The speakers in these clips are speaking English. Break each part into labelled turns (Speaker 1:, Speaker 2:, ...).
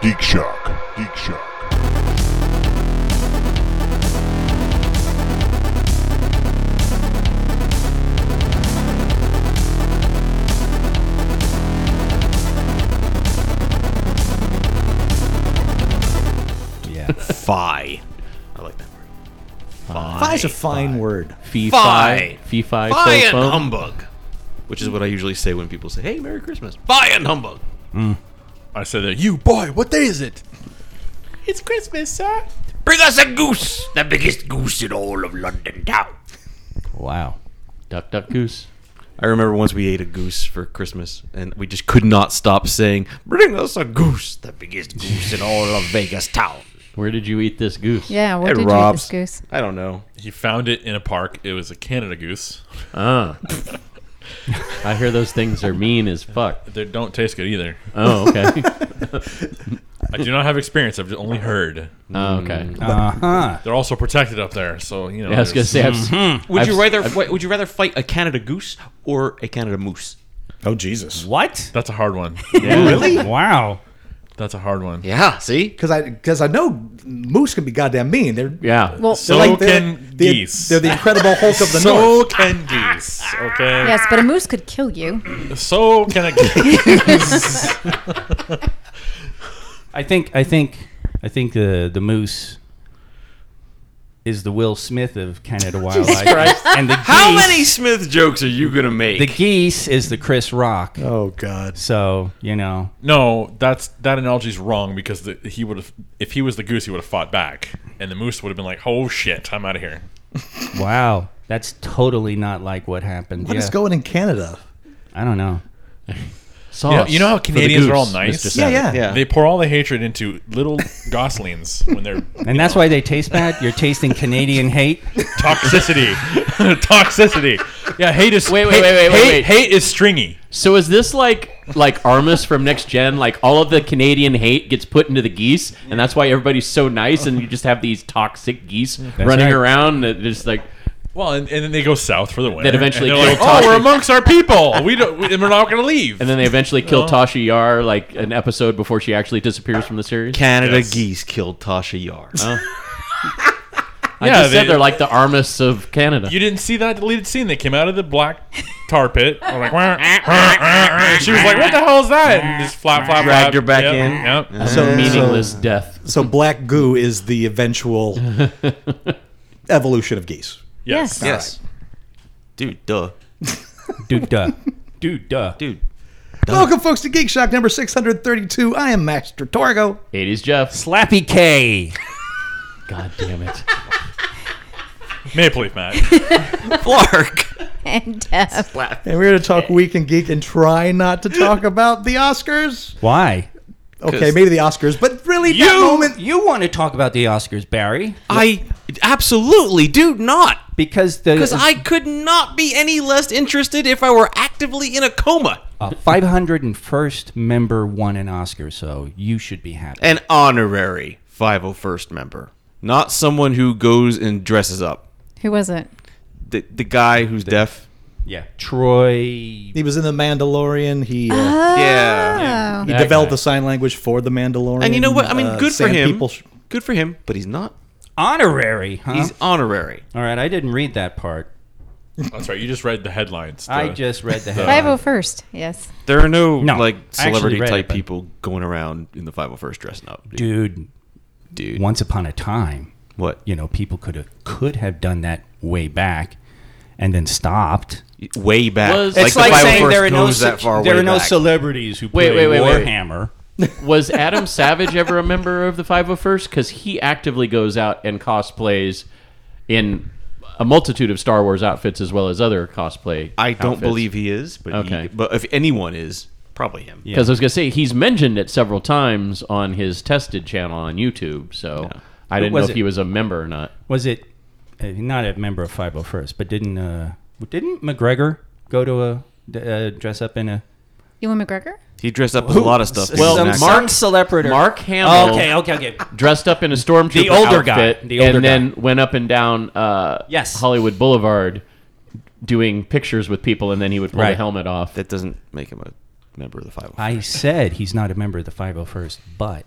Speaker 1: Geek Shock. Geek Shock.
Speaker 2: Yeah. Fi. I like that word.
Speaker 3: Fi is a fine word.
Speaker 4: Fee
Speaker 2: Fi.
Speaker 4: fi. Fee fi.
Speaker 2: Fi and
Speaker 4: fo,
Speaker 5: Um,
Speaker 4: fum.
Speaker 2: humbug. Which is what I usually say when people say, hey, Merry Christmas. Fi and humbug.
Speaker 4: I said that. You boy, what day is it?
Speaker 2: It's Christmas, sir.
Speaker 6: Bring us a goose, the biggest goose in all of London town.
Speaker 3: Wow.
Speaker 4: Duck, duck, goose.
Speaker 2: I remember once we ate a goose for Christmas, and we just could not stop saying, bring us a goose, the biggest goose in all of Vegas town.
Speaker 4: Where did you eat this goose?
Speaker 7: Yeah, where
Speaker 2: It
Speaker 7: did
Speaker 2: robs.
Speaker 7: you eat this goose?
Speaker 2: I don't know.
Speaker 5: He found it in a park. It was a Canada goose.
Speaker 4: Ah. I hear those things are mean as fuck.
Speaker 5: They don't taste good either.
Speaker 4: Oh, okay.
Speaker 8: Mm-hmm.
Speaker 5: I do not have experience. I've only heard.
Speaker 4: Oh, okay.
Speaker 8: Mm-hmm.
Speaker 3: Uh huh.
Speaker 5: They're also protected up there, so you know.
Speaker 4: Yeah, I was gonna
Speaker 5: there's-
Speaker 4: say, I've,
Speaker 8: Mm-hmm.
Speaker 2: Would
Speaker 4: I've-
Speaker 2: you rather wait, would you rather fight a Canada goose or a Canada moose?
Speaker 3: Oh Jesus. What?
Speaker 5: that's a hard one.
Speaker 3: Really? wow.
Speaker 5: That's a hard one.
Speaker 2: Yeah, see?
Speaker 3: Because I because I know moose can be goddamn mean. They're
Speaker 4: yeah.
Speaker 7: Well,
Speaker 5: So can
Speaker 3: the,
Speaker 5: geese.
Speaker 3: They're the Incredible Hulk of the
Speaker 5: so
Speaker 3: North.
Speaker 5: can geese. Okay.
Speaker 7: yes, but a moose could kill you.
Speaker 5: So can a geese.
Speaker 8: I think I think I think the the moose is the Will Smith of Canada wildlife, and the geese,
Speaker 2: How many Smith jokes are you gonna make?
Speaker 8: the geese is the Chris Rock.
Speaker 3: Oh God.
Speaker 8: So you know,
Speaker 5: no, that's that analogy's wrong because the, he would have if he was the goose, he would have fought back, and the moose would have been like, "Oh shit, I'm out of here."
Speaker 8: wow, that's totally not like what happened.
Speaker 3: What
Speaker 8: yeah.
Speaker 3: is going in Canada?
Speaker 8: I don't know.
Speaker 4: Sauce
Speaker 5: You know- you know how
Speaker 4: for the
Speaker 5: Canadians are all
Speaker 4: goose,
Speaker 5: nice?
Speaker 4: Mr.
Speaker 5: Yeah,
Speaker 4: Savage.
Speaker 2: yeah.
Speaker 5: They pour all the hatred into little goslings when they're
Speaker 8: And that's why they taste bad. You're tasting Canadian hate.
Speaker 5: toxicity, toxicity. Yeah, hate is
Speaker 4: Wait, wait,
Speaker 5: hate-
Speaker 4: wait, wait, wait,
Speaker 5: hate-
Speaker 4: wait.
Speaker 5: Hate is stringy.
Speaker 4: So is this like like Armus from Next Gen? Like all of the Canadian hate gets put into the geese, and that's why everybody's so nice, and you just have these toxic geese running
Speaker 8: right.
Speaker 4: around that just like
Speaker 5: Well, and, and then they go south for the winter.
Speaker 4: That eventually
Speaker 5: and they're like,
Speaker 4: kill
Speaker 5: "Oh,
Speaker 4: Toshi."
Speaker 5: we're amongst our people. We don't, we, and we're not going to leave."
Speaker 4: And then they eventually kill Tasha Yar like an episode before she actually disappears from the series.
Speaker 2: Canada
Speaker 5: Yes.
Speaker 2: geese killed Tasha Yar.
Speaker 4: I
Speaker 5: Yeah,
Speaker 4: just
Speaker 5: they-
Speaker 4: said they're like the Armus of Canada.
Speaker 5: you didn't see that deleted scene. They came out of the black tar pit. They're like, "Wah, wah, wah," and she was like, "What the hell is that?" And just flap, flap,
Speaker 2: Dragged
Speaker 5: flap.
Speaker 2: her back
Speaker 5: Yep,
Speaker 2: in.
Speaker 5: Yep.
Speaker 3: So
Speaker 4: Meaningless death.
Speaker 3: So, so black goo is the eventual evolution of geese.
Speaker 5: Yes.
Speaker 2: Yes. Dude, duh.
Speaker 8: Dude, duh. Dude, duh.
Speaker 2: Dude.
Speaker 3: Welcome, folks, to Geek Shock number 632. I am Master Torgo.
Speaker 4: Eighties Jeff.
Speaker 8: Slappy K.
Speaker 4: God damn it.
Speaker 5: Maple leaf, Matt.
Speaker 2: Flark.
Speaker 7: And uh,
Speaker 3: And we're going to talk week in geek and try not to talk about the Oscars.
Speaker 8: Why?
Speaker 3: Okay, maybe the Oscars, but really, that
Speaker 2: You-
Speaker 3: moment.
Speaker 8: You want to talk about the Oscars, Barry?
Speaker 2: I absolutely do not.
Speaker 8: Because the
Speaker 2: Because I could not be any less interested if I were actively in a coma.
Speaker 8: A 501st member won an Oscar, so you should be happy.
Speaker 2: An honorary 501st member. Not someone who goes and dresses up.
Speaker 7: who was it?
Speaker 2: The, the guy who's deaf.
Speaker 8: yeah, Troy.
Speaker 3: He was in The Mandalorian. He, uh,
Speaker 2: Ah.
Speaker 8: Oh.
Speaker 7: Oh,
Speaker 2: Yeah.
Speaker 3: he
Speaker 4: That
Speaker 3: developed
Speaker 4: guy.
Speaker 3: the sign language for The Mandalorian.
Speaker 2: And you know what? I mean,
Speaker 3: uh,
Speaker 2: good for
Speaker 3: Sand
Speaker 2: him.
Speaker 3: People sh-
Speaker 2: Good for him, but he's not.
Speaker 8: Honorary, huh?
Speaker 2: He's honorary.
Speaker 8: All right, I didn't read that part.
Speaker 5: That's right. You just read the headlines. The-
Speaker 8: I just read the
Speaker 7: Five
Speaker 8: headline.
Speaker 7: oh first. Yes.
Speaker 2: There are no,
Speaker 8: No,
Speaker 2: like
Speaker 8: I actually
Speaker 2: celebrity
Speaker 8: read
Speaker 2: type
Speaker 8: it, but-
Speaker 2: people going around in the 501st dressing up. Dude,
Speaker 8: Dude,
Speaker 2: dude.
Speaker 8: once upon a time,
Speaker 2: what?
Speaker 8: you know, people could have could have done that way back and then stopped.
Speaker 2: Way back.
Speaker 4: Was-
Speaker 2: like
Speaker 4: It's
Speaker 2: the 501st goes that far
Speaker 8: there
Speaker 2: way
Speaker 8: are no
Speaker 2: back.
Speaker 8: celebrities who
Speaker 4: Wait,
Speaker 8: play
Speaker 4: play wait, wait, wait.
Speaker 8: Warhammer.
Speaker 4: Was Adam Savage ever a member of the 501st? Because he actively goes out and cosplays in a multitude of Star Wars outfits as well as other cosplay.
Speaker 2: I don't
Speaker 4: outfits.
Speaker 2: believe he is, but he-
Speaker 4: Okay.
Speaker 2: but if anyone is, probably him.
Speaker 4: Because I was gonna say he's mentioned it several times on his tested channel on YouTube, so I didn't know
Speaker 8: was
Speaker 4: if
Speaker 8: it?
Speaker 4: he was a member or not.
Speaker 8: Was it uh, not a member of 501st, but didn't uh, didn't McGregor go to a d- uh, dress up in a
Speaker 7: Ewan McGregor?
Speaker 2: He dressed up as a lot of stuff.
Speaker 4: Well,
Speaker 2: He was an
Speaker 4: Mark-
Speaker 2: actor.
Speaker 8: celebrity.
Speaker 4: Mark Hamill
Speaker 8: Oh, okay, okay, okay.
Speaker 4: dressed up in a stormtrooper
Speaker 8: The older guy.
Speaker 4: outfit,
Speaker 8: The older
Speaker 4: and then
Speaker 8: guy.
Speaker 4: went up and down uh,
Speaker 8: Yes.
Speaker 4: Hollywood Boulevard doing pictures with people, and then he would pull the
Speaker 8: Right.
Speaker 4: helmet off.
Speaker 2: that doesn't make him a member of the 501st.
Speaker 8: I said he's not a member of the 501st, but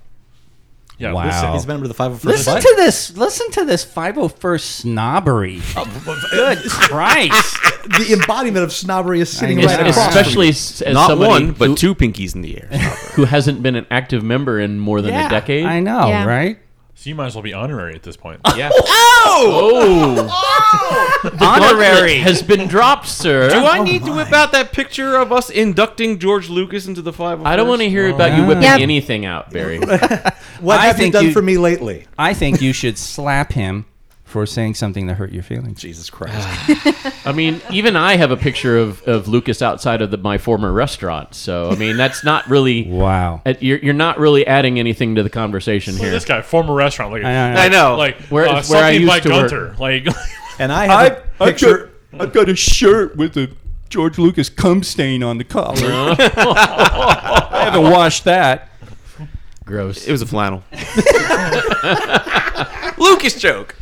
Speaker 5: Yeah,
Speaker 8: Wow.
Speaker 5: listen.
Speaker 3: He's a member of the 501st
Speaker 8: Listen
Speaker 3: Club.
Speaker 8: to this. Listen to this 501st snobbery. Good Christ.
Speaker 3: the embodiment of snobbery is sitting
Speaker 8: I know.
Speaker 3: right
Speaker 8: It's-
Speaker 3: across.
Speaker 4: Especially s- as
Speaker 2: Not
Speaker 4: somebody
Speaker 2: one, but
Speaker 4: who,
Speaker 2: two pinkies in the air.
Speaker 4: who hasn't been an active member in more than a decade.
Speaker 8: I know,
Speaker 7: Yeah.
Speaker 8: right?
Speaker 5: So you might as well be honorary at this point.
Speaker 4: Yeah.
Speaker 8: ah!
Speaker 4: Oh! Oh! the honorary has been dropped, sir.
Speaker 2: Do I need to whip out that picture of us inducting George Lucas into the five?
Speaker 4: I don't want to hear about you whipping
Speaker 7: Yeah.
Speaker 4: anything out, Barry.
Speaker 3: What
Speaker 8: I
Speaker 3: have you
Speaker 8: think
Speaker 3: done
Speaker 8: you-
Speaker 3: for me lately?
Speaker 8: I think you should slap him for saying something that hurt your feelings.
Speaker 3: Jesus Christ.
Speaker 4: I mean, even I have a picture of, of Lucas outside of the, my former restaurant. So, I mean, that's not really.
Speaker 8: Wow.
Speaker 4: Uh, You're, you're not really adding anything to the conversation
Speaker 5: Look at
Speaker 4: here.
Speaker 5: this guy, former restaurant, like
Speaker 8: I know, I know.
Speaker 2: I know.
Speaker 5: like
Speaker 4: Where-
Speaker 5: where,
Speaker 4: where I
Speaker 5: uh, something
Speaker 4: used
Speaker 5: by
Speaker 4: to work.
Speaker 5: Gunther, like
Speaker 3: And I have a picture.
Speaker 8: I've got a shirt with a George Lucas cum stain on the collar. I haven't washed that.
Speaker 4: Gross.
Speaker 2: It was a flannel. Lucas joke.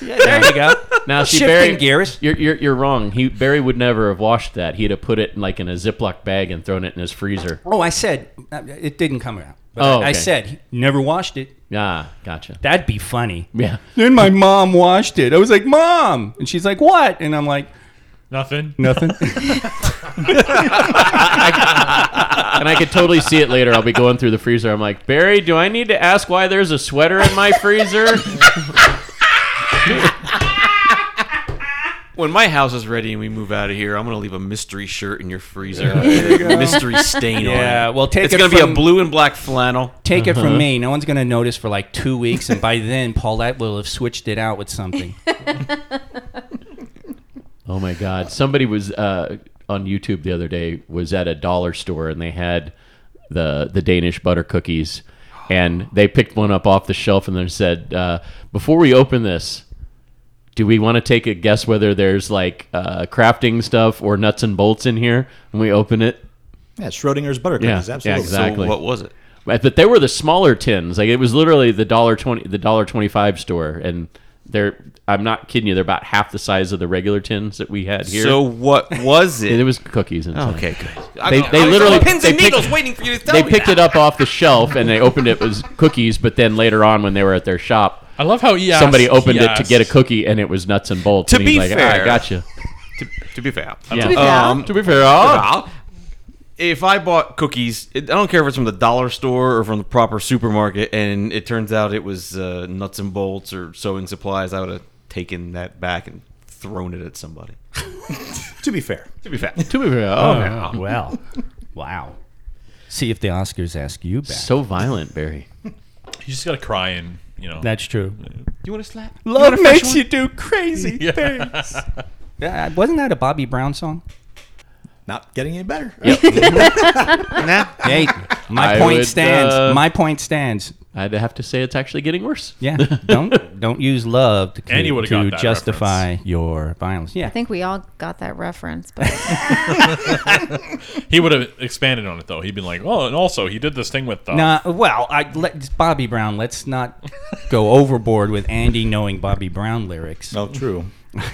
Speaker 8: There you go.
Speaker 4: now, see,
Speaker 8: Shifting
Speaker 4: Barry,
Speaker 8: gears.
Speaker 4: You're, you're, you're wrong. He Barry would never have washed that. He'd have put it in, like in a Ziploc bag and thrown it in his freezer.
Speaker 8: Oh, I said uh, it didn't come out. But
Speaker 4: Oh,
Speaker 8: I
Speaker 4: okay.
Speaker 8: said he never washed it.
Speaker 4: Ah, gotcha.
Speaker 8: That'd be funny.
Speaker 4: Yeah.
Speaker 8: Then my mom washed it. I was like, "Mom," and she's like, "What?" And I'm like,
Speaker 5: nothing.
Speaker 8: "Nothing."
Speaker 4: And I could totally see it later. I'll be going through the freezer. I'm like, Barry, do I need to ask why there's a sweater in my freezer?
Speaker 2: When my house is ready and we move out of here, I'm gonna leave a mystery shirt in your freezer. mystery stain
Speaker 8: yeah.
Speaker 2: on it.
Speaker 8: Well, take
Speaker 2: It's
Speaker 8: it
Speaker 2: gonna be
Speaker 8: from,
Speaker 2: a blue and black flannel.
Speaker 8: Take it
Speaker 4: Uh-huh.
Speaker 8: from me. No one's gonna notice for like two weeks, and by then Paulette will have switched it out with something.
Speaker 4: Oh my God! Somebody was uh, on YouTube the other day. Was at a dollar store and they had the the Danish butter cookies, and they picked one up off the shelf and then said, uh, "Before we open this, do we want to take a guess whether there's like uh, crafting stuff or nuts and bolts in here when we open it?"
Speaker 3: Yeah, Schrodinger's butter
Speaker 4: Yeah,
Speaker 3: cookies.
Speaker 4: yeah,
Speaker 3: absolutely.
Speaker 4: exactly.
Speaker 2: So what was it?
Speaker 4: Uh, But but they were the smaller tins. Like it was literally the dollar twenty, the dollar twenty five store, and they're. I'm not kidding you. They're about half the size of the regular tins that we had here.
Speaker 2: So what was
Speaker 4: it
Speaker 2: it?
Speaker 4: was cookies inside.
Speaker 2: okay, good.
Speaker 4: They-
Speaker 2: I-
Speaker 4: they
Speaker 2: I was
Speaker 4: literally-
Speaker 2: on pins and
Speaker 4: they picked-
Speaker 2: needles waiting for you to tell
Speaker 4: they
Speaker 2: me
Speaker 4: picked
Speaker 2: that.
Speaker 4: it up off the shelf and they opened it was cookies but then later on when they were at their shop
Speaker 5: I love how he asked,
Speaker 4: somebody opened
Speaker 5: he
Speaker 4: it to get a
Speaker 5: asked.
Speaker 4: cookie and it was nuts and bolts
Speaker 2: To
Speaker 4: and he's
Speaker 2: be
Speaker 4: like "Ah, i
Speaker 2: fair-
Speaker 4: gotcha
Speaker 2: To, to be fair,
Speaker 4: Yeah.
Speaker 7: be fair.
Speaker 2: Um, to be fair,
Speaker 4: oh,
Speaker 2: if I bought cookies, it, I don't care if it's from the dollar store or from the proper supermarket, and it turns out it was uh, nuts and bolts or sewing supplies, I would have taken that back and thrown it at somebody.
Speaker 3: To be fair.
Speaker 2: To be fair,
Speaker 4: to be fair
Speaker 8: Oh, well, wow. See if the Oscars ask you back.
Speaker 4: so violent barry
Speaker 5: You just gotta cry and you know.
Speaker 8: That's true.
Speaker 2: you want to slap?
Speaker 8: Love makes you do crazy things. Uh, wasn't that a Bobby Brown song?
Speaker 3: Not getting any better.
Speaker 2: Nah.
Speaker 8: Hey, my
Speaker 4: I
Speaker 8: point
Speaker 4: would,
Speaker 8: stands.
Speaker 4: uh,
Speaker 8: my point stands.
Speaker 4: i'd have to say it's actually getting worse
Speaker 8: Yeah, don't don't use love to,
Speaker 5: And you
Speaker 8: to,
Speaker 5: would've got that
Speaker 8: justify your violence. Yeah,
Speaker 7: I think we all got that reference, but
Speaker 5: He would have expanded on it though. He'd been like, "Oh, and also he did this thing with uh,
Speaker 8: Nah, well, I let Bobby Brown. Let's not go overboard with Andy knowing Bobby Brown lyrics.
Speaker 3: Oh, true.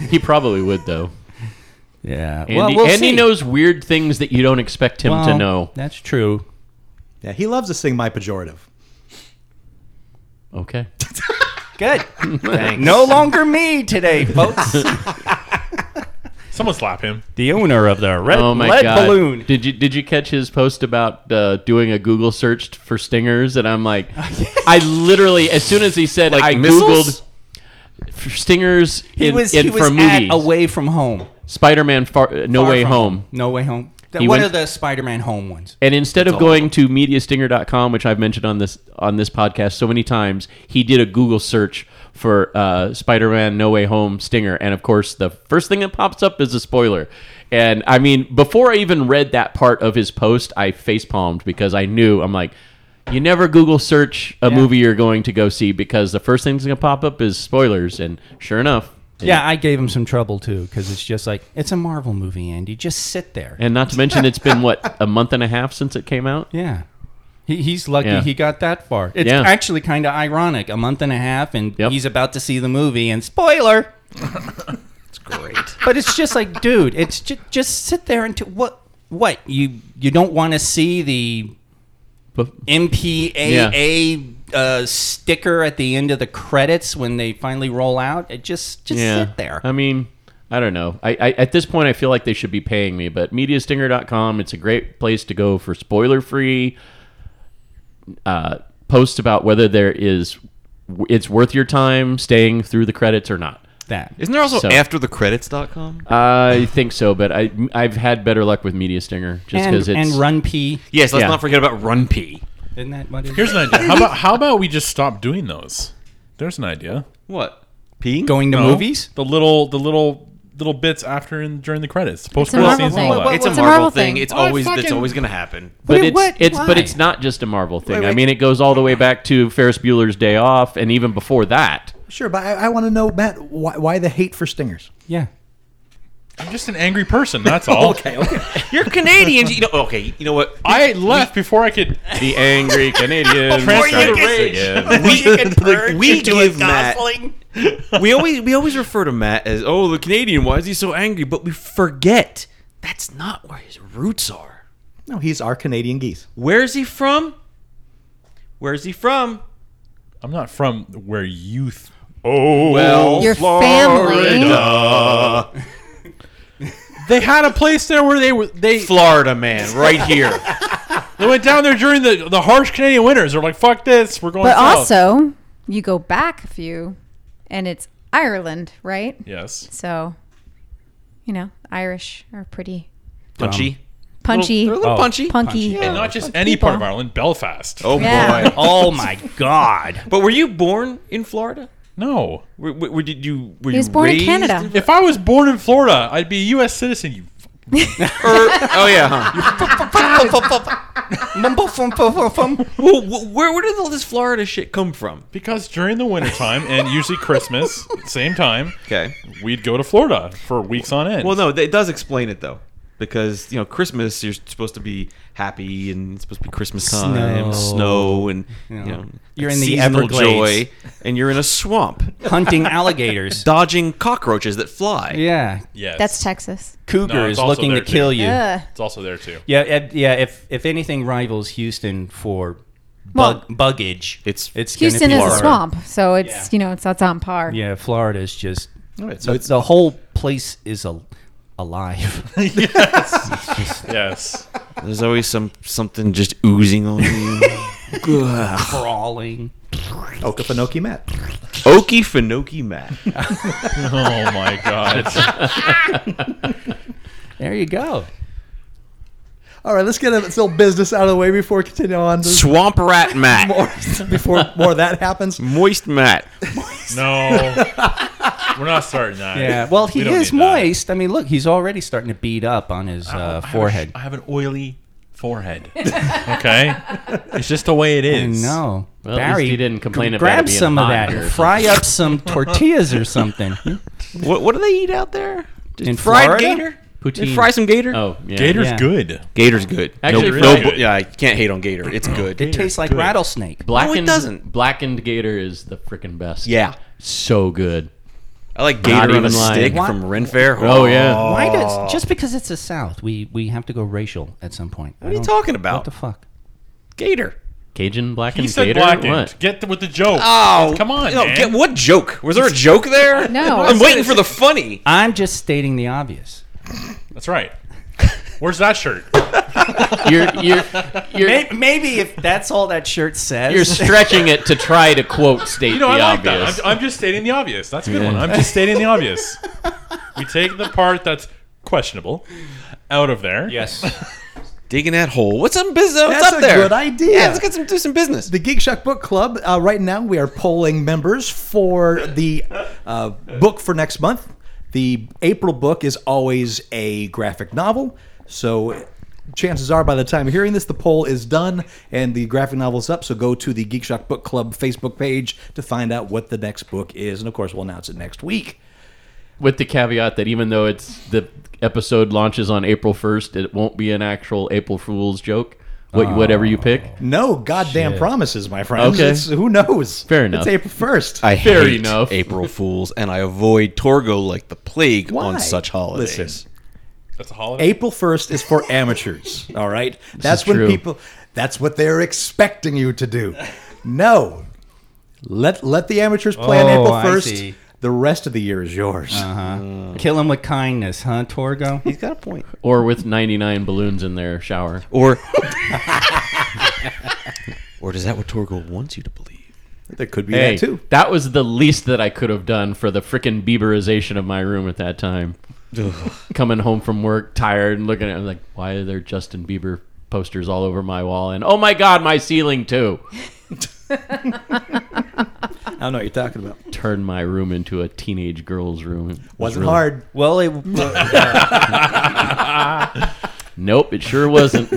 Speaker 4: he probably would though
Speaker 8: Yeah,
Speaker 4: andy,
Speaker 8: well, we'll
Speaker 4: Andy
Speaker 8: see.
Speaker 4: knows weird things that you don't expect him to
Speaker 8: Well,
Speaker 4: know
Speaker 8: That's true.
Speaker 3: Yeah, he loves to sing my pejorative.
Speaker 4: okay
Speaker 8: Good. no longer me today, folks.
Speaker 5: someone slap him."
Speaker 8: the owner of the red
Speaker 4: oh my
Speaker 8: lead
Speaker 4: god
Speaker 8: balloon.
Speaker 4: did you did you catch his post about uh, doing a google search for stingers and i'm like i literally as soon as he said i
Speaker 2: missiles?
Speaker 4: googled for stingers
Speaker 8: He
Speaker 4: in,
Speaker 8: was
Speaker 4: in
Speaker 8: he was
Speaker 4: for
Speaker 8: at
Speaker 4: movies
Speaker 8: away from home.
Speaker 4: spider-man far, uh, no
Speaker 8: Far
Speaker 4: way
Speaker 8: from
Speaker 4: home
Speaker 8: No way home. Th-
Speaker 4: He
Speaker 8: what
Speaker 4: went-
Speaker 8: are the Spider-Man home ones?
Speaker 4: and instead of going to mediastinger.com which i've mentioned on this on this podcast so many times he did a google search for uh, spider-man no way home stinger and of course the first thing that pops up is a spoiler and i mean before i even read that part of his post i facepalmed because i knew i'm like you never google search a movie you're going to go see because the first thing that's going to pop up is spoilers and sure enough
Speaker 8: Yeah, I gave him some trouble too because it's just like it's a Marvel movie, Andy. Just sit there.
Speaker 4: and not to mention it's been what a month and a half since it came out
Speaker 8: Yeah. He, he's lucky
Speaker 4: Yeah.
Speaker 8: he got that far. It's
Speaker 4: Yeah.
Speaker 8: actually kind of ironic. A month and a half, and
Speaker 4: Yep.
Speaker 8: he's about to see the movie, and spoiler.
Speaker 2: It's great.
Speaker 8: But it's just like, dude, it's just just sit there and t- what what you you don't want to see the
Speaker 4: But
Speaker 8: MPAA uh, sticker at the end of the credits when they finally roll out. It just just
Speaker 4: yeah, Um,
Speaker 8: sit there.
Speaker 4: I mean, I don't know. I, I at this point, I feel like they should be paying me, but MediaStinger.com. It's a great place to go for spoiler-free uh, posts about whether there is it's worth your time staying through the credits or not.
Speaker 8: that
Speaker 2: Isn't there also
Speaker 4: So- Uh,
Speaker 2: afterthecredits.com?
Speaker 4: I think so, but I I've had better luck with Media Stinger just
Speaker 8: and,
Speaker 4: because it's
Speaker 8: and Run P.
Speaker 2: Yes, let's
Speaker 4: yeah.
Speaker 2: not forget about Run P.
Speaker 8: Isn't that what it is?
Speaker 5: Here's an idea. How about how about we just stop doing those? There's an idea.
Speaker 2: What? P?
Speaker 8: going to
Speaker 5: No.
Speaker 8: movies?
Speaker 5: The little the little little bits after and during the credits. Post
Speaker 7: It's a
Speaker 5: credits
Speaker 7: Marvel
Speaker 5: scenes and
Speaker 7: thing.
Speaker 5: all that.
Speaker 2: It's a
Speaker 7: It's
Speaker 2: Marvel, thing. It's
Speaker 5: Oh,
Speaker 2: always that's
Speaker 5: fucking-
Speaker 2: always going to happen.
Speaker 4: but it's
Speaker 8: what-
Speaker 4: it's but
Speaker 8: why?
Speaker 4: it's not just a Marvel thing.
Speaker 3: Wait,
Speaker 4: I
Speaker 3: wait.
Speaker 4: mean, it goes all the way back to Ferris Bueller's Day Off, and even before that.
Speaker 3: Sure, but I, I want to know, Matt, why, why the hate for stingers?
Speaker 8: Yeah.
Speaker 5: I'm just an angry person, that's all.
Speaker 3: okay.
Speaker 2: You're Canadians. You know, okay, you know what?
Speaker 5: I left before I could
Speaker 4: The angry Canadian.
Speaker 5: transcribe
Speaker 2: get
Speaker 5: this
Speaker 2: rage.
Speaker 5: again.
Speaker 2: we, we give Matt. we always we always refer to Matt as oh the Canadian. Why is he so angry? But we forget that's not where his roots are.
Speaker 3: No, he's our Canadian geese.
Speaker 2: Where is he from? Where is he from?
Speaker 5: I'm not from where youth. Oh
Speaker 4: Well,
Speaker 7: Your family.
Speaker 5: they had a place there where they were they
Speaker 2: Florida man, right here.
Speaker 5: they went down there during the, the harsh Canadian winters. They're like, fuck this, we're going
Speaker 7: But
Speaker 5: south.
Speaker 7: also, you go back a few, and it's Ireland, right?
Speaker 5: Yes.
Speaker 7: So, you know, Irish are pretty
Speaker 2: Punchy.
Speaker 7: punchy,
Speaker 2: They're a little
Speaker 4: oh.
Speaker 2: punchy.
Speaker 7: punky.
Speaker 5: And not just any
Speaker 7: people.
Speaker 5: part of Ireland, Belfast.
Speaker 2: Oh
Speaker 7: Yeah.
Speaker 2: boy.
Speaker 8: Oh my God.
Speaker 2: But were you born in Florida?
Speaker 5: No.
Speaker 2: Were, were, were- did you? Were
Speaker 7: He was
Speaker 2: you
Speaker 7: born in
Speaker 2: raised
Speaker 7: Canada.
Speaker 5: If I was born in Florida, I'd be a U.S. citizen. You f-
Speaker 2: Or- oh yeah. huh. well, wh- where where did all this Florida shit come from?
Speaker 5: because during the wintertime and usually Christmas, same time,
Speaker 2: Okay.
Speaker 5: we'd go to Florida for weeks on end.
Speaker 2: Well, no, it does explain it though, because you know Christmas you're supposed to be happy and it's supposed to be Christmas time,
Speaker 8: Snow.
Speaker 2: snow, and you know
Speaker 8: You're in the
Speaker 2: seasonal joy,
Speaker 8: Everglades.
Speaker 2: and you're in a swamp
Speaker 8: Hunting alligators.
Speaker 2: dodging cockroaches that fly.
Speaker 8: yeah.
Speaker 5: Yes.
Speaker 7: That's Texas.
Speaker 5: No,
Speaker 8: Cougars
Speaker 5: it's also
Speaker 8: looking to
Speaker 5: there, too.
Speaker 8: kill you. Yeah.
Speaker 7: Ugh.
Speaker 5: It's also there too.
Speaker 8: Yeah. Yeah. If if anything rivals Houston for bug, buggage,
Speaker 2: It's-
Speaker 8: gonna
Speaker 7: Houston
Speaker 8: be
Speaker 7: is a
Speaker 8: Florida.
Speaker 7: swamp, so it's you know it's that's on par.
Speaker 8: Yeah. Florida's just
Speaker 3: so
Speaker 8: the,
Speaker 3: it's
Speaker 8: the whole place is a, alive.
Speaker 5: Yes.
Speaker 2: There's always some something just oozing on you.
Speaker 8: crawling.
Speaker 3: Okefenokee Matt.
Speaker 2: Okie Finoki Matt.
Speaker 5: oh my God.
Speaker 8: There you go.
Speaker 3: All right, let's get this little business out of the way before we continue on. There's
Speaker 2: Swamp Rat Matt.
Speaker 3: more before more of that happens.
Speaker 2: Moist Matt.
Speaker 5: No. We're not starting that.
Speaker 8: Yeah. Well,
Speaker 5: We
Speaker 8: he
Speaker 5: don't
Speaker 8: is
Speaker 5: need that.
Speaker 8: moist. I mean, look, he's already starting to beat up on his uh, forehead.
Speaker 5: I have an oily forehead. okay. It's just the way it is.
Speaker 8: No,
Speaker 4: at least
Speaker 8: Barry
Speaker 4: he didn't complain about it
Speaker 8: Grab
Speaker 4: being
Speaker 8: some of
Speaker 4: hot
Speaker 8: that.
Speaker 4: here.
Speaker 8: and Fry up some tortillas or something.
Speaker 2: What, what do they eat out there? Just
Speaker 8: In
Speaker 2: fried
Speaker 8: Florida?
Speaker 2: gator.
Speaker 4: Poutine.
Speaker 2: They fry some gator.
Speaker 4: Oh, yeah.
Speaker 5: Gator's
Speaker 8: Yeah.
Speaker 5: good.
Speaker 2: Gator's good.
Speaker 4: Actually,
Speaker 2: no,
Speaker 4: fried
Speaker 2: no,
Speaker 5: good.
Speaker 2: bu- yeah, I can't hate on gator. It's good.
Speaker 8: It tastes like
Speaker 5: good.
Speaker 8: rattlesnake.
Speaker 4: Blackened,
Speaker 2: doesn't.
Speaker 4: Blackened gator is the freaking best.
Speaker 2: Yeah.
Speaker 4: So good.
Speaker 2: I like
Speaker 4: Not
Speaker 2: gator on a
Speaker 4: even lying.
Speaker 2: stick
Speaker 8: What?
Speaker 2: from Ren Fair.
Speaker 4: Oh, yeah.
Speaker 8: Why does just because it's the South, we we have to go racial at some point?
Speaker 2: What are you talking about?
Speaker 8: What the fuck?
Speaker 2: gator.
Speaker 4: Cajun blackened
Speaker 5: He said
Speaker 4: gator.
Speaker 5: blackened.
Speaker 4: What?
Speaker 5: Get th- with the joke.
Speaker 8: Ah.
Speaker 2: Oh,
Speaker 5: come on,
Speaker 2: No,
Speaker 5: man.
Speaker 2: Get, what joke? Was there a joke there?
Speaker 7: No.
Speaker 2: I'm waiting for the funny.
Speaker 8: I'm just stating the obvious.
Speaker 5: That's right. Where's that shirt?
Speaker 4: You're you're you're,
Speaker 8: Maybe, maybe if that's all that shirt says,
Speaker 4: you're stretching it to try to quote state
Speaker 5: You know,
Speaker 4: the
Speaker 5: I like
Speaker 4: obvious.
Speaker 5: that. I'm, I'm just stating the obvious. That's a good one. I'm just stating the obvious. We take the part that's questionable out of there.
Speaker 8: yes.
Speaker 2: Digging that hole. What's up, business? What's
Speaker 3: That's
Speaker 2: up
Speaker 3: a
Speaker 2: there?
Speaker 3: good idea.
Speaker 2: Yeah, let's get some do some business.
Speaker 3: The Geek Shock Book Club. Uh, right now, we are polling members for the uh, book for next month. The April book is always a graphic novel, so chances are by the time you're hearing this, the poll is done and the graphic novel's up. So go to the Geek Shock Book Club Facebook page to find out what the next book is, and of course, we'll announce it next week.
Speaker 4: With the caveat that even though it's the episode launches on April 1st, it won't be an actual April Fool's joke. What whatever you pick.
Speaker 3: No goddamn promises, my friends.
Speaker 4: Okay.
Speaker 3: It's, who knows?
Speaker 4: Fair enough.
Speaker 3: It's April first.
Speaker 2: I
Speaker 4: Fair
Speaker 2: hate
Speaker 4: enough.
Speaker 2: April Fools, and I avoid Torgo like the plague
Speaker 3: Why?
Speaker 2: on such holidays.
Speaker 3: Listen.
Speaker 5: That's a holiday.
Speaker 3: April 1st is for amateurs, all right? That's
Speaker 4: is
Speaker 3: when
Speaker 4: true.
Speaker 3: people that's what they're expecting you to do. No. Let let the amateurs plan
Speaker 8: Oh,
Speaker 3: April
Speaker 8: I
Speaker 3: 1st.
Speaker 8: see. Uh-huh.
Speaker 3: The rest of the year is yours.
Speaker 8: Kill him with kindness, huh, Torgo?
Speaker 2: He's got a point.
Speaker 4: Or with 99 balloons in their shower.
Speaker 2: Or, or is that what Torgo wants you to believe?
Speaker 3: There could be
Speaker 4: Hey,
Speaker 3: that too.
Speaker 4: that was the least that I could have done for the freaking Bieberization of my room at that time. Coming home from work, tired, and looking at it, I'm like, why are there Justin Bieber posters all over my wall? And oh my God, my ceiling too.
Speaker 3: I don't know what you're talking about.
Speaker 4: Turned my room into a teenage girl's room. It was
Speaker 3: Wasn't
Speaker 4: really-
Speaker 3: hard.
Speaker 8: Well, it,
Speaker 4: Nope, it sure wasn't.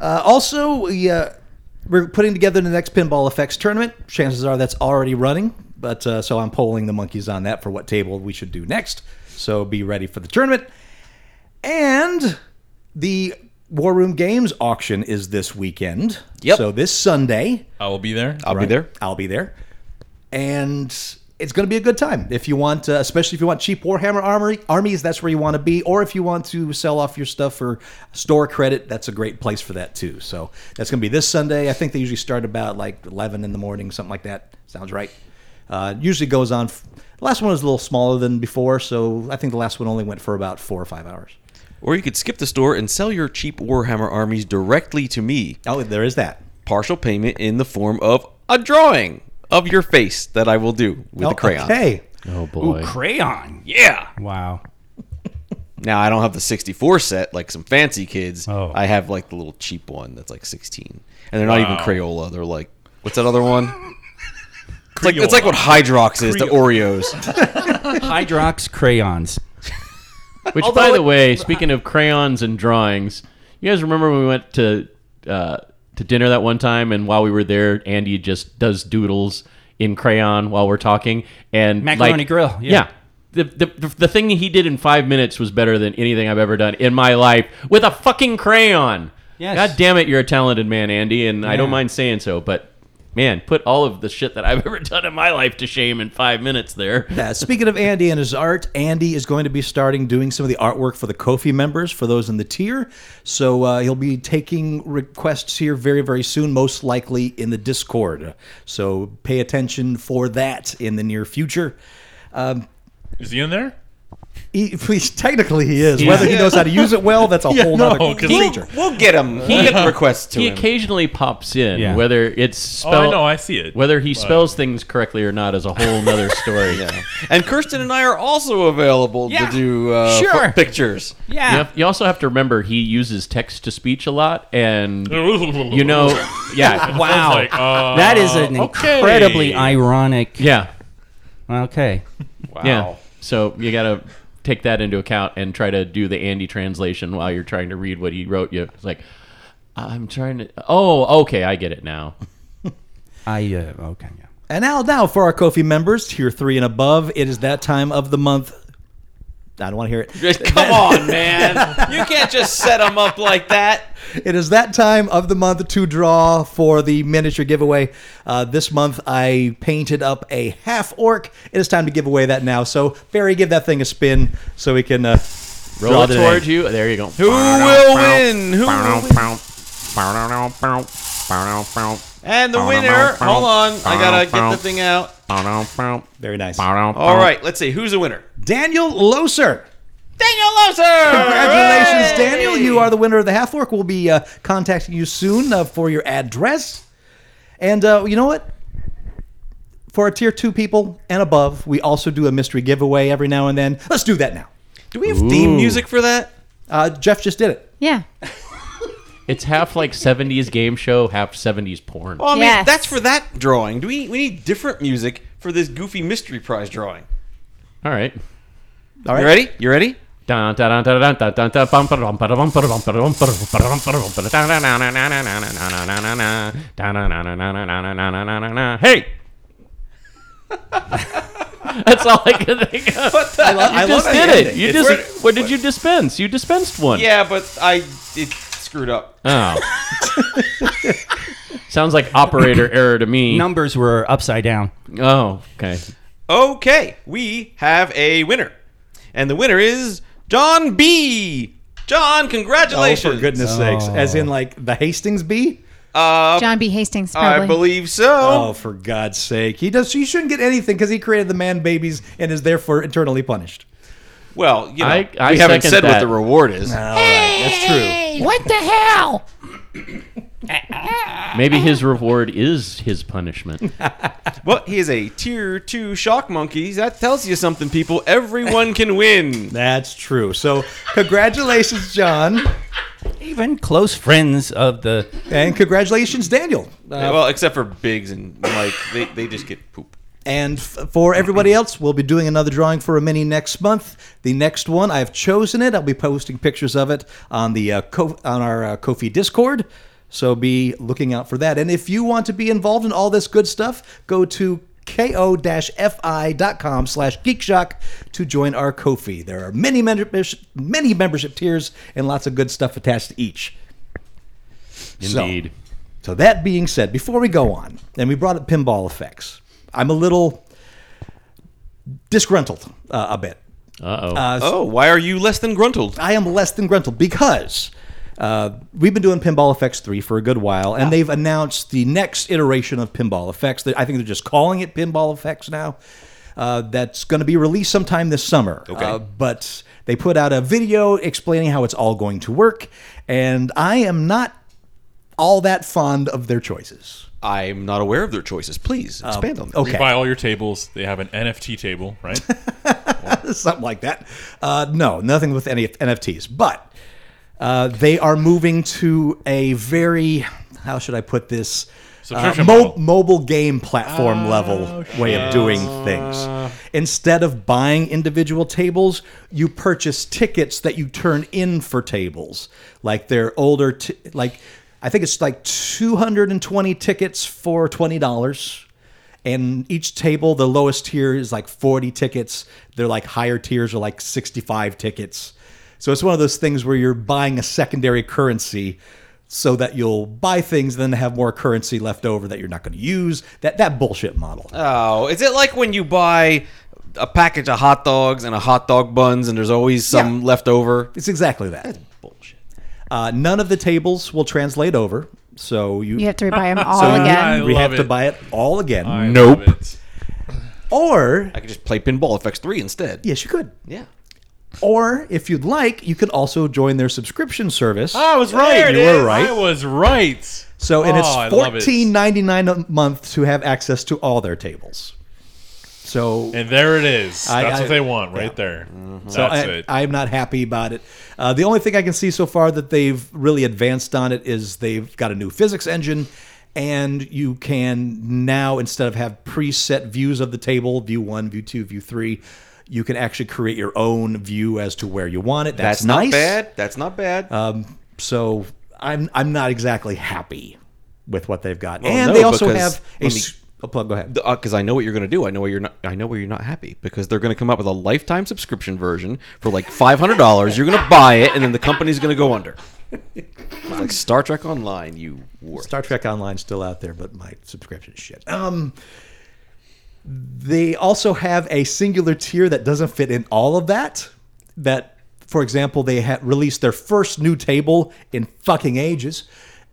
Speaker 3: Uh, also, we, uh, we're putting together the next Pinball Effects tournament. Chances are that's already running, but uh, so I'm polling the monkeys on that for what table we should do next. So be ready for the tournament. And the War Room Games auction is this weekend.
Speaker 2: Yep.
Speaker 3: So this Sunday,
Speaker 5: I will be there.
Speaker 2: I'll be there.
Speaker 3: I'll be there, and it's going to be a good time. If you want, uh, especially if you want cheap Warhammer armory, armies, that's where you want to be. Or if you want to sell off your stuff for store credit, that's a great place for that too. So that's going to be this Sunday. I think they usually start about like eleven in the morning, something like that. Sounds right. Uh, it usually goes on. F- the last one was a little smaller than before, so I think the last one only went for about four or five hours.
Speaker 2: Or you could skip the store and sell your cheap Warhammer armies directly to me.
Speaker 3: Oh, there is that.
Speaker 2: Partial payment in the form of a drawing of your face that I will do with
Speaker 3: Oh,
Speaker 2: a crayon.
Speaker 3: Okay.
Speaker 4: Oh boy.
Speaker 8: crayon.
Speaker 2: Yeah.
Speaker 8: Wow.
Speaker 2: Now I don't have the 64 set like some fancy kids.
Speaker 8: Oh.
Speaker 2: I have like the little cheap one that's like 16, and they're not even Crayola. They're like what's that other one? It's like, it's like what Hydrox is to Oreos.
Speaker 8: Hydrox crayons.
Speaker 4: Which, by the way, speaking of crayons and drawings, you guys remember when we went to uh, to dinner that one time, and while we were there, Andy just does doodles in crayon while we're talking, and
Speaker 8: Macaroni
Speaker 4: like-
Speaker 8: grill, yeah.
Speaker 4: The, the, the, the thing he did in five minutes was better than anything I've ever done in my life with a fucking crayon.
Speaker 8: Yes.
Speaker 4: God damn it, you're a talented man, Andy, and I don't mind saying so, but man, put all of the shit that I've ever done in my life to shame in five minutes there.
Speaker 3: Uh, speaking of Andy and his art, Andy is going to be starting doing some of the artwork for the Kofi members, for those in the tier. So uh, he'll be taking requests here very, very soon, most likely in the Discord. So pay attention for that in the near future.
Speaker 5: Is he in there?
Speaker 3: He, he's- technically, he is. Whether he knows how to use it well, that's a whole nother
Speaker 5: 'cause
Speaker 2: We'll,
Speaker 3: procedure.
Speaker 2: we'll get him. We'll get the requests to
Speaker 4: he
Speaker 2: him.
Speaker 4: occasionally pops in
Speaker 8: Yeah.
Speaker 4: whether it's
Speaker 5: Oh,
Speaker 4: spelled
Speaker 5: I know. I see it.
Speaker 4: whether he spells things correctly or not is a whole nother story
Speaker 2: Yeah. And Kirsten and I are also available
Speaker 8: Yeah.
Speaker 2: to do uh,
Speaker 8: Sure.
Speaker 2: f- pictures.
Speaker 4: you, have- you also have to remember he uses text to speech a lot and you know yeah
Speaker 8: Wow.
Speaker 5: Like, uh,
Speaker 8: that is an
Speaker 5: okay.
Speaker 8: incredibly ironic.
Speaker 4: yeah
Speaker 8: Okay.
Speaker 4: yeah so you gotta take that into account and try to do the andy translation while you're trying to read what he wrote you it's like i'm trying to oh okay i get it now
Speaker 8: I uh, okay. Yeah.
Speaker 3: And now, now for our Kofi members, tier three and above, it is that time of the month. I don't want to hear it.
Speaker 2: Come on, man. You can't just set him up like that.
Speaker 3: It is that time of the month to draw for the miniature giveaway. Uh, this month I painted up a half orc. It is time to give away that now. So Barry, give that thing a spin so we can uh,
Speaker 4: roll
Speaker 3: draw
Speaker 4: it
Speaker 3: today.
Speaker 4: towards you there you go
Speaker 2: Who will win? Who will win? And the winner. Hold on. I got to get the thing out.
Speaker 3: Very nice.
Speaker 2: All right. Let's see. Who's the winner?
Speaker 3: Daniel Loser.
Speaker 2: Daniel Loser.
Speaker 3: Congratulations, Daniel. You are the winner of the half orc. We'll be uh, contacting you soon uh, for your address. And uh, you know what? For our tier two people and above, we also do a mystery giveaway every now and then. Let's do that now.
Speaker 2: Do we have theme
Speaker 4: Ooh.
Speaker 2: music for that?
Speaker 3: Uh, Jeff just did it.
Speaker 7: Yeah.
Speaker 4: it's half like 70s game show half 70s porn
Speaker 2: Well, Oh, I mean,
Speaker 7: Yes.
Speaker 2: that's for that drawing. Do we we need different music for this goofy mystery prize drawing?
Speaker 4: all right
Speaker 3: All right.
Speaker 2: You ready? You ready?
Speaker 4: Dun, dun, dun, dun, dun, dun, dun, bum, ba-da-dum, ba-da-dum, ba-da-dum, ba-da-dum, ba-da-dum, ba-da-dum, ba-da-dum, ba-da-dum, da-na-na-na-na-na-na-na-na-na, da-na-na-na-na-na-na-na-na-na-na. Hey! That's all I could think of.
Speaker 2: I love,
Speaker 4: You just did it. You just. What did you dispense? You dispensed one.
Speaker 2: Yeah, but I it screwed up.
Speaker 4: Oh. Sounds like operator error to me.
Speaker 8: Numbers were upside down.
Speaker 4: Oh, okay.
Speaker 2: Okay, we have a winner. And the winner is John B. John,
Speaker 3: Oh,
Speaker 2: congratulations.
Speaker 3: for goodness sakes. As in, like, the Hastings bee?
Speaker 7: John B. Hastings, probably.
Speaker 2: Uh, I believe
Speaker 3: Oh,
Speaker 2: so.
Speaker 3: for God's sake. He does. He shouldn't get anything because he created the man babies and is therefore eternally punished.
Speaker 2: Well, you know,
Speaker 4: I- I
Speaker 2: we haven't
Speaker 4: second
Speaker 2: said what
Speaker 4: that.
Speaker 2: the reward is.
Speaker 3: That's true.
Speaker 4: Maybe his reward is his punishment.
Speaker 2: Well, he is a tier two shock monkey. That tells you something, people. Everyone can win.
Speaker 3: That's true. So, congratulations, John.
Speaker 8: Even close friends of the
Speaker 3: And congratulations, Daniel. Uh,
Speaker 2: well, except for Biggs and Mike, they, they just get poop.
Speaker 3: and f- for everybody else, we'll be doing another drawing for a mini next month. The next one, I've chosen it. I'll be posting pictures of it on the uh, Ko- on our uh, Kofi Discord. So be looking out for that. And if you want to be involved in all this good stuff, go to ko-fi.com slash geekshock to join our Kofi. There are many, membership, many membership tiers and lots of good stuff attached to each. So-
Speaker 4: Indeed.
Speaker 3: So that being said, before we go on, and we brought up pinball effects, I'm a little disgruntled uh, a bit.
Speaker 4: Uh-oh.
Speaker 2: Oh, why are you less than gruntled?
Speaker 3: I am less than gruntled because uh, we've been doing Pinball Effects 3 for a good while, and they've announced the next iteration of Pinball Effects. That I think they're just calling it Pinball Effects now. Uh, that's going to be released sometime this summer. Okay. but they put out a video explaining how it's all going to work, and I am not all that fond of their choices.
Speaker 2: I'm not aware of their choices. Please
Speaker 3: Uh,
Speaker 2: expand on that.
Speaker 3: Okay.
Speaker 5: Buy all your tables. They have an NFT table, right?
Speaker 3: something like that. Uh, no, nothing with any NFTs, but uh, they are moving to a very how should I put this uh,
Speaker 5: Subscription model. Ah,
Speaker 3: mobile game platform level way of doing things. Instead of buying individual tables, you purchase tickets that you turn in for tables. Like they're older, t- like I think it's like 220 tickets for twenty dollars and each table the lowest tier is like 40 tickets they're like higher tiers are like 65 tickets so it's one of those things where you're buying a secondary currency so that you'll buy things then have more currency left over that you're not going to use that that bullshit model
Speaker 2: Oh, is it like when you buy a package of hot dogs and a hot dog buns, and there's always some
Speaker 3: Yeah.
Speaker 2: left over?
Speaker 3: it's exactly that bullshit uh, none of the tables will translate over so you,
Speaker 7: you have to rebuy them all
Speaker 5: So you
Speaker 7: again.
Speaker 5: guys-
Speaker 3: we have
Speaker 5: Love
Speaker 3: to
Speaker 5: it.
Speaker 3: buy it all again
Speaker 5: I
Speaker 4: Nope.
Speaker 5: love it.
Speaker 3: or
Speaker 2: I could just play Pinball FX3 instead.
Speaker 3: yes you could
Speaker 2: Yeah.
Speaker 3: or if you'd like you can also join their subscription service
Speaker 2: Ah!
Speaker 5: I was right.
Speaker 3: There it You were is. right.
Speaker 5: I was right.
Speaker 3: So
Speaker 5: Oh,
Speaker 3: and
Speaker 5: I
Speaker 3: it's
Speaker 5: love it.
Speaker 3: fourteen ninety nine a month to have access to all their tables. So
Speaker 5: And there it is.
Speaker 3: I-
Speaker 5: That's
Speaker 3: I-
Speaker 5: what they want right
Speaker 3: yeah.
Speaker 5: there. That's
Speaker 3: so I,
Speaker 5: it.
Speaker 3: I'm not happy about it. Uh, the only thing I can see so far that they've really advanced on it is they've got a new physics engine, and you can now instead of have preset views of the table, view one, view two, view three, you can actually create your own view as to where you want it. That's,
Speaker 2: That's Uh, not
Speaker 3: nice.
Speaker 2: bad. That's not bad.
Speaker 3: So I'm I'm not exactly happy with what they've got,
Speaker 2: Well,
Speaker 3: and
Speaker 2: no,
Speaker 3: they also
Speaker 2: because-
Speaker 3: have a.
Speaker 2: let me-
Speaker 3: s- oh, plug, go ahead.
Speaker 2: because uh, I know what you're going to do. I know where you're not. I know where you're not happy because they're going to come up with a lifetime subscription version for like five hundred dollars. You're going to buy it, and then the company's going to go under. It's like Star Trek Online, you were.
Speaker 3: Star Trek Online's still out there, but my subscription is shit. Um, they also have a singular tier that doesn't fit in all of that. That, for example, they ha- released their first new table in fucking ages,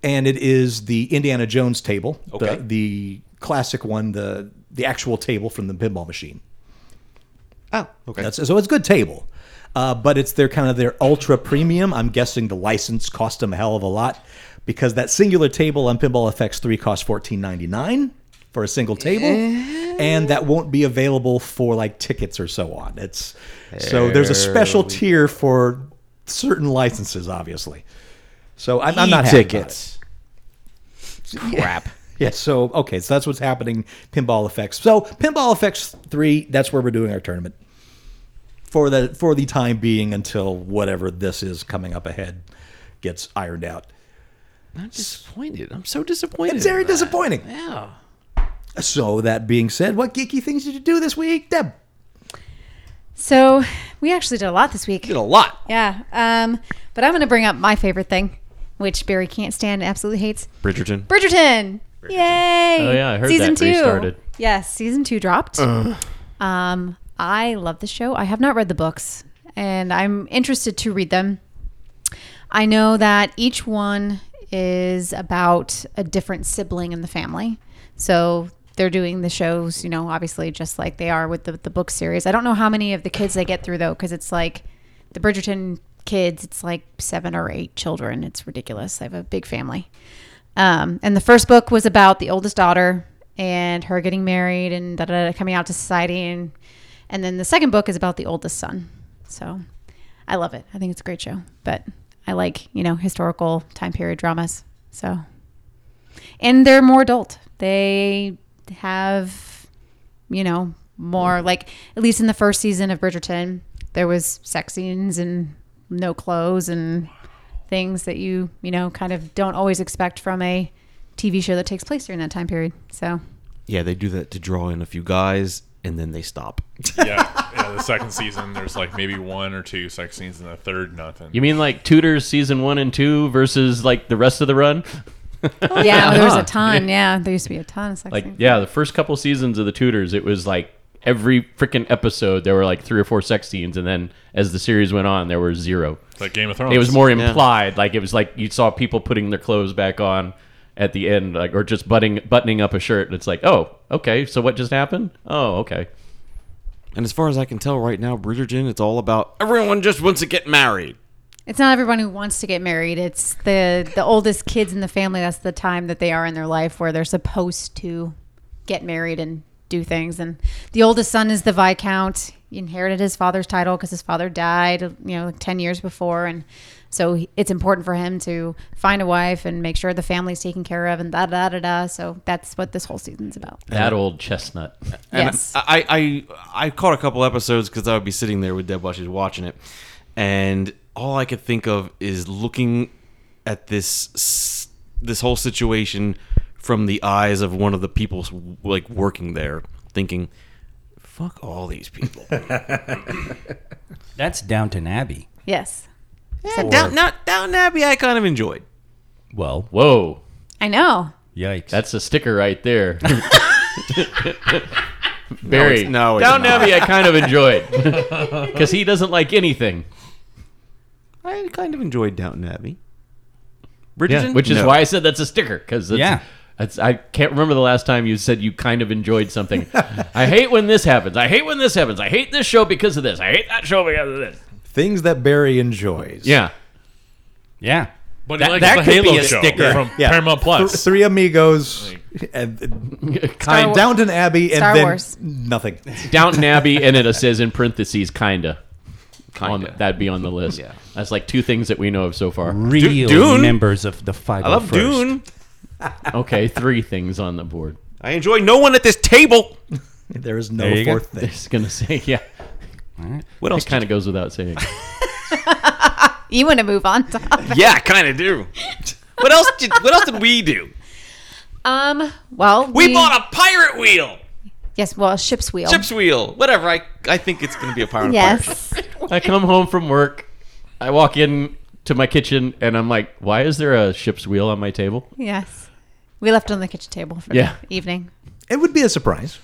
Speaker 3: and it is the Indiana Jones table,
Speaker 2: Okay.
Speaker 3: the, the classic one, the the actual table from the pinball machine.
Speaker 2: Oh, okay.
Speaker 3: That's, so it's a good table. Uh, but it's their kind of their ultra premium. I'm guessing the license cost them a hell of a lot because that singular table on Pinball FX3 costs $14.99 for a single table, and that won't be available for like tickets or so on. It's so there's a special tier for certain licenses, obviously. So I'm, I'm not happy about it.
Speaker 2: tickets. Crap.
Speaker 3: Yeah, so okay, so that's what's happening. Pinball effects. So pinball effects three. That's where we're doing our tournament for the for the time being until whatever this is coming up ahead gets ironed out.
Speaker 2: I'm disappointed. I'm so disappointed.
Speaker 3: It's very
Speaker 2: in that.
Speaker 3: disappointing.
Speaker 2: Yeah.
Speaker 3: So that being said, what geeky things did you do this week, Deb?
Speaker 7: So we actually did a lot this week.
Speaker 2: Did a lot.
Speaker 7: Yeah. Um, but I'm going to bring up my favorite thing, which Barry can't stand and absolutely hates
Speaker 2: Bridgerton.
Speaker 7: Bridgerton. Yay.
Speaker 4: Oh, yeah, I heard
Speaker 7: season
Speaker 4: that
Speaker 7: two.
Speaker 4: restarted.
Speaker 7: Yes, season two dropped. Um, I love the show. I have not read the books, and I'm interested to read them. I know that each one is about a different sibling in the family. So they're doing the shows, you know, obviously just like they are with the, the book series. I don't know how many of the kids they get through, though, because it's like the Bridgerton kids, it's like seven or eight children. It's ridiculous. They have a big family. Um, and the first book was about the oldest daughter and her getting married and da, da, da, coming out to society. And, and then the second book is about the oldest son. So I love it. I think it's a great show. But I like, you know, historical time period dramas. So, and they're more adult. They have, you know, more like, at least in the first season of Bridgerton, there was sex scenes and no clothes and things that you you know kind of don't always expect from a TV show that takes place during that time period. So
Speaker 2: Yeah, they do that to draw in a few guys, and then they stop.
Speaker 5: yeah, yeah. The second season, there's like maybe one or two sex scenes, and the third, nothing.
Speaker 4: You mean like Tudors season one and two versus like the rest of the run?
Speaker 7: yeah, there was a ton. Yeah, there used to be a ton of sex.
Speaker 4: Like
Speaker 7: scenes.
Speaker 4: yeah, the first couple seasons of the Tudors, it was like every freaking episode there were like three or four sex scenes, and then as the series went on, there were zero.
Speaker 5: it's like Game of Thrones.
Speaker 4: It was more implied. Like it was like you saw people putting their clothes back on at the end, like or just butting buttoning up a shirt. It's like, oh, okay, so what just happened? Oh, okay.
Speaker 2: And as far as I can tell right now, Bridgerton, it's all about everyone just wants to get married.
Speaker 7: it's not everyone who wants to get married. It's the the oldest kids in the family. That's the time that they are in their life where they're supposed to get married and do things. And the oldest son is the viscount. He inherited his father's title because his father died, you know, like ten years before, and so he- it's important for him to find a wife and make sure the family's taken care of and da da da da. So that's what this whole season's about.
Speaker 4: That old chestnut.
Speaker 2: And uh,
Speaker 7: yes.
Speaker 2: I, I I caught a couple episodes because I would be sitting there with Deb while she's watching it, and all I could think of is looking at this s- this whole situation from the eyes of one of the people like working there, thinking, "Fuck all these people."
Speaker 8: That's Downton Abbey.
Speaker 7: yes.
Speaker 2: yeah, down, not down Abbey, I kind of enjoyed.
Speaker 8: Well,
Speaker 4: Whoa.
Speaker 7: I know.
Speaker 8: yikes.
Speaker 4: That's a sticker right there. Barry.
Speaker 2: it's- no, it's
Speaker 4: Down
Speaker 2: not.
Speaker 4: Abbey, I kind of enjoyed. Because he doesn't like anything.
Speaker 2: I kind of enjoyed Downton Abbey.
Speaker 4: Yeah,
Speaker 2: Bridgerton,
Speaker 4: which is
Speaker 2: No.
Speaker 4: why I said that's a sticker because
Speaker 8: Yeah.
Speaker 4: That's, I can't remember the last time you said you kind of enjoyed something. I hate when this happens. I hate when this happens. I hate this show because of this. I hate that show because of this.
Speaker 3: Things that Barry enjoys.
Speaker 4: Yeah.
Speaker 8: yeah.
Speaker 5: but
Speaker 4: that-
Speaker 5: he likes
Speaker 4: that
Speaker 5: the
Speaker 4: could be
Speaker 5: Halo
Speaker 4: a
Speaker 5: show
Speaker 4: sticker.
Speaker 5: from
Speaker 3: Yeah.
Speaker 5: Paramount
Speaker 3: Th-
Speaker 5: Plus.
Speaker 3: three amigos and
Speaker 4: kind
Speaker 7: Wars.
Speaker 3: Downton Abbey and
Speaker 7: Star
Speaker 3: then
Speaker 7: Wars.
Speaker 3: nothing.
Speaker 4: Downton Abbey, and then it says in parentheses, kinda. On,
Speaker 2: Kinda.
Speaker 4: that'd be on the list.
Speaker 2: Yeah.
Speaker 4: That's like two things that we know of so far.
Speaker 8: Real
Speaker 2: Dune.
Speaker 8: members of the five. oh
Speaker 2: I love Dune.
Speaker 4: Okay, three things on the board.
Speaker 2: I enjoy no one at this table.
Speaker 3: There is no
Speaker 8: There you go.
Speaker 3: fourth thing.
Speaker 4: Just gonna say, yeah.
Speaker 2: What else?
Speaker 4: It kind of goes without saying.
Speaker 7: You want to move on to
Speaker 2: yeah, I kind of do. What else? Did, what else did we do?
Speaker 7: Um. Well,
Speaker 2: We bought a pirate wheel,
Speaker 7: Oh. yes. Well, a ship's wheel.
Speaker 2: chips wheel, whatever. I I think it's gonna be a pirate. pirate.
Speaker 7: Yes.
Speaker 4: I come home from work. I walk in to my kitchen and I'm like, why is there a ship's wheel on my table?
Speaker 7: yes. We left it on the kitchen table for
Speaker 4: Yeah.
Speaker 7: the evening.
Speaker 3: It would be a surprise.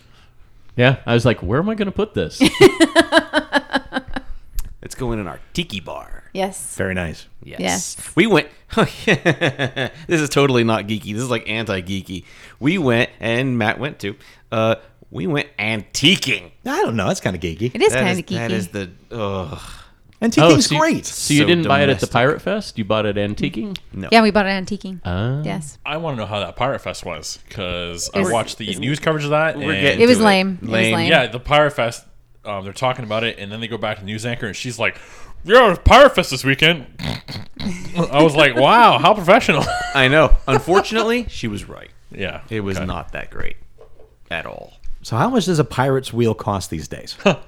Speaker 4: Yeah. I was like, where am I going to put this?
Speaker 2: It's going in our tiki bar.
Speaker 7: Yes.
Speaker 3: Very nice.
Speaker 2: Yes.
Speaker 7: Yes.
Speaker 2: We went. oh, this is totally not geeky. This is like anti-geeky. We went, and Matt went too. Uh, we went antiquing.
Speaker 3: I don't know. That's kind of geeky.
Speaker 7: It is
Speaker 2: That
Speaker 7: kind
Speaker 2: is-
Speaker 7: of geeky.
Speaker 2: That is the. Ugh.
Speaker 3: And teaching's
Speaker 4: Oh, so you-
Speaker 3: great.
Speaker 4: So you
Speaker 2: So
Speaker 4: didn't buy it at the
Speaker 2: domestic.
Speaker 4: Pirate Fest? You bought it antiquing?
Speaker 7: yeah, we bought it antiquing.
Speaker 2: Uh.
Speaker 4: Ah.
Speaker 7: yes.
Speaker 5: I want to know how that Pirate Fest was because I
Speaker 7: Is-
Speaker 5: watched the news coverage of that.
Speaker 2: We're
Speaker 5: and-
Speaker 2: getting
Speaker 7: It was
Speaker 2: to
Speaker 7: lame. It was lame.
Speaker 5: Yeah, the Pirate Fest. Um, they're talking about it, and then they go back to the news anchor, and she's like, "You're at Pirate Fest this weekend." I was like, "Wow, how professional!"
Speaker 2: I know. Unfortunately, she was right.
Speaker 5: yeah,
Speaker 2: It was
Speaker 5: okay.
Speaker 2: not that great at all.
Speaker 3: So how much does a pirate's wheel cost these days?
Speaker 2: well,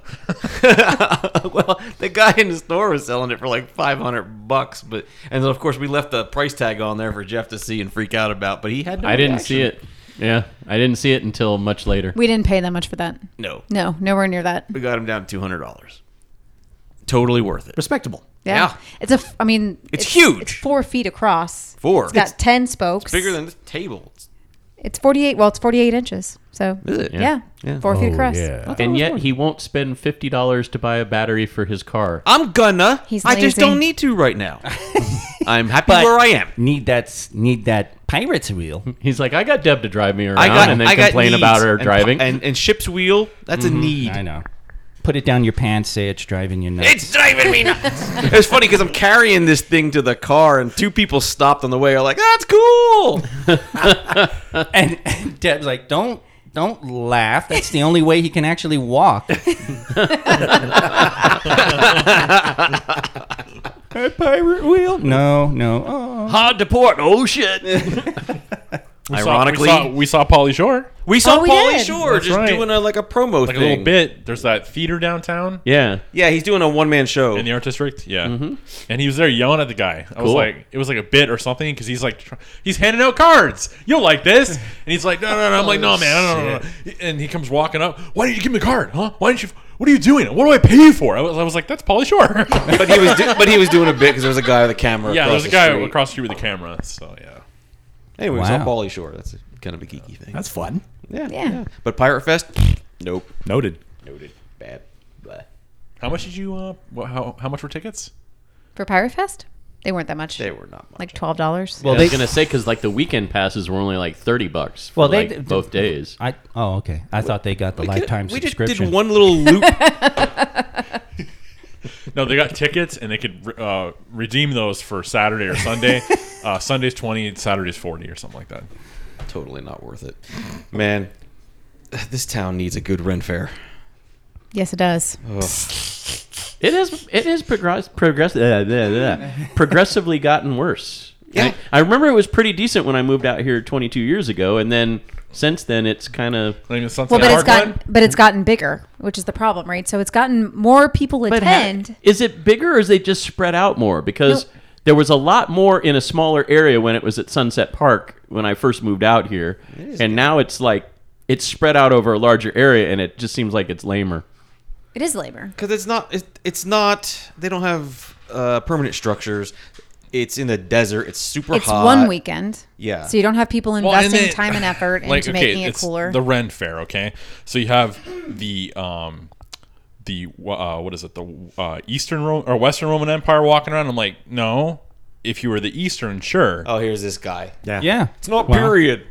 Speaker 2: the guy in the store was selling it for like five hundred bucks, but and then of course we left the price tag on there for Jeff to see and freak out about, but he had no.
Speaker 4: I didn't
Speaker 2: reaction.
Speaker 4: see it. Yeah. I didn't see it until much later.
Speaker 7: We didn't pay that much for that.
Speaker 2: No,
Speaker 7: No, nowhere near that.
Speaker 2: we got him down two hundred dollars. Totally worth it.
Speaker 3: Respectable.
Speaker 7: Yeah.
Speaker 2: Yeah.
Speaker 7: It's a. f- I mean,
Speaker 2: It's huge.
Speaker 7: It's four feet across.
Speaker 2: Four.
Speaker 7: It's got ten spokes.
Speaker 2: Bigger than this table. It's
Speaker 7: It's 48. Well, it's 48 inches. So
Speaker 2: Is it?
Speaker 7: Yeah,
Speaker 2: Yeah. Yeah.
Speaker 7: four feet
Speaker 8: Oh,
Speaker 7: across.
Speaker 8: yeah.
Speaker 7: I thought it
Speaker 4: and
Speaker 7: was
Speaker 4: yet
Speaker 7: more.
Speaker 4: he won't spend fifty dollars to buy a battery for his car.
Speaker 2: I'm gonna.
Speaker 7: He's
Speaker 2: I just
Speaker 7: lazy.
Speaker 2: don't need to right now. I'm happy
Speaker 8: But-
Speaker 2: where I am.
Speaker 8: Need that s- need that pirate's wheel.
Speaker 4: He's like, I got Deb to drive me around,
Speaker 2: I got
Speaker 4: and then
Speaker 2: I got
Speaker 4: complain
Speaker 2: needs.
Speaker 4: about her
Speaker 2: And-
Speaker 4: driving.
Speaker 2: and and, ship's wheel. That's a need.
Speaker 8: I know. Put it down your pants. Say it's driving you nuts.
Speaker 2: It's driving me nuts. it's funny because I'm carrying this thing to the car, and two people stopped on the way. Are like, that's cool.
Speaker 8: and Deb's like, don't don't laugh. That's the only way he can actually walk. A pirate wheel? No, no. Oh.
Speaker 4: Hard to port. Oh shit!
Speaker 5: We saw-
Speaker 2: Ironically,
Speaker 5: we saw, we saw Polly Shore.
Speaker 2: we saw,
Speaker 7: Oh, we
Speaker 2: Pauly
Speaker 7: did.
Speaker 2: Shore
Speaker 5: That's
Speaker 2: just
Speaker 5: right.
Speaker 2: doing a, like a promo
Speaker 5: Like
Speaker 2: thing.
Speaker 5: a little bit. There's that theater downtown
Speaker 4: yeah,
Speaker 2: Yeah, he's doing a one man show.
Speaker 5: in the art district. Yeah,
Speaker 2: Mm-hmm.
Speaker 5: and he was there yelling at the guy. I was
Speaker 4: Cool.
Speaker 5: like, it was like a bit or something because he's like, tr- he's handing out cards. You'll like this, and he's like, no, no, no. I'm like,
Speaker 2: Oh,
Speaker 5: no, man, no, no, no. And he comes walking up. Why didn't you give me a card? Huh? Why didn't you? What are you doing? What do I pay you for? I was, I was like, that's Polly Shore.
Speaker 2: but he was do- but he was doing a bit because there was a guy with a camera.
Speaker 5: yeah,
Speaker 2: across
Speaker 5: there's a
Speaker 2: the
Speaker 5: guy
Speaker 2: street.
Speaker 5: across the street with a camera. So yeah.
Speaker 2: Anyway, we saw
Speaker 8: Wow.
Speaker 2: Pauly Shore. That's a, kind of a geeky thing.
Speaker 3: That's fun.
Speaker 2: yeah,
Speaker 7: Yeah.
Speaker 2: But Pirate Fest, nope,
Speaker 3: Noted.
Speaker 2: noted, bad. Blah.
Speaker 5: How much did you? Uh, wha- how how much were tickets?
Speaker 7: For Pirate Fest? They weren't that much.
Speaker 2: They were not much.
Speaker 7: Like $12.
Speaker 4: I was gonna say because like the weekend passes were only like thirty bucks. For,
Speaker 8: Well, they-
Speaker 4: like, both days.
Speaker 8: I oh okay. I thought they got the lifetime
Speaker 2: we just
Speaker 8: subscription.
Speaker 2: did one little loop.
Speaker 5: No, they got tickets and they could uh, redeem those for Saturday or Sunday. uh, Sunday's twenty, Saturday's forty, or something like that.
Speaker 2: totally not worth it, man. This town needs a good rent fair.
Speaker 7: yes, it does.
Speaker 2: Oh,
Speaker 4: It has it has progress, progress, uh, blah, blah, progressively gotten worse.
Speaker 2: Yeah.
Speaker 4: I, I remember it was pretty decent when I moved out here 22 years ago, and then since then it's kind of.
Speaker 5: Not even Sunset
Speaker 7: Well, but it's
Speaker 5: Park
Speaker 7: gotten
Speaker 5: one?
Speaker 7: but it's gotten bigger, which is the problem, right? So it's gotten more people
Speaker 4: But ha-
Speaker 7: attend.
Speaker 4: is it bigger or is it just spread out more? Because
Speaker 7: No.
Speaker 4: there was a lot more in a smaller area when it was at Sunset Park when I first moved out here, and now it's like it's spread out over a larger area, and it just seems like it's lamer.
Speaker 7: it is labor.
Speaker 2: because it's not it, it's not they don't have uh, permanent structures it's in the desert it's super
Speaker 7: It's
Speaker 2: hot
Speaker 7: one weekend.
Speaker 2: Yeah.
Speaker 7: So you don't have people
Speaker 5: Well, and
Speaker 7: investing
Speaker 5: they-
Speaker 7: time and effort into
Speaker 5: like, okay,
Speaker 7: making it
Speaker 5: it's
Speaker 7: cooler.
Speaker 5: The Ren Fair, okay. So you have the um, the uh, what is it? The uh, Eastern Ro- or Western Roman Empire walking around. I'm like, no. If you were the Eastern, sure.
Speaker 2: oh here's this guy yeah
Speaker 8: Yeah.
Speaker 2: it's not
Speaker 8: Wow.
Speaker 2: period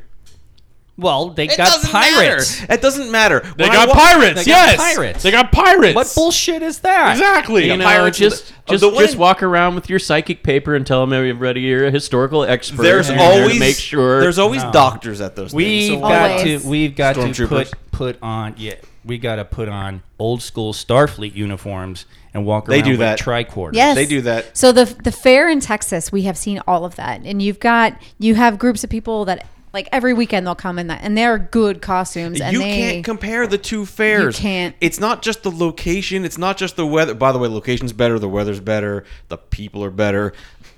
Speaker 8: Well, they
Speaker 2: it
Speaker 8: got
Speaker 2: doesn't
Speaker 8: pirates.
Speaker 2: matter. it doesn't matter
Speaker 5: they got pirates.
Speaker 8: they
Speaker 5: yes,
Speaker 8: got pirates.
Speaker 5: They got pirates.
Speaker 8: What bullshit is that?
Speaker 5: Exactly.
Speaker 4: You know,
Speaker 2: pirates in
Speaker 4: just
Speaker 2: the- of
Speaker 4: just,
Speaker 2: the one
Speaker 4: just
Speaker 2: in-
Speaker 4: walk around with your psychic paper and tell them everybody you're a historical expert.
Speaker 2: there's
Speaker 4: and you're there to
Speaker 2: always
Speaker 4: make sure
Speaker 2: there's always doctors at those
Speaker 8: We've
Speaker 2: things, so why
Speaker 8: got
Speaker 2: not?
Speaker 8: to
Speaker 7: Always.
Speaker 8: we've got to
Speaker 2: Stormtroopers.
Speaker 8: put put on yeah we got to put on old school Starfleet uniforms and walk
Speaker 2: They
Speaker 8: around
Speaker 2: do
Speaker 8: with
Speaker 2: that.
Speaker 8: tricorder.
Speaker 7: Yes.
Speaker 2: They do that.
Speaker 7: So the the fair in Texas, we have seen all of that. And you've got you have groups of people that like every weekend they'll come in that and they're good costumes and
Speaker 2: you
Speaker 7: they
Speaker 2: can't compare the two fairs.
Speaker 7: can't.
Speaker 2: It's not just the location. It's not just the weather. By the way, location's better. The weather's better. The people are better.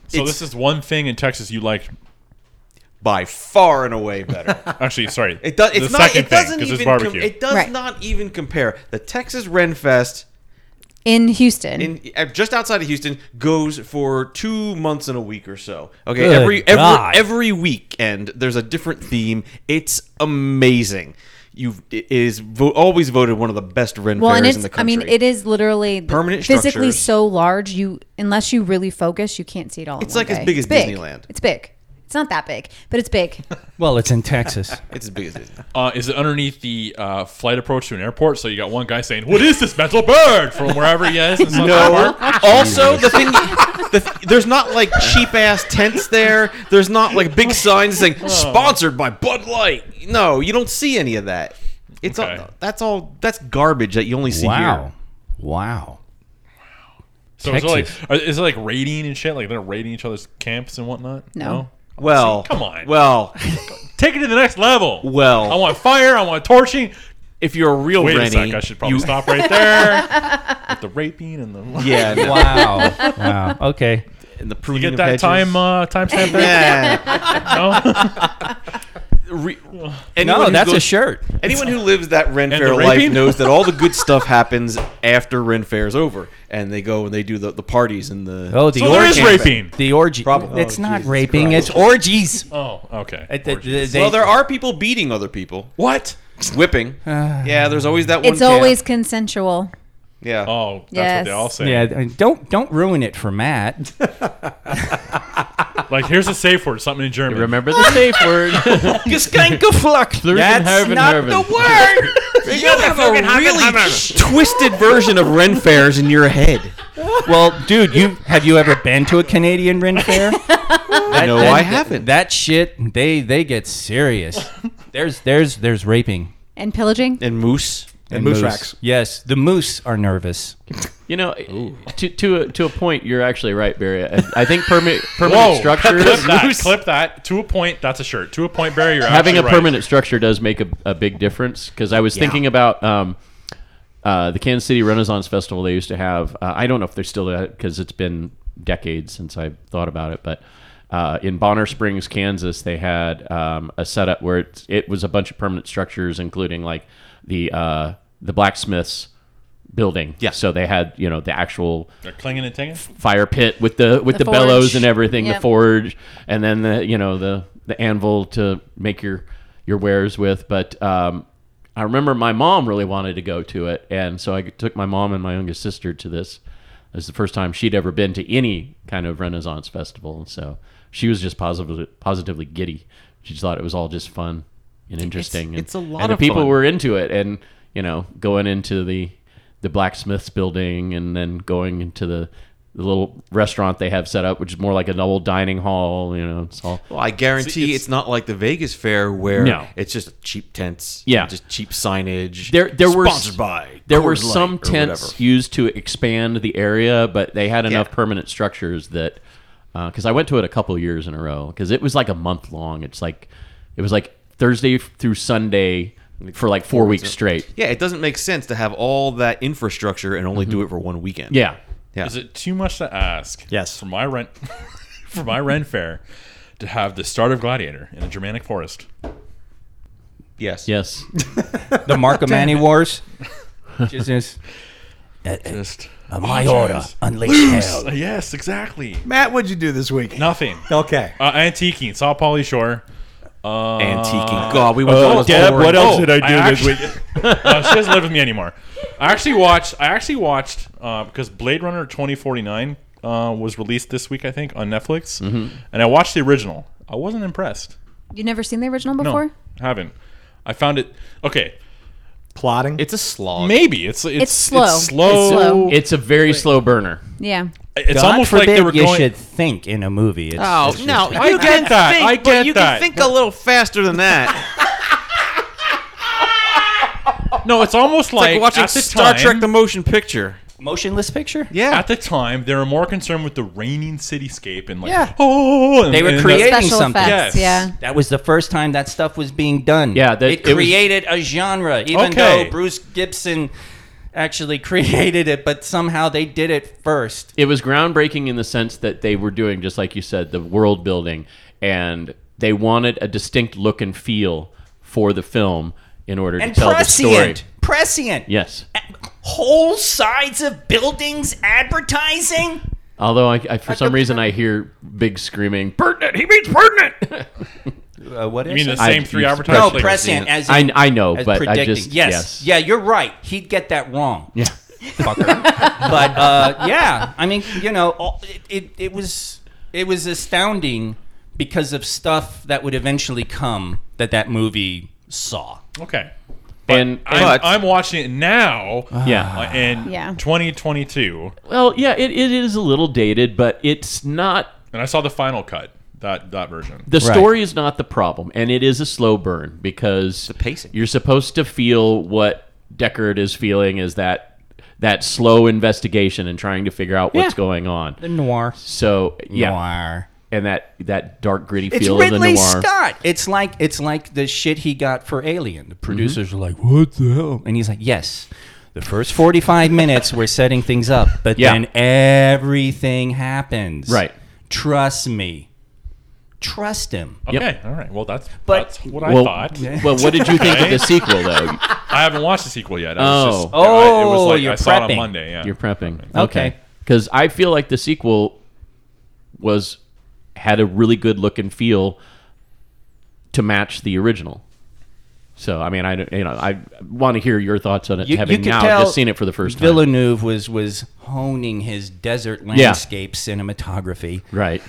Speaker 5: so
Speaker 2: it's
Speaker 5: this is one thing in Texas you liked.
Speaker 2: by far and away better.
Speaker 5: Actually, sorry.
Speaker 2: It does.
Speaker 5: The
Speaker 2: It's not.
Speaker 5: second
Speaker 2: It
Speaker 5: thing,
Speaker 2: doesn't
Speaker 5: 'cause
Speaker 2: even.
Speaker 5: it's
Speaker 2: com-
Speaker 5: barbecue.
Speaker 2: it does
Speaker 7: Right.
Speaker 2: not even compare. The Texas Ren Fest
Speaker 7: in Houston.
Speaker 2: in uh, just outside of Houston goes for two months and a week or so. Okay,
Speaker 8: Good
Speaker 2: every
Speaker 8: God.
Speaker 2: every every weekend there's a different theme. It's amazing. You've it is vo- always voted one of the best Ren
Speaker 7: well, and
Speaker 2: fairs
Speaker 7: it's
Speaker 2: in the
Speaker 7: I
Speaker 2: country.
Speaker 7: mean it is literally the-
Speaker 2: Permanent
Speaker 7: physically
Speaker 2: structures.
Speaker 7: so large you unless you really focus you can't see it all.
Speaker 2: It's like as big as Disneyland.
Speaker 7: It's big. It's not that big, but it's big.
Speaker 8: Well, it's in Texas.
Speaker 2: It's as big as Disney.
Speaker 5: Uh, is it underneath the uh, flight approach to an airport? So you got one guy saying, "What is this metal bird?" from wherever he is. in Central
Speaker 2: No.
Speaker 5: Park.
Speaker 2: also, the thing, the th- there's not like cheap ass tents there. There's not like big signs saying
Speaker 5: Oh.
Speaker 2: sponsored by Bud Light. No, you don't see any of that. It's
Speaker 5: Okay.
Speaker 2: all that's all that's garbage that you only see
Speaker 8: wow,
Speaker 2: here.
Speaker 8: wow.
Speaker 5: So is it like
Speaker 8: Texas.
Speaker 5: are- is it like raiding and shit? Like they're raiding each other's camps and whatnot?
Speaker 7: No.
Speaker 2: Well,
Speaker 5: See, come on.
Speaker 2: Well,
Speaker 5: Take it to the next level.
Speaker 2: Well.
Speaker 5: I want fire. I want torching.
Speaker 2: if you're a real
Speaker 5: Wait
Speaker 2: Rennie,
Speaker 5: a sec. I should probably
Speaker 2: you-
Speaker 5: stop right there. With the raping and the
Speaker 2: Yeah, no,
Speaker 8: Wow. wow. Okay.
Speaker 2: and the pruning
Speaker 5: You get
Speaker 2: of
Speaker 5: that
Speaker 2: hedges.
Speaker 5: time uh, time stamp there?
Speaker 2: Yeah.
Speaker 5: No.
Speaker 2: Re- anyone who goes-
Speaker 8: Oh, shirt.
Speaker 2: Anyone who lives that Ren
Speaker 5: And
Speaker 2: Fair
Speaker 5: the
Speaker 2: life
Speaker 5: raping?
Speaker 2: knows that all the good stuff happens after Ren Fair's over, and they go and they do the, the parties and the
Speaker 8: Oh, the
Speaker 5: So there is
Speaker 8: orgy.
Speaker 5: raping.
Speaker 8: The orgy.
Speaker 2: Probably.
Speaker 8: It's
Speaker 2: Oh,
Speaker 8: not
Speaker 2: Jesus
Speaker 8: raping.
Speaker 2: Christ.
Speaker 8: It's orgies.
Speaker 5: Oh, okay.
Speaker 8: It- it- they-
Speaker 2: well, there are people beating other people,
Speaker 5: What?
Speaker 2: whipping. yeah, there's always that one.
Speaker 7: It's
Speaker 2: camp.
Speaker 7: always consensual.
Speaker 2: yeah.
Speaker 5: Oh, that's what
Speaker 7: Yes.
Speaker 5: they all say.
Speaker 8: Yeah, I- don't don't ruin it for Matt.
Speaker 5: Like here's a safe word, something in German.
Speaker 4: Remember the safe word. That's
Speaker 2: word. you have a really twisted version of Ren Fairs in your head.
Speaker 8: well, dude, you have you ever been to a Canadian Ren Fair?
Speaker 2: No,
Speaker 8: That-
Speaker 2: I haven't.
Speaker 8: That shit, they they get serious. There's there's there's raping
Speaker 7: And pillaging?
Speaker 2: and moose.
Speaker 3: and moose racks.
Speaker 8: Yes, the moose are nervous.
Speaker 4: You know, to to a, to a point, you're actually right, Barry. I, I think permanent permanent
Speaker 5: Whoa!
Speaker 4: structures
Speaker 5: clip that. Clip that. To a point. That's a shirt. To a point. Barry, you're
Speaker 4: having a
Speaker 5: actually right.
Speaker 4: permanent structure does make a, a big difference because I was thinking about um, uh, the Kansas City Renaissance Festival they used to have. Uh, I don't know if they're still at it because it's been decades since I thought about it, but uh, in Bonner Springs, Kansas, they had um, a setup where it, it was a bunch of permanent structures, including like the uh, the blacksmiths building.
Speaker 2: Yeah.
Speaker 4: So they had you know the actual
Speaker 5: They're clinging and tinging.
Speaker 4: fire pit with the with the,
Speaker 7: The
Speaker 4: bellows
Speaker 7: forge.
Speaker 4: and everything, the
Speaker 7: Yep.
Speaker 4: forge, and then the you know the the anvil to make your your wares with. But um, I remember my mom really wanted to go to it, and so I took my mom and my youngest sister to this. It was the first time she'd ever been to any kind of Renaissance festival, and so she was just positively positively giddy. She just thought it was all just fun and interesting. and,
Speaker 2: it's a lot
Speaker 4: and the
Speaker 2: of
Speaker 4: people
Speaker 2: fun.
Speaker 4: were into it, and you know, going into the the blacksmith's building, and then going into the, the little restaurant they have set up, which is more like an old dining hall. You know, it's all
Speaker 2: Well, I guarantee it's, not like the Vegas fair where
Speaker 4: No.
Speaker 2: it's just cheap tents,
Speaker 4: Yeah.
Speaker 2: and just cheap signage.
Speaker 4: there. There were
Speaker 2: sponsored by
Speaker 4: there were
Speaker 2: Coors Light
Speaker 4: some
Speaker 2: or
Speaker 4: tents
Speaker 2: whatever.
Speaker 4: used to expand the area, but they had enough
Speaker 2: Yeah.
Speaker 4: permanent structures that because I went to it a couple years in a row because it was like a month long. It's like it was like Thursday through Sunday for like four weeks straight.
Speaker 2: Yeah, it doesn't make sense to have all that infrastructure and only do it for one weekend.
Speaker 4: Yeah.
Speaker 2: Yeah.
Speaker 5: Is it too much to ask?
Speaker 3: Yes.
Speaker 5: For my rent, for my rent fair, to have the start of Gladiator in a Germanic forest.
Speaker 2: Yes.
Speaker 4: Yes.
Speaker 8: The Marcomanni Wars. Just, just
Speaker 5: Just
Speaker 8: my order, unleash hell.
Speaker 5: Uh, yes, exactly.
Speaker 3: Matt, what'd you do this week?
Speaker 5: Nothing.
Speaker 3: Okay.
Speaker 5: Uh, antiquing. Saw Polly Shore.
Speaker 2: Antiquing. God, we went to all
Speaker 9: Deb,
Speaker 2: four-
Speaker 9: what else
Speaker 5: Oh,
Speaker 9: did I do
Speaker 5: I
Speaker 9: this
Speaker 5: actually-
Speaker 9: week?
Speaker 5: no, she doesn't live with me anymore. I actually watched. I actually watched uh, because Blade Runner twenty forty nine uh, was released this week, I think, on Netflix, and I watched the original. I wasn't impressed.
Speaker 7: You've never seen the original
Speaker 5: No,
Speaker 7: before?
Speaker 5: haven't. I found it okay.
Speaker 3: Plotting.
Speaker 2: It's a slog.
Speaker 5: Maybe it's it's,
Speaker 7: It's slow.
Speaker 5: It's
Speaker 7: It's
Speaker 5: slow. It's,
Speaker 7: slow.
Speaker 4: It's a very slow burner.
Speaker 7: Yeah.
Speaker 8: God
Speaker 5: almost
Speaker 8: forbid
Speaker 5: like they were
Speaker 8: you
Speaker 5: going.
Speaker 8: should think in a movie. It's, it's just-
Speaker 2: Oh, no,
Speaker 5: I get that. I
Speaker 2: but
Speaker 5: get
Speaker 2: you can
Speaker 5: that.
Speaker 2: think a little faster than that.
Speaker 5: No, it's almost
Speaker 2: It's
Speaker 5: like,
Speaker 2: like watching
Speaker 5: at the
Speaker 2: Star
Speaker 5: time,
Speaker 2: Trek: The Motion Picture.
Speaker 8: motionless picture.
Speaker 2: Yeah.
Speaker 5: At the time, they were more concerned with the raining cityscape and like
Speaker 8: Yeah.
Speaker 5: oh, and,
Speaker 8: They were
Speaker 5: and that's-
Speaker 8: creating- Creating
Speaker 7: Special
Speaker 8: something.
Speaker 7: effects.
Speaker 5: Yes.
Speaker 7: Yeah.
Speaker 8: That was the first time that stuff was being done.
Speaker 4: Yeah, that-
Speaker 8: it
Speaker 4: it was-
Speaker 8: created a genre, even
Speaker 5: Okay.
Speaker 8: though Bruce Gibson actually created it, but somehow they did it first.
Speaker 4: It was groundbreaking in the sense that they were doing, just like you said, the world building, and they wanted a distinct look and feel for the film in order
Speaker 8: And
Speaker 4: to tell the story.
Speaker 8: prescient, prescient.
Speaker 4: Yes.
Speaker 8: Whole sides of buildings advertising.
Speaker 4: Although I, I for some reason I hear big screaming. "Bert!"
Speaker 8: Uh, what is
Speaker 5: I mean, the
Speaker 8: it?
Speaker 5: same
Speaker 4: I-
Speaker 5: three
Speaker 4: you-
Speaker 8: No,
Speaker 5: advertisements.
Speaker 4: Prescient.
Speaker 8: prescient as
Speaker 4: I,
Speaker 8: in,
Speaker 4: I know,
Speaker 8: as
Speaker 4: but I
Speaker 8: predicting.
Speaker 4: just
Speaker 8: yes. yeah, you're right. He'd get that wrong.
Speaker 4: Yeah.
Speaker 8: fucker. but uh, yeah, I mean, you know, all- it, it, it was it was astounding because of stuff that would eventually come that that movie saw.
Speaker 5: Okay.
Speaker 4: And, and-
Speaker 5: I'm, I'm watching it now
Speaker 4: yeah.
Speaker 5: uh, in
Speaker 7: Yeah.
Speaker 5: 2022,
Speaker 4: Well, yeah, it, it is a little dated, but it's not
Speaker 5: and I saw the final cut that that version.
Speaker 4: The story is not the problem, and it is a slow burn because the
Speaker 2: pacing.
Speaker 4: You're supposed to feel what Deckard is feeling is that that slow investigation and trying to figure out what's
Speaker 8: Yeah.
Speaker 4: going on.
Speaker 8: The noir.
Speaker 4: So yeah,
Speaker 8: Noir.
Speaker 4: and that that dark gritty
Speaker 8: It's
Speaker 4: feel of the
Speaker 8: Ridley
Speaker 4: noir.
Speaker 8: Scott. It's like it's like the shit he got for Alien.
Speaker 4: Mm-hmm.
Speaker 8: The producers are like, "What the hell?" And he's like, "Yes." The first 45 minutes we're setting things up, but
Speaker 4: Yeah.
Speaker 8: then everything happens.
Speaker 4: Right.
Speaker 8: Trust me. trust him.
Speaker 5: Okay, all right. Well, that's
Speaker 8: But-
Speaker 5: that's what I
Speaker 4: well,
Speaker 5: thought.
Speaker 4: well, what did you think of the sequel, though?
Speaker 5: I haven't watched the sequel yet. I
Speaker 4: Oh.
Speaker 5: was just, I- it was
Speaker 8: Oh,
Speaker 5: like
Speaker 8: you're
Speaker 5: I saw it on
Speaker 8: prepping.
Speaker 5: Monday. Yeah,
Speaker 4: You're prepping.
Speaker 8: Okay.
Speaker 4: Because I feel like the sequel was had a really good look and feel to match the original. So I mean, I don't- you know I want to hear your thoughts on it,
Speaker 8: You- you
Speaker 4: having
Speaker 8: could
Speaker 4: now
Speaker 8: tell
Speaker 4: just seen it for the first time.
Speaker 8: Villeneuve was was honing his desert landscape cinematography
Speaker 4: Right.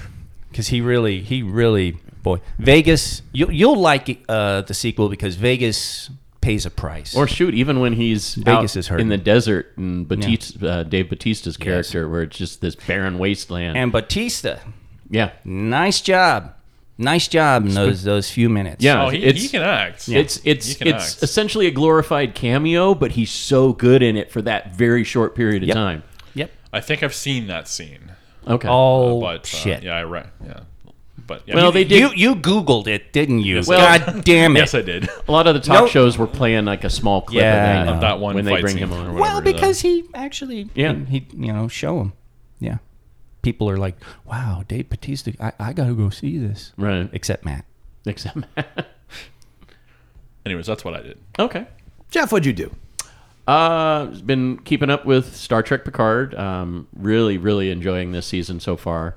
Speaker 8: because he really he really boy Vegas. You, you'll like uh, the sequel because Vegas pays a price.
Speaker 4: Or shoot, even when he's
Speaker 8: Vegas
Speaker 4: out
Speaker 8: is hurting.
Speaker 4: in the desert and Batista, uh, Dave Batista's character, where it's just this barren wasteland.
Speaker 8: and Batista,
Speaker 4: yeah,
Speaker 8: nice job, nice job in those those few minutes.
Speaker 4: yeah,
Speaker 5: Oh, he,
Speaker 4: it's,
Speaker 5: he can act.
Speaker 4: It's
Speaker 5: He
Speaker 4: it's
Speaker 5: can
Speaker 4: it's
Speaker 5: act.
Speaker 4: essentially a glorified cameo, but he's so good in it for that very short period of
Speaker 8: Yep.
Speaker 4: time.
Speaker 8: Yep.
Speaker 5: I think I've seen that scene.
Speaker 4: Okay.
Speaker 8: Oh
Speaker 5: But uh,
Speaker 8: shit.
Speaker 5: yeah, I re- yeah. But yeah,
Speaker 4: Well,
Speaker 5: he-
Speaker 4: they did.
Speaker 8: You you googled it, didn't you?
Speaker 5: Yes, I
Speaker 8: God damn it!
Speaker 5: Yes, I did.
Speaker 4: a lot of the talk
Speaker 8: Nope.
Speaker 4: shows were playing like a small clip
Speaker 8: Yeah.
Speaker 4: of, that,
Speaker 8: Of
Speaker 5: that one
Speaker 4: when they
Speaker 5: fight
Speaker 4: bring
Speaker 5: scene
Speaker 4: him on.
Speaker 5: or
Speaker 8: Well,
Speaker 5: whatever the-
Speaker 8: because he actually,
Speaker 4: Yeah.
Speaker 8: he, he you know show him, yeah. People are like, wow, Dave Batista, I, I gotta go see this.
Speaker 4: Right.
Speaker 8: Except Matt.
Speaker 4: Except.
Speaker 5: anyways, that's what I did.
Speaker 4: okay.
Speaker 3: Jeff, what'd you do?
Speaker 4: Uh, been keeping up with Star Trek Picard. Um, really, really enjoying this season so far.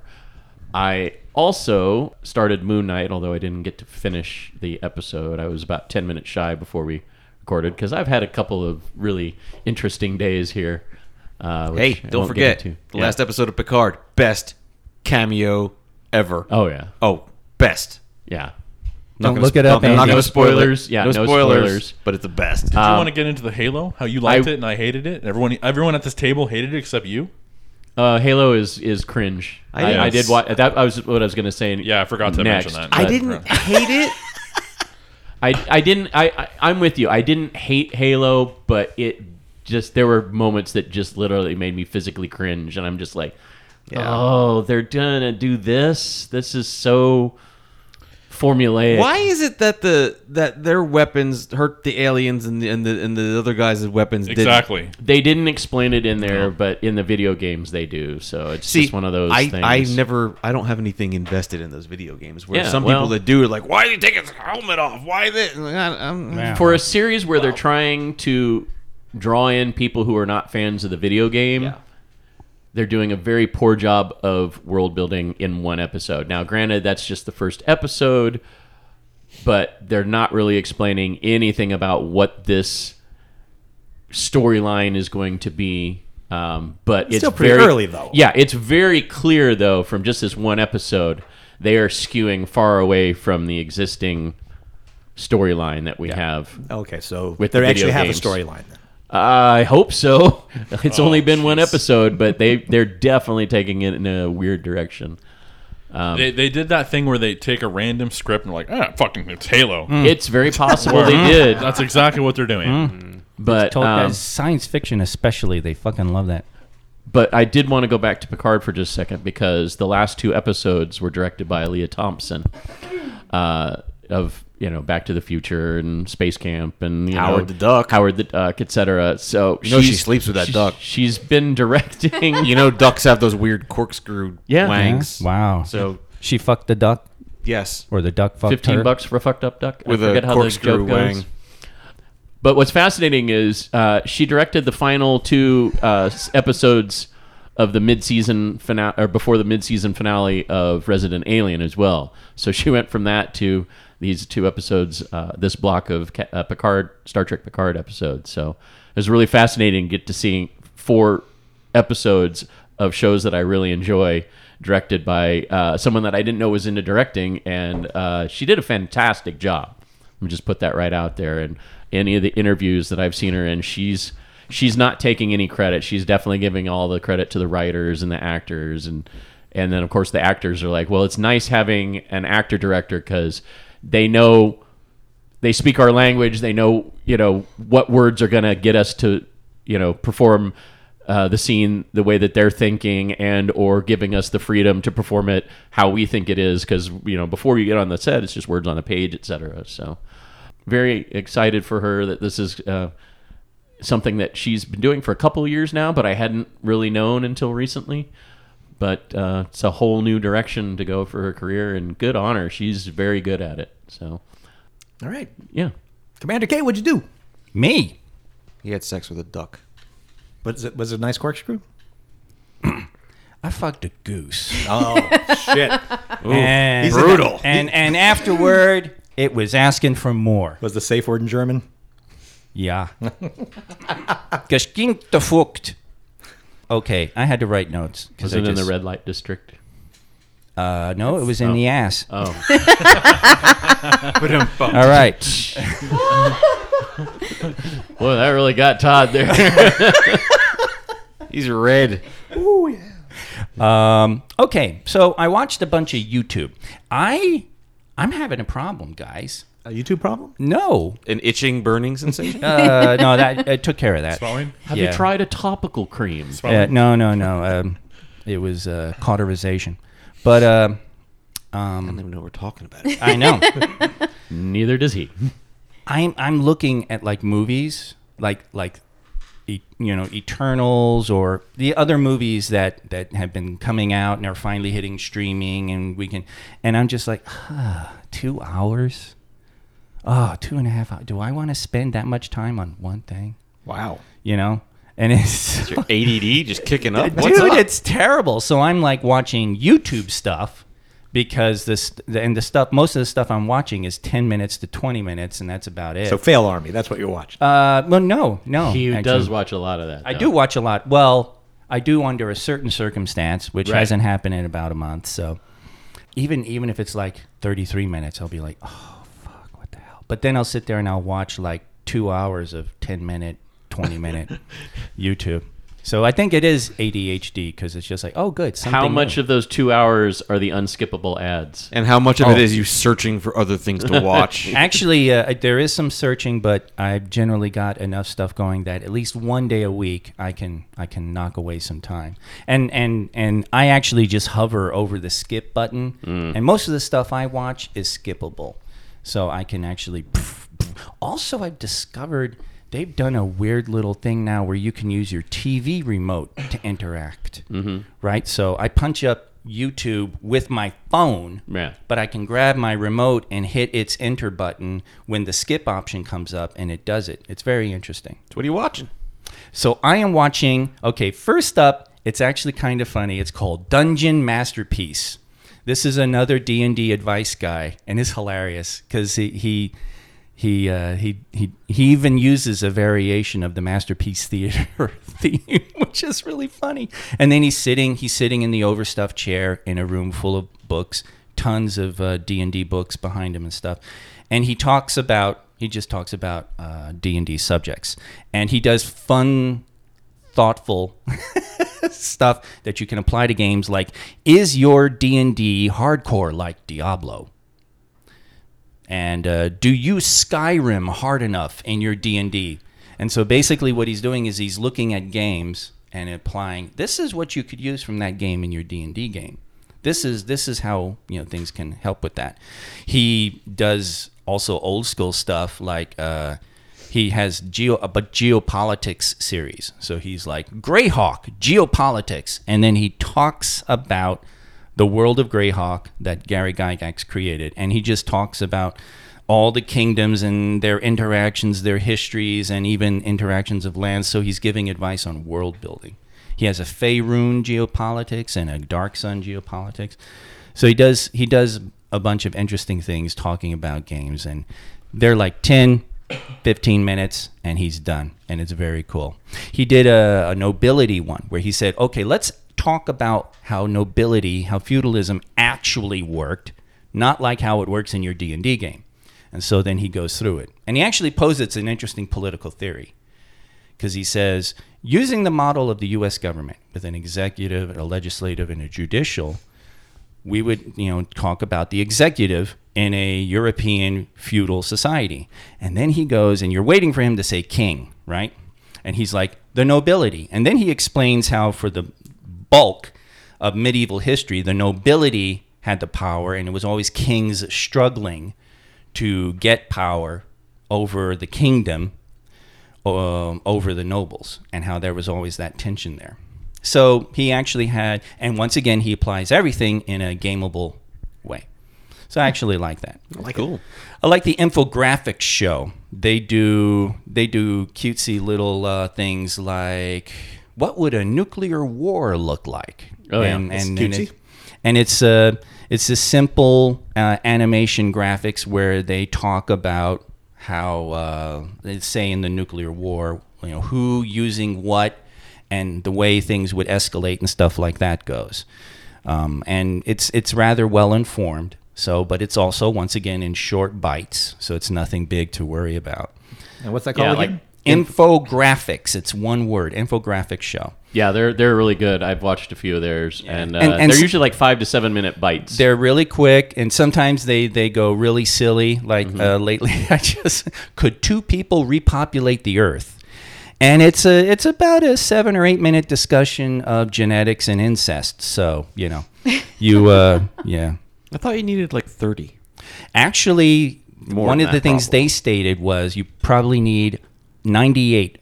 Speaker 4: I also started Moon Knight, although I didn't get to finish the episode. I was about 10 minutes shy before we recorded because I've had a couple of really interesting days here. Uh,
Speaker 2: Hey,
Speaker 4: which I
Speaker 2: don't
Speaker 4: won't get
Speaker 2: forget the
Speaker 4: into. Yeah.
Speaker 2: last episode of Picard, best cameo ever.
Speaker 4: Oh, yeah.
Speaker 2: Oh, best.
Speaker 4: Yeah.
Speaker 2: Not
Speaker 8: Don't
Speaker 2: gonna
Speaker 8: look it
Speaker 2: I'm
Speaker 8: up,
Speaker 2: not
Speaker 8: Andy.
Speaker 2: gonna
Speaker 4: No
Speaker 2: spoil it.
Speaker 4: spoilers. Yeah, no spoilers.
Speaker 2: But it's the best.
Speaker 4: Um,
Speaker 5: Do you want to get into the Halo? How you liked it and I hated it. Everyone, everyone at this table hated it except you.
Speaker 4: Uh, Halo is is cringe. I, I,
Speaker 5: Yes.
Speaker 4: did watch that. I was what I was going to say.
Speaker 5: Yeah, I forgot to
Speaker 4: next.
Speaker 5: mention that.
Speaker 2: I
Speaker 5: But-
Speaker 2: didn't hate it.
Speaker 4: I, I didn't. I, I I'm with you. I didn't hate Halo, but it just there were moments that just literally made me physically cringe, and I'm just like, oh, they're gonna do this. This is so formulaic.
Speaker 2: Why is it that the that their weapons hurt the aliens and the and the, and the other guys' weapons didn't?
Speaker 5: Exactly.
Speaker 4: They didn't explain it in there, but in the video games they do. So it's
Speaker 2: See,
Speaker 4: just one of those
Speaker 2: I,
Speaker 4: things.
Speaker 2: I never, I don't have anything invested in those video games. Where
Speaker 4: Yeah,
Speaker 2: some
Speaker 4: well-
Speaker 2: people that do are like, "Why did you take his helmet off? Why this?" And I, I'm,
Speaker 4: for a series where they're trying to draw in people who are not fans of the video game they're doing a very poor job of world building in one episode now granted that's just the first episode but they're not really explaining anything about what this storyline is going to be um, but it's
Speaker 3: still pretty
Speaker 4: very,
Speaker 3: early, though.
Speaker 4: yeah it's very clear though from just this one episode they are skewing far away from the existing storyline that we have
Speaker 3: Okay, so
Speaker 4: With
Speaker 3: they
Speaker 4: the
Speaker 3: actually
Speaker 4: video
Speaker 3: have
Speaker 4: games.
Speaker 3: a storyline. then.
Speaker 4: I hope so. It's only been one episode, but they they're definitely taking it in a weird direction.
Speaker 5: They, they did that thing where they take a random script and like, ah, fucking, it's Halo.
Speaker 8: Mm.
Speaker 4: It's very possible they did,
Speaker 5: That's exactly what they're doing.
Speaker 4: but
Speaker 8: Told
Speaker 4: um,
Speaker 8: guys, science fiction especially, they fucking love that.
Speaker 4: but I did want to go back to Picard for just a second because the last two episodes were directed by Leah Thompson uh, of you know Back to the Future and Space Camp and you
Speaker 2: Howard
Speaker 4: know,
Speaker 2: the Duck.
Speaker 4: Howard the Duck, etc. So
Speaker 2: You know she
Speaker 4: she's-
Speaker 2: sleeps with that
Speaker 4: she's-
Speaker 2: duck.
Speaker 4: She's been directing.
Speaker 2: You know, ducks have those weird corkscrew
Speaker 4: Yeah.
Speaker 2: wangs.
Speaker 8: Wow.
Speaker 2: So
Speaker 8: she fucked the duck,
Speaker 2: yes,
Speaker 8: or the duck fucked
Speaker 4: Fifteen
Speaker 8: her.
Speaker 4: bucks for a fucked up duck.
Speaker 2: With a
Speaker 4: I forget how the
Speaker 2: corkscrew
Speaker 4: joke goes.
Speaker 2: wang.
Speaker 4: But what's fascinating is uh, she directed the final two uh, s- episodes of the mid-season finale, or before the mid-season finale of Resident Alien as well. So she went from that to these two episodes, uh, this block of Ca- uh, Picard, Star Trek Picard episodes. So it was really fascinating to get to see four episodes of shows that I really enjoy directed by uh, someone that I didn't know was into directing, and uh, she did a fantastic job. Let me just put that right out there. And any of the interviews that I've seen her in, she's she's not taking any credit. She's definitely giving all the credit to the writers and the actors, and and then of course the actors are like, well, it's nice having an actor director because they know they speak our language. They know you know what words are going to get us to you know perform uh, the scene the way that they're thinking and or giving us the freedom to perform it how we think it is because you know before you get on the set it's just words on a page etc. So very excited for her that this is. Uh, Something that she's been doing for a couple of years now, but I hadn't really known until recently. But uh, it's a whole new direction to go for her career, and good on her. She's very good at it. So,
Speaker 3: All right,
Speaker 4: yeah.
Speaker 3: Commander K, what'd you do?
Speaker 8: Me.
Speaker 9: He had sex with a duck.
Speaker 3: Was it was it a nice corkscrew?
Speaker 8: I fucked a goose.
Speaker 3: Oh shit!
Speaker 8: and,
Speaker 2: brutal.
Speaker 8: And and afterward, it was asking for more.
Speaker 3: Was the safe word in German?
Speaker 8: Yeah. Geschinktefucht. Okay, I had to write notes
Speaker 4: Was
Speaker 8: I
Speaker 4: it in the
Speaker 8: just-
Speaker 4: red light district?
Speaker 8: Uh, no, it was in the ass.
Speaker 4: Oh,
Speaker 8: All right.
Speaker 4: boy, that really got Todd there.
Speaker 2: He's red.
Speaker 8: Um, okay, so I watched a bunch of YouTube. I I'm having a problem, guys.
Speaker 3: A YouTube problem?
Speaker 8: No,
Speaker 2: An itching, burning sensation.
Speaker 8: uh, no, that I took care of that.
Speaker 5: Swelling?
Speaker 4: Have
Speaker 8: Yeah.
Speaker 4: you tried a topical cream?
Speaker 8: Yeah, no, no, no. Um, it was uh, cauterization, but uh,
Speaker 2: I don't even know we're talking about. It.
Speaker 8: I know.
Speaker 4: Neither does he.
Speaker 8: I'm I'm looking at like movies, like like e- you know Eternals or the other movies that that have been coming out and are finally hitting streaming, and we can. And I'm just like, ah, two hours. Oh, two and a half hours. Do I want to spend that much time on one thing?
Speaker 3: Wow.
Speaker 8: You know, and it's
Speaker 2: Your ADD just kicking up.
Speaker 8: dude,
Speaker 2: What's up?
Speaker 8: it's terrible. So I'm like watching YouTube stuff because this and the stuff most of the stuff I'm watching is 10 minutes to 20 minutes, and that's about it.
Speaker 3: So fail army. That's what you're watching.
Speaker 8: Uh, well, no, no.
Speaker 4: He
Speaker 8: actually.
Speaker 4: does watch a lot of that.
Speaker 8: I
Speaker 4: though.
Speaker 8: do watch a lot. Well, I do under a certain circumstance, which
Speaker 4: Right.
Speaker 8: hasn't happened in about a month. So even even if it's like 33 minutes, I'll be like, oh fuck, what the hell? But then I'll sit there and I'll watch like two hours of 10 minute, 20 minute YouTube. So I think it is ADHD because it's just like, oh, good. Something
Speaker 4: How much
Speaker 8: new.
Speaker 4: of those two hours are the unskippable ads?
Speaker 2: and how much of
Speaker 8: Oh.
Speaker 2: it is you searching for other things to watch?
Speaker 8: Actually, uh, there is some searching, but I've generally got enough stuff going that at least one day a week I can I can knock away some time. And and and I actually just hover over the skip button, and most of the stuff I watch is skippable, so I can actually. Also, I've discovered they've done a weird little thing now where you can use your TV remote to interact. Mm-hmm. Right, so I punch up. YouTube with my phone,
Speaker 4: Yeah.
Speaker 8: but I can grab my remote and hit its enter button when the skip option comes up and it does it. It's very interesting.
Speaker 2: what are you watching?
Speaker 8: So I am watching, okay, first up, it's actually kind of funny. It's called Dungeon Masterpiece. This is another D&D advice guy and it's hilarious cuz he he he, uh, he he he even uses a variation of the masterpiece theater theme, which is really funny. And then he's sitting he's sitting in the overstuffed chair in a room full of books, tons of uh, D and D books behind him and stuff. And he talks about he just talks about uh, D and D subjects, and he does fun, thoughtful stuff that you can apply to games like is your D and D hardcore like Diablo? and uh, do you skyrim hard enough in your d&d and so basically what he's doing is he's looking at games and applying this is what you could use from that game in your d&d game this is this is how you know things can help with that he does also old school stuff like uh, he has geo a bu- geopolitics series so he's like greyhawk geopolitics and then he talks about the world of Greyhawk that Gary Gygax created, and he just talks about all the kingdoms and their interactions, their histories, and even interactions of lands. So he's giving advice on world building. He has a Faerun geopolitics and a Dark Sun geopolitics. So he does he does a bunch of interesting things talking about games, and they're like 10, 15 minutes and he's done and it's very cool he did a, a nobility one where he said okay let's talk about how nobility how feudalism actually worked not like how it works in your d&d game and so then he goes through it and he actually posits an interesting political theory because he says using the model of the us government with an executive a legislative and a judicial we would you know talk about the executive in a European feudal society. And then he goes and you're waiting for him to say king, right? And he's like the nobility. And then he explains how for the bulk of medieval history, the nobility had the power and it was always kings struggling to get power over the kingdom um, over the nobles and how there was always that tension there. So he actually had, and once again, he applies everything in a gameable way. So I actually like that.
Speaker 2: cool.
Speaker 8: I like the infographics show. They do they do cutesy little uh, things like what would a nuclear war look like?
Speaker 4: Oh, yeah.
Speaker 8: and,
Speaker 4: It's
Speaker 8: and, and, it- and it's a it's a simple uh, animation graphics where they talk about how uh, they say in the nuclear war, you know, who using what and the way things would escalate and stuff like that goes. Um, and it's it's rather well informed. So, but it's also once again in short bites, so it's nothing big to worry about.
Speaker 3: And what's that called
Speaker 4: like-
Speaker 3: again?
Speaker 8: Infographics, it's one word. Infographic show.
Speaker 4: Yeah, they're they're really good. I've watched a few of theirs, and, uh,
Speaker 8: And- and
Speaker 4: they're
Speaker 8: s-
Speaker 4: usually like five to seven minute bites.
Speaker 8: They're really quick, and sometimes they they go really silly. Like
Speaker 2: Mm-hmm.
Speaker 8: uh, lately, I just could two people repopulate the Earth, and it's a it's about a seven or eight minute discussion of genetics and incest. So you know, you uh, yeah.
Speaker 2: I thought you needed like 30.
Speaker 8: Actually,
Speaker 2: More
Speaker 8: one
Speaker 2: than
Speaker 8: of the
Speaker 2: that,
Speaker 8: things
Speaker 2: probably.
Speaker 8: they stated was you probably need 98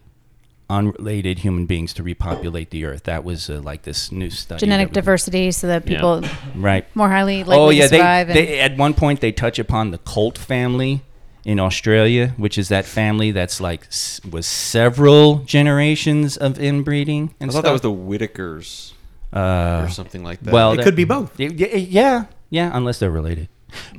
Speaker 8: unrelated human beings to repopulate the earth. That was uh, like this new study.
Speaker 7: Genetic
Speaker 8: that was-
Speaker 7: diversity so that people
Speaker 8: Right.
Speaker 7: more highly likely to
Speaker 8: Oh, they,
Speaker 7: survive. and,
Speaker 8: they at one point they touch upon the Colt family in Australia, which is that family that's like s- was several generations of
Speaker 2: I
Speaker 8: inbreeding and
Speaker 2: thought
Speaker 8: stuff.
Speaker 2: that was the Whitakers or something like that.
Speaker 8: Uh, well,
Speaker 3: It
Speaker 8: that-
Speaker 3: could be both.
Speaker 8: Y- y- Yeah, yeah, unless they're related.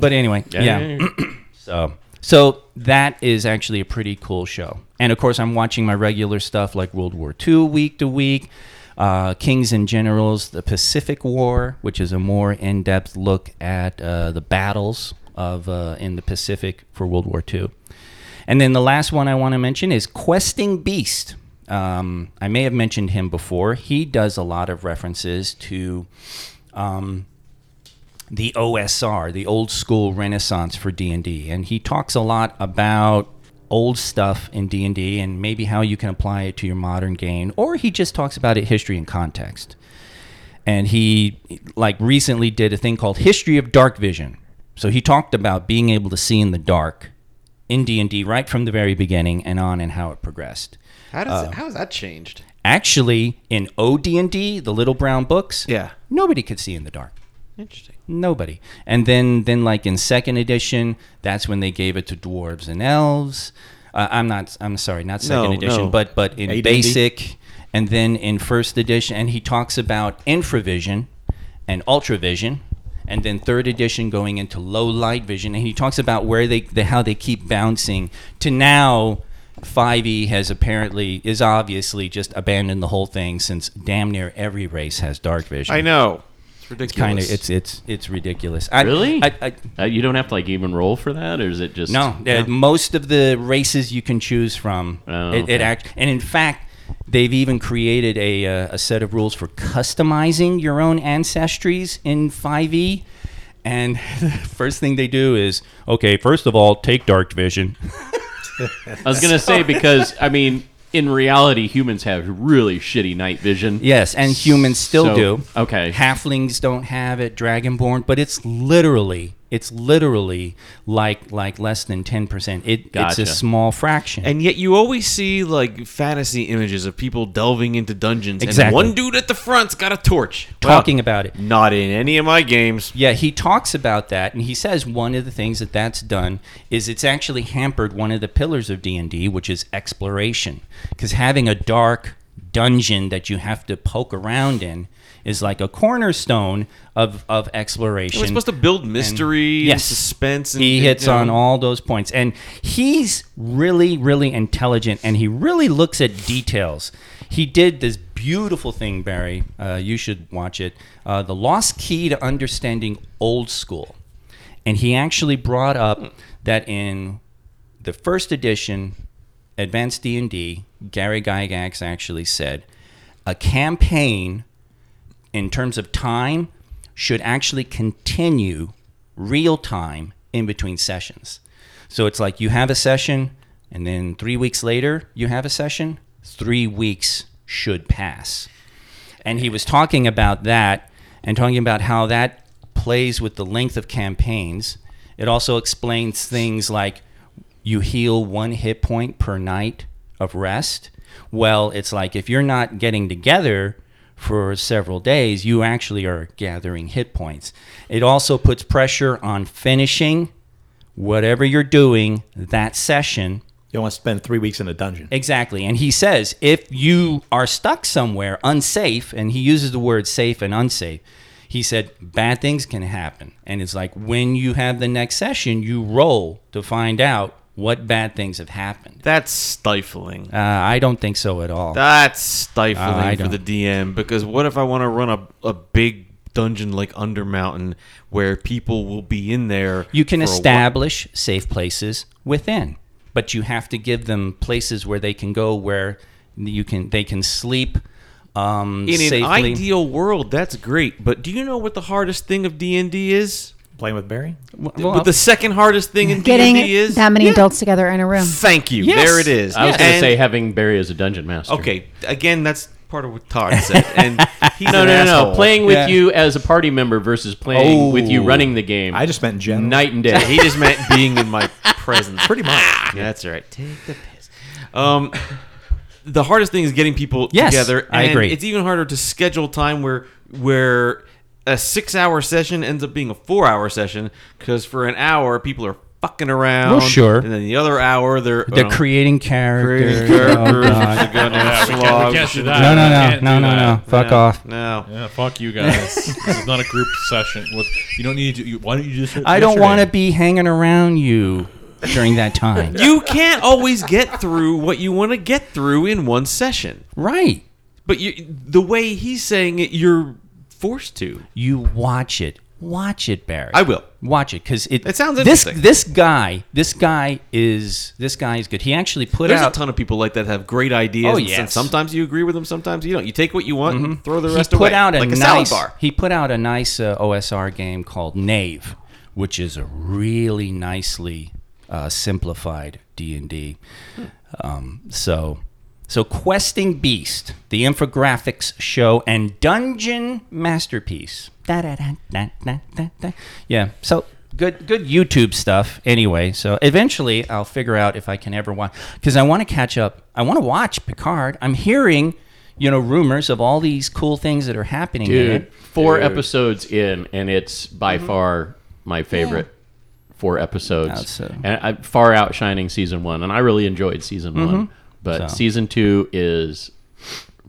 Speaker 8: But anyway, yeah.
Speaker 2: yeah,
Speaker 8: so, so that is actually a pretty cool show. And of course, I'm watching my regular stuff like World War II week to week, uh, Kings and Generals, the Pacific War, which is a more in-depth look at uh, the battles of uh, in the Pacific for World War II. And then the last one I want to mention is Questing Beast. Um, I may have mentioned him before. He does a lot of references to um, the OSR, the old school renaissance for D&D, and he talks a lot about old stuff in D&D and maybe how you can apply it to your modern game or he just talks about it history and context. And he like recently did a thing called History of Dark Vision. So he talked about being able to see in the dark in D&D right from the very beginning and on and how it progressed.
Speaker 2: How, does,
Speaker 8: uh,
Speaker 2: how has that changed?
Speaker 8: Actually, in OD&D, the little brown books,
Speaker 2: Yeah.
Speaker 8: nobody could see in the dark.
Speaker 2: Interesting.
Speaker 8: Nobody. And then, then like in second edition, that's when they gave it to dwarves and elves. Uh, I'm not. I'm sorry, not second
Speaker 2: No,
Speaker 8: edition,
Speaker 2: no.
Speaker 8: but but in
Speaker 3: AD&D.
Speaker 8: basic, and then in first edition, and he talks about infravision and ultravision, and then third edition going into low light vision, and he talks about where they the, how they keep bouncing to now. 5e has apparently is obviously just abandoned the whole thing since damn near every race has dark vision
Speaker 2: I know. It's ridiculous.
Speaker 8: kind of it's it's it's ridiculous. I,
Speaker 4: really?
Speaker 8: I, I,
Speaker 4: uh, you don't have to like even roll for that, or is it just
Speaker 8: no, uh, most of the races you can choose from.
Speaker 4: Oh,
Speaker 8: it, it
Speaker 4: okay.
Speaker 8: act, and in fact, they've even created a uh, a set of rules for customizing your own ancestries in 5e. And the first thing they do is okay. First of all, take dark vision.
Speaker 4: I was gonna say because I mean, in reality, humans have really shitty night vision.
Speaker 8: Yes, and humans still
Speaker 4: So-
Speaker 8: do.
Speaker 4: okay.
Speaker 8: Halflings don't have it, dragonborn, but it's literally it's literally like like less than 10%. It
Speaker 4: Gotcha.
Speaker 8: it's a small fraction.
Speaker 2: And yet you always see like fantasy images of people delving into dungeons
Speaker 8: Exactly.
Speaker 2: and one dude at the front's got a torch.
Speaker 8: Talking
Speaker 2: Well,
Speaker 8: about it.
Speaker 2: Not in any of my games.
Speaker 8: Yeah, he talks about that, and he says one of the things that that's done is it's actually hampered one of the pillars of D and D, which is exploration, because having a dark dungeon that you have to poke around in is like a cornerstone of of exploration.
Speaker 2: We're supposed to build mystery and,
Speaker 8: yes.
Speaker 2: suspense and
Speaker 8: he
Speaker 2: and,
Speaker 8: hits
Speaker 2: you know,
Speaker 8: on all those points and he's really really intelligent and he really looks at details he did this beautiful thing barry uh, you should watch it uh, the lost key to understanding old school and he actually brought up that in the first edition advanced d&d gary gygax actually said a campaign in terms of time should actually continue real time in between sessions. So it's like you have a session, and then three weeks later, you have a session, three weeks should pass. And he was talking about that and talking about how that plays with the length of campaigns. It also explains things like you heal one hit point per night of rest. Well, it's like if you're not getting together for several days, you actually are gathering hit points. It also puts pressure on finishing whatever you're doing that session.
Speaker 3: You don't want to spend three weeks in a dungeon.
Speaker 8: Exactly. And he says if you are stuck somewhere unsafe, and he uses the word safe and unsafe, he said bad things can happen. And it's like when you have the next session, you roll to find out what bad things have happened.
Speaker 2: That's stifling.
Speaker 8: Uh, I don't think so at all.
Speaker 2: That's
Speaker 8: I
Speaker 2: stifling for
Speaker 8: don't-
Speaker 2: the DM because what if I want to run a, a big dungeon like Undermountain where people will be in there?
Speaker 8: You can
Speaker 2: for a whi-
Speaker 8: establish safe places within, but you have to give them places where they can go, where you can they can sleep um,
Speaker 2: in
Speaker 8: safely.
Speaker 2: an ideal world. That's great, but do you know what the hardest thing of D and D is?
Speaker 3: Playing with Barry?
Speaker 8: Well,
Speaker 2: what the second hardest thing in D and
Speaker 7: Getting
Speaker 2: D is?
Speaker 7: that many adults together in a room.
Speaker 2: Thank you.
Speaker 8: Yes.
Speaker 2: There it is.
Speaker 4: I was going to
Speaker 2: And-
Speaker 4: say having Barry as a dungeon master.
Speaker 2: Okay, again, that's part of what Todd said, and he's
Speaker 4: No,
Speaker 2: an
Speaker 4: no, no,
Speaker 2: asshole.
Speaker 4: no. Playing with
Speaker 8: Yeah.
Speaker 4: you as a party member versus playing
Speaker 8: Oh.
Speaker 4: with you running the game.
Speaker 3: I just meant in general.
Speaker 4: night and day.
Speaker 2: He just meant being in my presence. Pretty much. that's all right. Take the piss. Um, the hardest thing is getting people
Speaker 8: Yes,
Speaker 2: together.
Speaker 8: I
Speaker 2: and
Speaker 8: agree.
Speaker 2: It's even harder to schedule time where where a six hour session ends up being a four hour session because for an hour people are fucking around.
Speaker 8: Well, sure.
Speaker 2: And then the other hour they're
Speaker 8: they're
Speaker 2: well,
Speaker 8: creating characters.
Speaker 2: Oh. creating
Speaker 8: Oh, God.
Speaker 2: characters. They're going
Speaker 5: Yeah, we can't- we
Speaker 2: slogs.
Speaker 5: can't do that.
Speaker 8: no, no,
Speaker 5: I
Speaker 8: no,
Speaker 5: can't
Speaker 8: no,
Speaker 5: do
Speaker 8: no, no.
Speaker 5: that.
Speaker 8: Fuck
Speaker 5: No.
Speaker 8: off.
Speaker 2: No.
Speaker 5: Yeah, fuck you guys. this is not a group session. With you don't need to. You, why don't you just?
Speaker 8: I don't want to
Speaker 5: yesterday?
Speaker 8: be hanging around you during that time.
Speaker 2: You can't always get through what you want to get through in one session.
Speaker 8: right.
Speaker 2: But you, the way he's saying it, you're forced to.
Speaker 8: You watch it. Watch it, Barry.
Speaker 2: I will.
Speaker 8: Watch it because it,
Speaker 2: It sounds
Speaker 8: this
Speaker 2: interesting.
Speaker 8: this guy this guy is this guy is good. He actually put
Speaker 2: There's
Speaker 8: out
Speaker 2: a ton of people like that have great ideas.
Speaker 8: Oh,
Speaker 2: and-
Speaker 8: yes. Mm-hmm.
Speaker 2: And sometimes you agree with them, sometimes you don't. You take what you want and throw the
Speaker 8: he
Speaker 2: rest
Speaker 8: put
Speaker 2: away.
Speaker 8: out a
Speaker 2: like a salad
Speaker 8: nice
Speaker 2: bar.
Speaker 8: he put out a nice uh, OSR game called Knave, which is a really nicely uh, simplified D and D. So, so questing beast, the infographics show, and dungeon masterpiece. Da, da, da, da, da, da, da. Yeah. So good, good YouTube stuff. Anyway, so eventually I'll figure out if I can ever watch because I want to catch up. I want to watch Picard. I'm hearing, you know, rumors of all these cool things that are happening. in
Speaker 4: Dude,
Speaker 8: it.
Speaker 4: four episodes in, and it's by
Speaker 8: Mm-hmm.
Speaker 4: far my favorite four episodes.
Speaker 8: That's, uh,
Speaker 4: and I, far outshining season one, and I really enjoyed season
Speaker 8: Mm-hmm.
Speaker 4: one, but
Speaker 8: So.
Speaker 4: season two is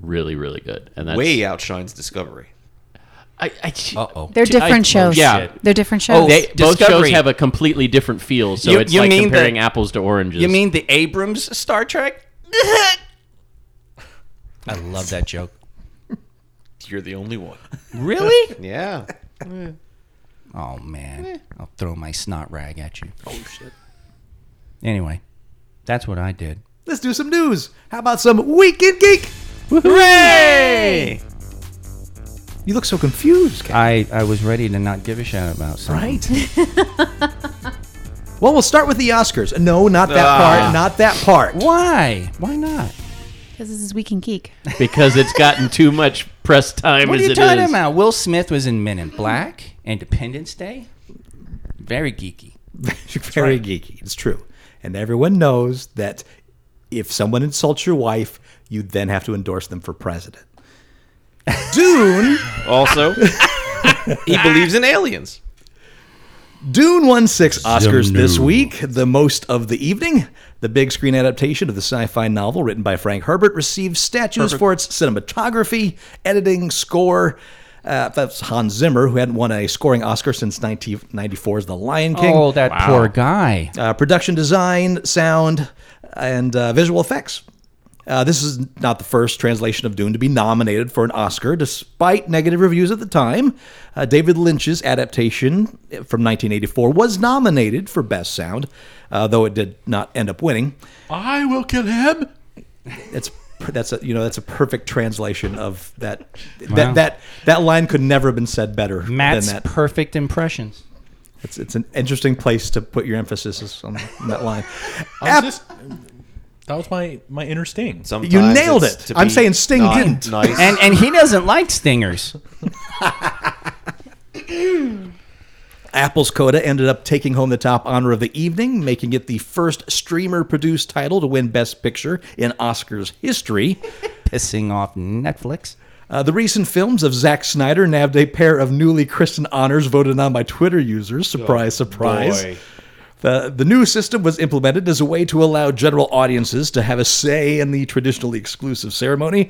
Speaker 4: really, really good. And that's
Speaker 2: Way outshines Discovery.
Speaker 4: I, I,
Speaker 8: Uh-oh.
Speaker 7: They're
Speaker 4: Dude, I-
Speaker 7: different shows.
Speaker 4: yeah.
Speaker 7: They're different shows.
Speaker 4: They, both shows
Speaker 8: Discovery.
Speaker 4: have a completely different feel, so
Speaker 8: You-
Speaker 4: it's
Speaker 8: you
Speaker 4: like
Speaker 8: mean the-
Speaker 4: comparing apples to oranges.
Speaker 8: You mean the Abrams Star Trek? I love that joke.
Speaker 2: You're the only one.
Speaker 8: Really?
Speaker 2: Yeah.
Speaker 8: Oh man, I'll throw my snot rag at you. Oh shit. Anyway, that's what I did.
Speaker 3: Let's do some news. How about some Weekend Geek?
Speaker 8: Hooray!
Speaker 3: You look so confused, Kat.
Speaker 8: I I was ready to not give a shout about something.
Speaker 3: Right. well, we'll start with the Oscars. No, not that part. Not that part.
Speaker 8: Why? Why not?
Speaker 7: Because this is Weekend Geek.
Speaker 4: because it's gotten too much press time
Speaker 8: What
Speaker 4: as
Speaker 8: are you
Speaker 4: it
Speaker 8: talking
Speaker 4: is.
Speaker 8: about? Will Smith was in Men in Black, Independence Day. Very geeky.
Speaker 3: Very geeky. It's true. And everyone knows that if someone insults your wife, you then have to endorse them for president. Dune.
Speaker 2: Also, he believes in aliens.
Speaker 3: Dune won six Oscars this week, the most of the evening. The big screen adaptation of the sci fi novel written by Frank Herbert received statues for its cinematography, editing, score. Uh, that's Hans Zimmer, who hadn't won a scoring Oscar since 1994's The Lion King.
Speaker 8: Oh, that poor guy.
Speaker 3: Uh, production design, sound, and uh, visual effects. Uh, this is not the first translation of Dune to be nominated for an Oscar, despite negative reviews at the time. Uh, David Lynch's adaptation from 1984 was nominated for Best Sound, uh, though it did not end up winning.
Speaker 5: I will kill him.
Speaker 3: That's that's a you know that's a perfect translation of that
Speaker 8: Wow.
Speaker 3: that that that line could never have been said better
Speaker 8: Matt's
Speaker 3: than that.
Speaker 8: perfect impressions.
Speaker 3: It's, it's an interesting place to put your emphasis is on that line.
Speaker 5: I was just. That was my my inner sting.
Speaker 2: Sometimes
Speaker 3: You nailed
Speaker 2: it's
Speaker 3: it.
Speaker 2: to
Speaker 3: I'm
Speaker 2: be
Speaker 3: saying Sting
Speaker 2: not
Speaker 3: didn't.
Speaker 2: Nice.
Speaker 8: And and he doesn't like stingers.
Speaker 3: Apple's Coda ended up taking home the top honor of the evening, making it the first streamer produced title to win Best Picture in Oscars history.
Speaker 8: Pissing off Netflix.
Speaker 3: Uh, the recent films of Zack Snyder nabbed a pair of newly christened honors voted on by Twitter users. Surprise, surprise.
Speaker 5: boy.
Speaker 3: The, the new system was implemented as a way to allow general audiences to have a say in the traditionally exclusive ceremony.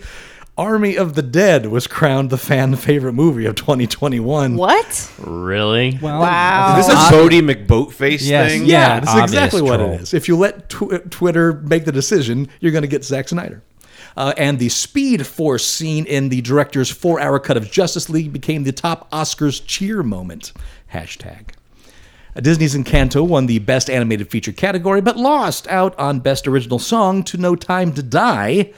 Speaker 3: Army of the Dead was crowned the fan favorite movie of 2021.
Speaker 7: What?
Speaker 4: Really?
Speaker 7: Wow.
Speaker 2: Is this a Bodie McBoatface
Speaker 8: Yes.
Speaker 2: thing?
Speaker 3: Yeah, that's
Speaker 8: obvious
Speaker 3: exactly what
Speaker 8: troll.
Speaker 3: it is. If you let tw- uh, Twitter make the decision, you're going to get Zack Snyder. Uh, and the Speed Force scene in the director's four hour cut of Justice League became the top Oscars cheer moment. Hashtag. Uh, Disney's Encanto won the Best Animated Feature category, but lost out on Best Original Song to No Time to Die.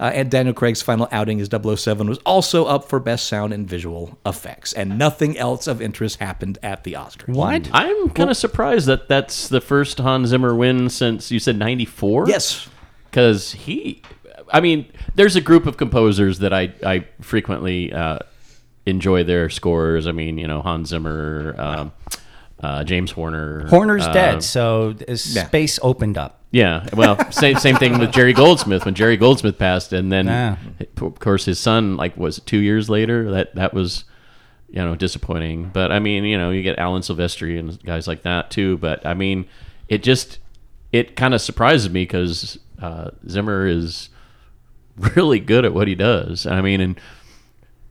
Speaker 3: Uh, and Daniel Craig's final outing as 007 was also up for Best Sound and Visual Effects. And nothing else of interest happened at the Oscars.
Speaker 8: What?
Speaker 4: I'm kind of surprised that that's the first Hans Zimmer win since you said 94.
Speaker 3: Yes,
Speaker 4: because he i mean there's a group of composers that i i frequently uh enjoy their scores i mean you know hans zimmer um uh, James Horner.
Speaker 8: Horner's
Speaker 4: uh,
Speaker 8: dead, so uh, space opened up.
Speaker 4: Yeah. Well, same same thing with Jerry Goldsmith when Jerry Goldsmith passed, and then
Speaker 8: Yeah.
Speaker 4: of course his son like was it two years later that that was you know disappointing. But I mean you know you get Alan Silvestri and guys like that too. But I mean it just it kind of surprises me because uh, Zimmer is really good at what he does. I mean and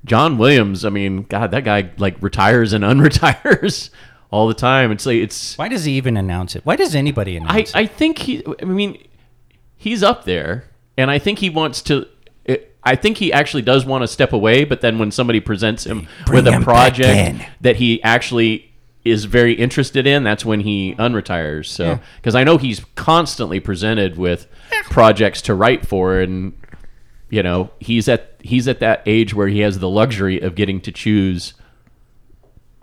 Speaker 4: John Williams. I mean God that guy like retires and unretires all the time. It's like it's
Speaker 8: Why does he even announce it? Why does anybody
Speaker 4: I,
Speaker 8: announce it?
Speaker 4: I think he. I mean, he's up there, and I think he wants to. I think he actually does want to step away, but then when somebody presents him with a
Speaker 8: him back in.
Speaker 4: project that he actually is very interested in, that's when he unretires. So, because I know he's constantly presented with projects to write for, and you know he's at he's at that age where he has the luxury of getting to choose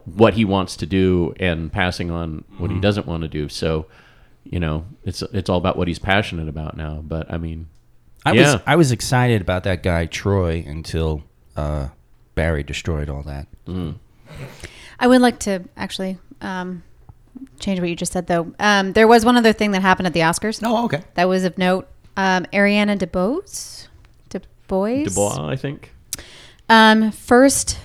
Speaker 4: what he wants to do and passing on what
Speaker 8: Mm-hmm.
Speaker 4: he doesn't want to do. So, you know, it's it's all about what he's passionate about now. But I mean,
Speaker 8: I
Speaker 4: yeah.
Speaker 8: was I was excited about that guy Troy until uh, Barry destroyed all that.
Speaker 7: I would like to actually um, change what you just said, though. Um, there was one other thing that happened at the Oscars.
Speaker 3: Oh, okay.
Speaker 7: That was of note. Um, Ariana DeBose, DeBois,
Speaker 4: Dubois, I think.
Speaker 7: um, first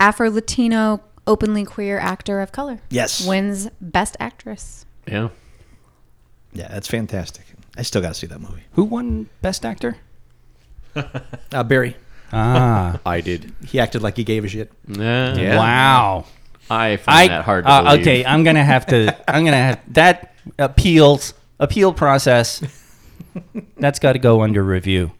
Speaker 7: Afro Latino openly queer actor of color.
Speaker 3: Yes.
Speaker 7: wins Best Actress.
Speaker 4: Yeah.
Speaker 3: Yeah, that's fantastic. I still got to see that movie.
Speaker 8: Who won Best Actor?
Speaker 3: Uh, Barry,
Speaker 8: Ah,
Speaker 4: I did.
Speaker 3: he acted like he gave a shit.
Speaker 4: Yeah.
Speaker 8: wow.
Speaker 4: I find
Speaker 8: I
Speaker 4: that hard to
Speaker 8: uh,
Speaker 4: believe.
Speaker 8: okay. I'm gonna have to. I'm gonna have that appeals appeal process. That's got to go under review.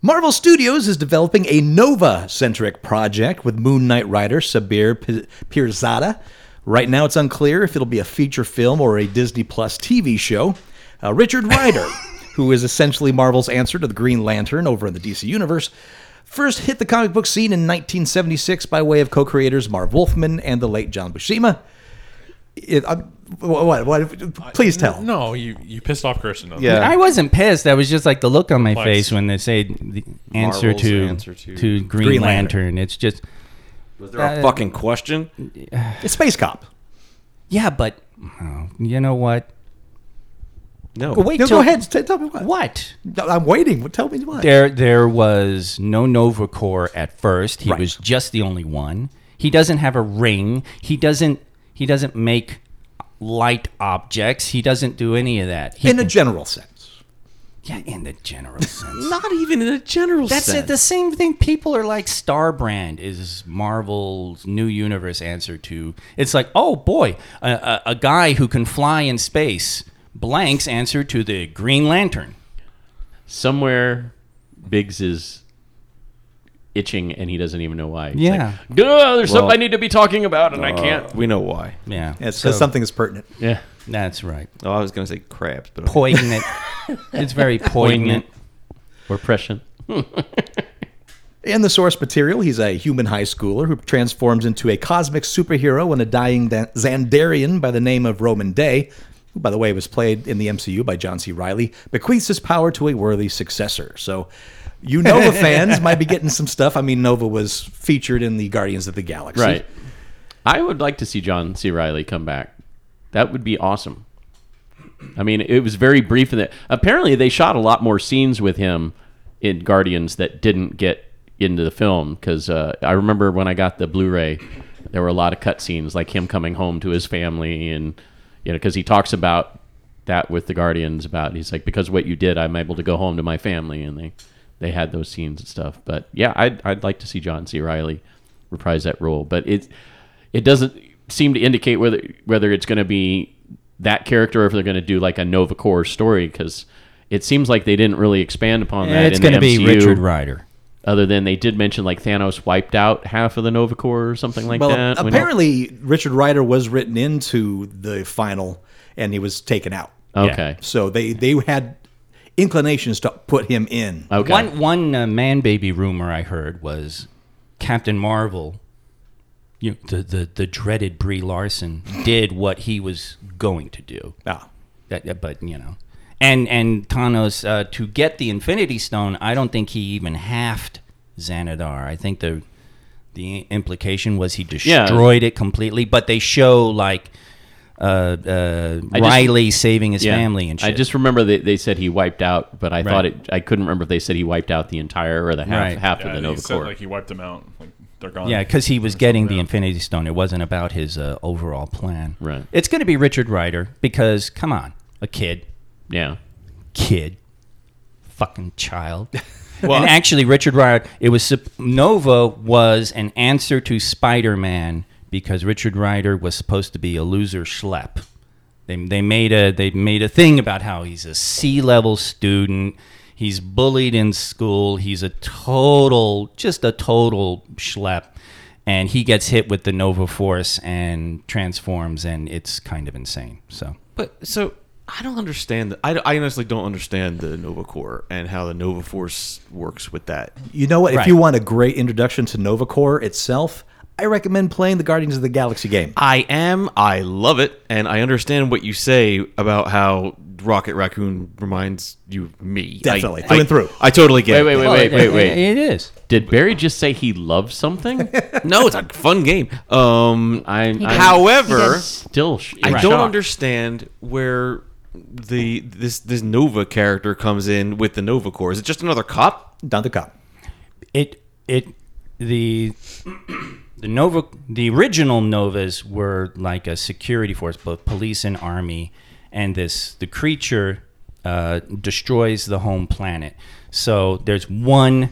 Speaker 3: Marvel Studios is developing a Nova centric project with Moon Knight writer Sabir P- Pirzada. Right now, it's unclear if it'll be a feature film or a Disney Plus TV show. Uh, Richard Ryder, who is essentially Marvel's answer to the Green Lantern over in the DC Universe, first hit the comic book scene in 1976 by way of co creators Marv Wolfman and the late John Buscema. It, I'm- what, what, please tell.
Speaker 5: No, you you pissed off Kirsten. though.
Speaker 4: Uh,
Speaker 9: Yeah.
Speaker 8: I wasn't pissed. That was just like the look on my
Speaker 5: Like-
Speaker 8: face when they say the answer
Speaker 9: Marvel's
Speaker 8: to,
Speaker 9: answer
Speaker 8: to
Speaker 9: to-
Speaker 8: Green,
Speaker 3: Green Lantern.
Speaker 8: Lantern. It's just
Speaker 2: Was there a
Speaker 8: Uh,
Speaker 2: fucking question?
Speaker 3: It's Space Cop.
Speaker 8: yeah, but oh, you know what?
Speaker 2: No.
Speaker 8: Wait
Speaker 3: No,
Speaker 8: till-
Speaker 3: go ahead. T- tell me what.
Speaker 8: What?
Speaker 3: No, I'm waiting. Tell me what.
Speaker 8: There, there was no Novacore at first. He
Speaker 3: Right.
Speaker 8: was just the only one. He doesn't have a ring. He doesn't. He doesn't make light objects. He doesn't do any of that. He,
Speaker 3: in a general sense.
Speaker 8: yeah, in the general sense.
Speaker 2: Not even in a general
Speaker 8: That's
Speaker 2: sense.
Speaker 8: it. The same thing. People are like, Star Brand is Marvel's new universe answer to. It's like, oh boy, a, a, a guy who can fly in space. Blank's answer to the Green Lantern.
Speaker 4: Somewhere, Biggs is itching and he doesn't even know why. He's
Speaker 8: Yeah.
Speaker 4: Like, "Duh, there's
Speaker 2: Well-
Speaker 4: something I need to be talking about and I can't.
Speaker 2: We know why.
Speaker 8: Yeah,
Speaker 3: It's
Speaker 8: so-
Speaker 3: because something is pertinent.
Speaker 4: uh, Yeah.
Speaker 8: That's right.
Speaker 2: Oh, I was going to say crabs, but okay.
Speaker 8: Poignant. it's very poignant.
Speaker 4: Or prescient.
Speaker 3: In the source material, he's a human high schooler who transforms into a cosmic superhero and a dying Dan- Zandarian by the name of Roman Day, who, by the way, was played in the MCU by John C. Riley, bequeaths his power to a worthy successor. So, you Nova fans might be getting some stuff. I mean, Nova was featured in the Guardians of the Galaxy.
Speaker 4: Right. I would like to see John C. Riley come back. That would be awesome. I mean, it was very brief in that. Apparently, they shot a lot more scenes with him in Guardians that didn't get into the film because uh, I remember when I got the Blu-ray, there were a lot of cutscenes like him coming home to his family and you know because he talks about that with the Guardians about he's like because of what you did I'm able to go home to my family and they they had those scenes and stuff but yeah I'd I'd like to see John C. Riley reprise that role but it it doesn't seem to indicate whether whether it's going to be that character or if they're going to do like a Nova Corps story because. It seems like they didn't really expand upon that.
Speaker 10: it's
Speaker 4: in
Speaker 10: going
Speaker 4: the
Speaker 10: to be
Speaker 4: MCU
Speaker 10: Richard Ryder.
Speaker 4: other than they did mention like Thanos wiped out half of the Nova Corps or something like
Speaker 3: Well,
Speaker 4: that. We don't-
Speaker 3: apparently Richard Ryder was written into the final, and he was taken out.
Speaker 4: okay,
Speaker 3: So they they had inclinations to put him in.
Speaker 4: okay.
Speaker 8: One one uh, man baby rumor I heard was Captain Marvel, you know, the, the the dreaded Brie Larson did what he was going to do.
Speaker 3: Ah.
Speaker 8: That, uh, but you know, and and Thanos uh, to get the Infinity Stone, I don't think he even halved Xanadar. I think the the implication was he
Speaker 4: Yeah.
Speaker 8: destroyed it completely. But they show like uh, uh,
Speaker 4: I just-
Speaker 8: Riley saving his
Speaker 4: Yeah.
Speaker 8: family and shit.
Speaker 4: I just remember they, they said he wiped out, but I thought
Speaker 8: Right.
Speaker 4: it. I couldn't remember if they said he wiped out the entire or the half
Speaker 8: Right.
Speaker 4: half
Speaker 5: Yeah,
Speaker 4: of the
Speaker 5: he
Speaker 4: Nova
Speaker 5: said,
Speaker 4: Corps.
Speaker 5: like he wiped them out. Like they're gone.
Speaker 8: Yeah, because he was getting the Infinity Stone. It wasn't about his uh, overall plan.
Speaker 4: Right.
Speaker 8: It's going to be Richard Ryder because, come on, a kid,
Speaker 4: yeah,
Speaker 8: kid, fucking child. and actually, Richard Ryder, it was sup- Nova was an answer to Spider Man because Richard Ryder was supposed to be a loser schlep. They, they made a they made a thing about how he's a C level student. He's bullied in school. He's a total, just a total schlep. And he gets hit with the Nova Force and transforms, and it's kind of insane. So
Speaker 2: But so I don't understand. The, I, I honestly don't understand the Nova Corps and how the Nova Force works with that.
Speaker 3: You know what? If
Speaker 8: Right.
Speaker 3: you want a great introduction to Novacore itself, I recommend playing the Guardians of the Galaxy game.
Speaker 2: I am. I love it, and I understand what you say about how Rocket Raccoon reminds you of me. I-
Speaker 3: Definitely, through
Speaker 2: I-
Speaker 3: and through.
Speaker 2: I totally get.
Speaker 4: Wait,
Speaker 2: it.
Speaker 4: wait, wait, wait, wait, wait.
Speaker 8: it is.
Speaker 4: Did Barry just say he loves something?
Speaker 2: No, it's a fun game. Um,
Speaker 4: I, I'm
Speaker 2: however,
Speaker 4: still. sh-
Speaker 2: I
Speaker 4: in
Speaker 2: don't
Speaker 4: shock.
Speaker 2: understand where the this this Nova character comes in with the Nova Corps. Is it just another cop?
Speaker 3: Not the cop.
Speaker 8: it it the the Nova the original Novas were like a security force, both police and army, and this the creature uh, destroys the home planet. So there's one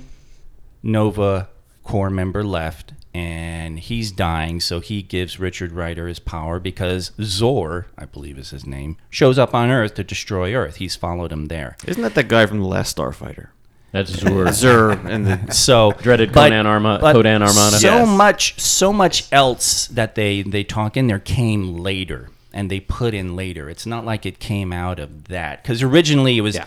Speaker 8: Nova core member left, and he's dying. So he gives Richard Ryder his power because Zor, I believe is his name, shows up on Earth to destroy Earth. He's followed him there.
Speaker 2: Isn't that that guy from the last Starfighter?
Speaker 4: That's Zur.
Speaker 2: Zer and the
Speaker 8: So
Speaker 4: Dreaded Conan Arma-
Speaker 8: but
Speaker 4: Conan Armada.
Speaker 8: So
Speaker 4: Yes.
Speaker 8: much, so much else that they they talk in there came later, and they put in later. It's not like it came out of that because originally it was.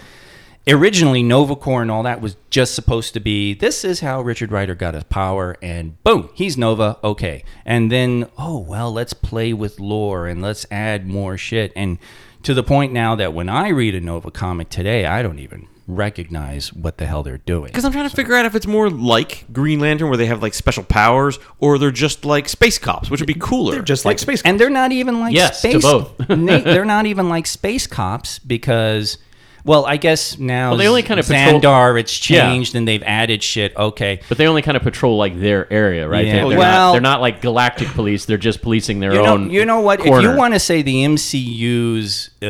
Speaker 8: Originally, Novacore and all that was just supposed to be this is how Richard Ryder got his power, and boom, he's Nova. Okay. And then, oh, well, let's play with lore and let's add more shit. And to the point now that when I read a Nova comic today, I don't even recognize what the hell they're doing.
Speaker 2: Because I'm trying to figure out if it's more like Green Lantern, where they have like special powers, or they're just like space cops, which would be cooler.
Speaker 3: They're just like space.
Speaker 8: and they're not even like
Speaker 4: Yes, to
Speaker 8: space
Speaker 4: both.
Speaker 8: Na- they're not even like space cops because well i guess now
Speaker 4: Well, they only kind of patrol-
Speaker 8: xandar it's
Speaker 4: Yeah.
Speaker 8: changed and they've added shit okay
Speaker 4: But they only kind of patrol like their area, right?
Speaker 8: Yeah.
Speaker 4: They, are not,
Speaker 8: Well-
Speaker 4: they're not like galactic police. They're just policing their
Speaker 8: you know,
Speaker 4: own.
Speaker 8: you know what if
Speaker 4: corner.
Speaker 8: you want to say the mcu's uh, uh,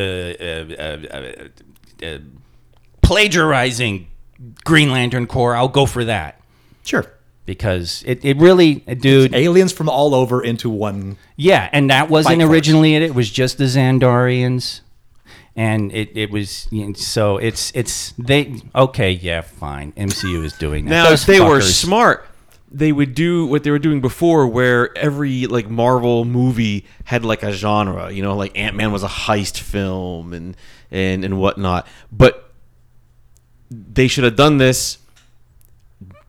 Speaker 8: uh, uh, uh, plagiarizing green lantern corps i'll go for that
Speaker 3: Sure.
Speaker 8: because it, it really dude
Speaker 3: Aliens from all over into one.
Speaker 8: Yeah, and that wasn't
Speaker 3: Force.
Speaker 8: originally it. It was just the Xandarians, and it, it was you know, so it's it's they okay yeah fine MCU is doing that.
Speaker 2: now,
Speaker 8: Those
Speaker 2: if they were
Speaker 8: fuckers.
Speaker 2: smart, they would do what they were doing before, where every like Marvel movie had like a genre. You know, like Ant Man was a heist film and and and whatnot. But they should have done this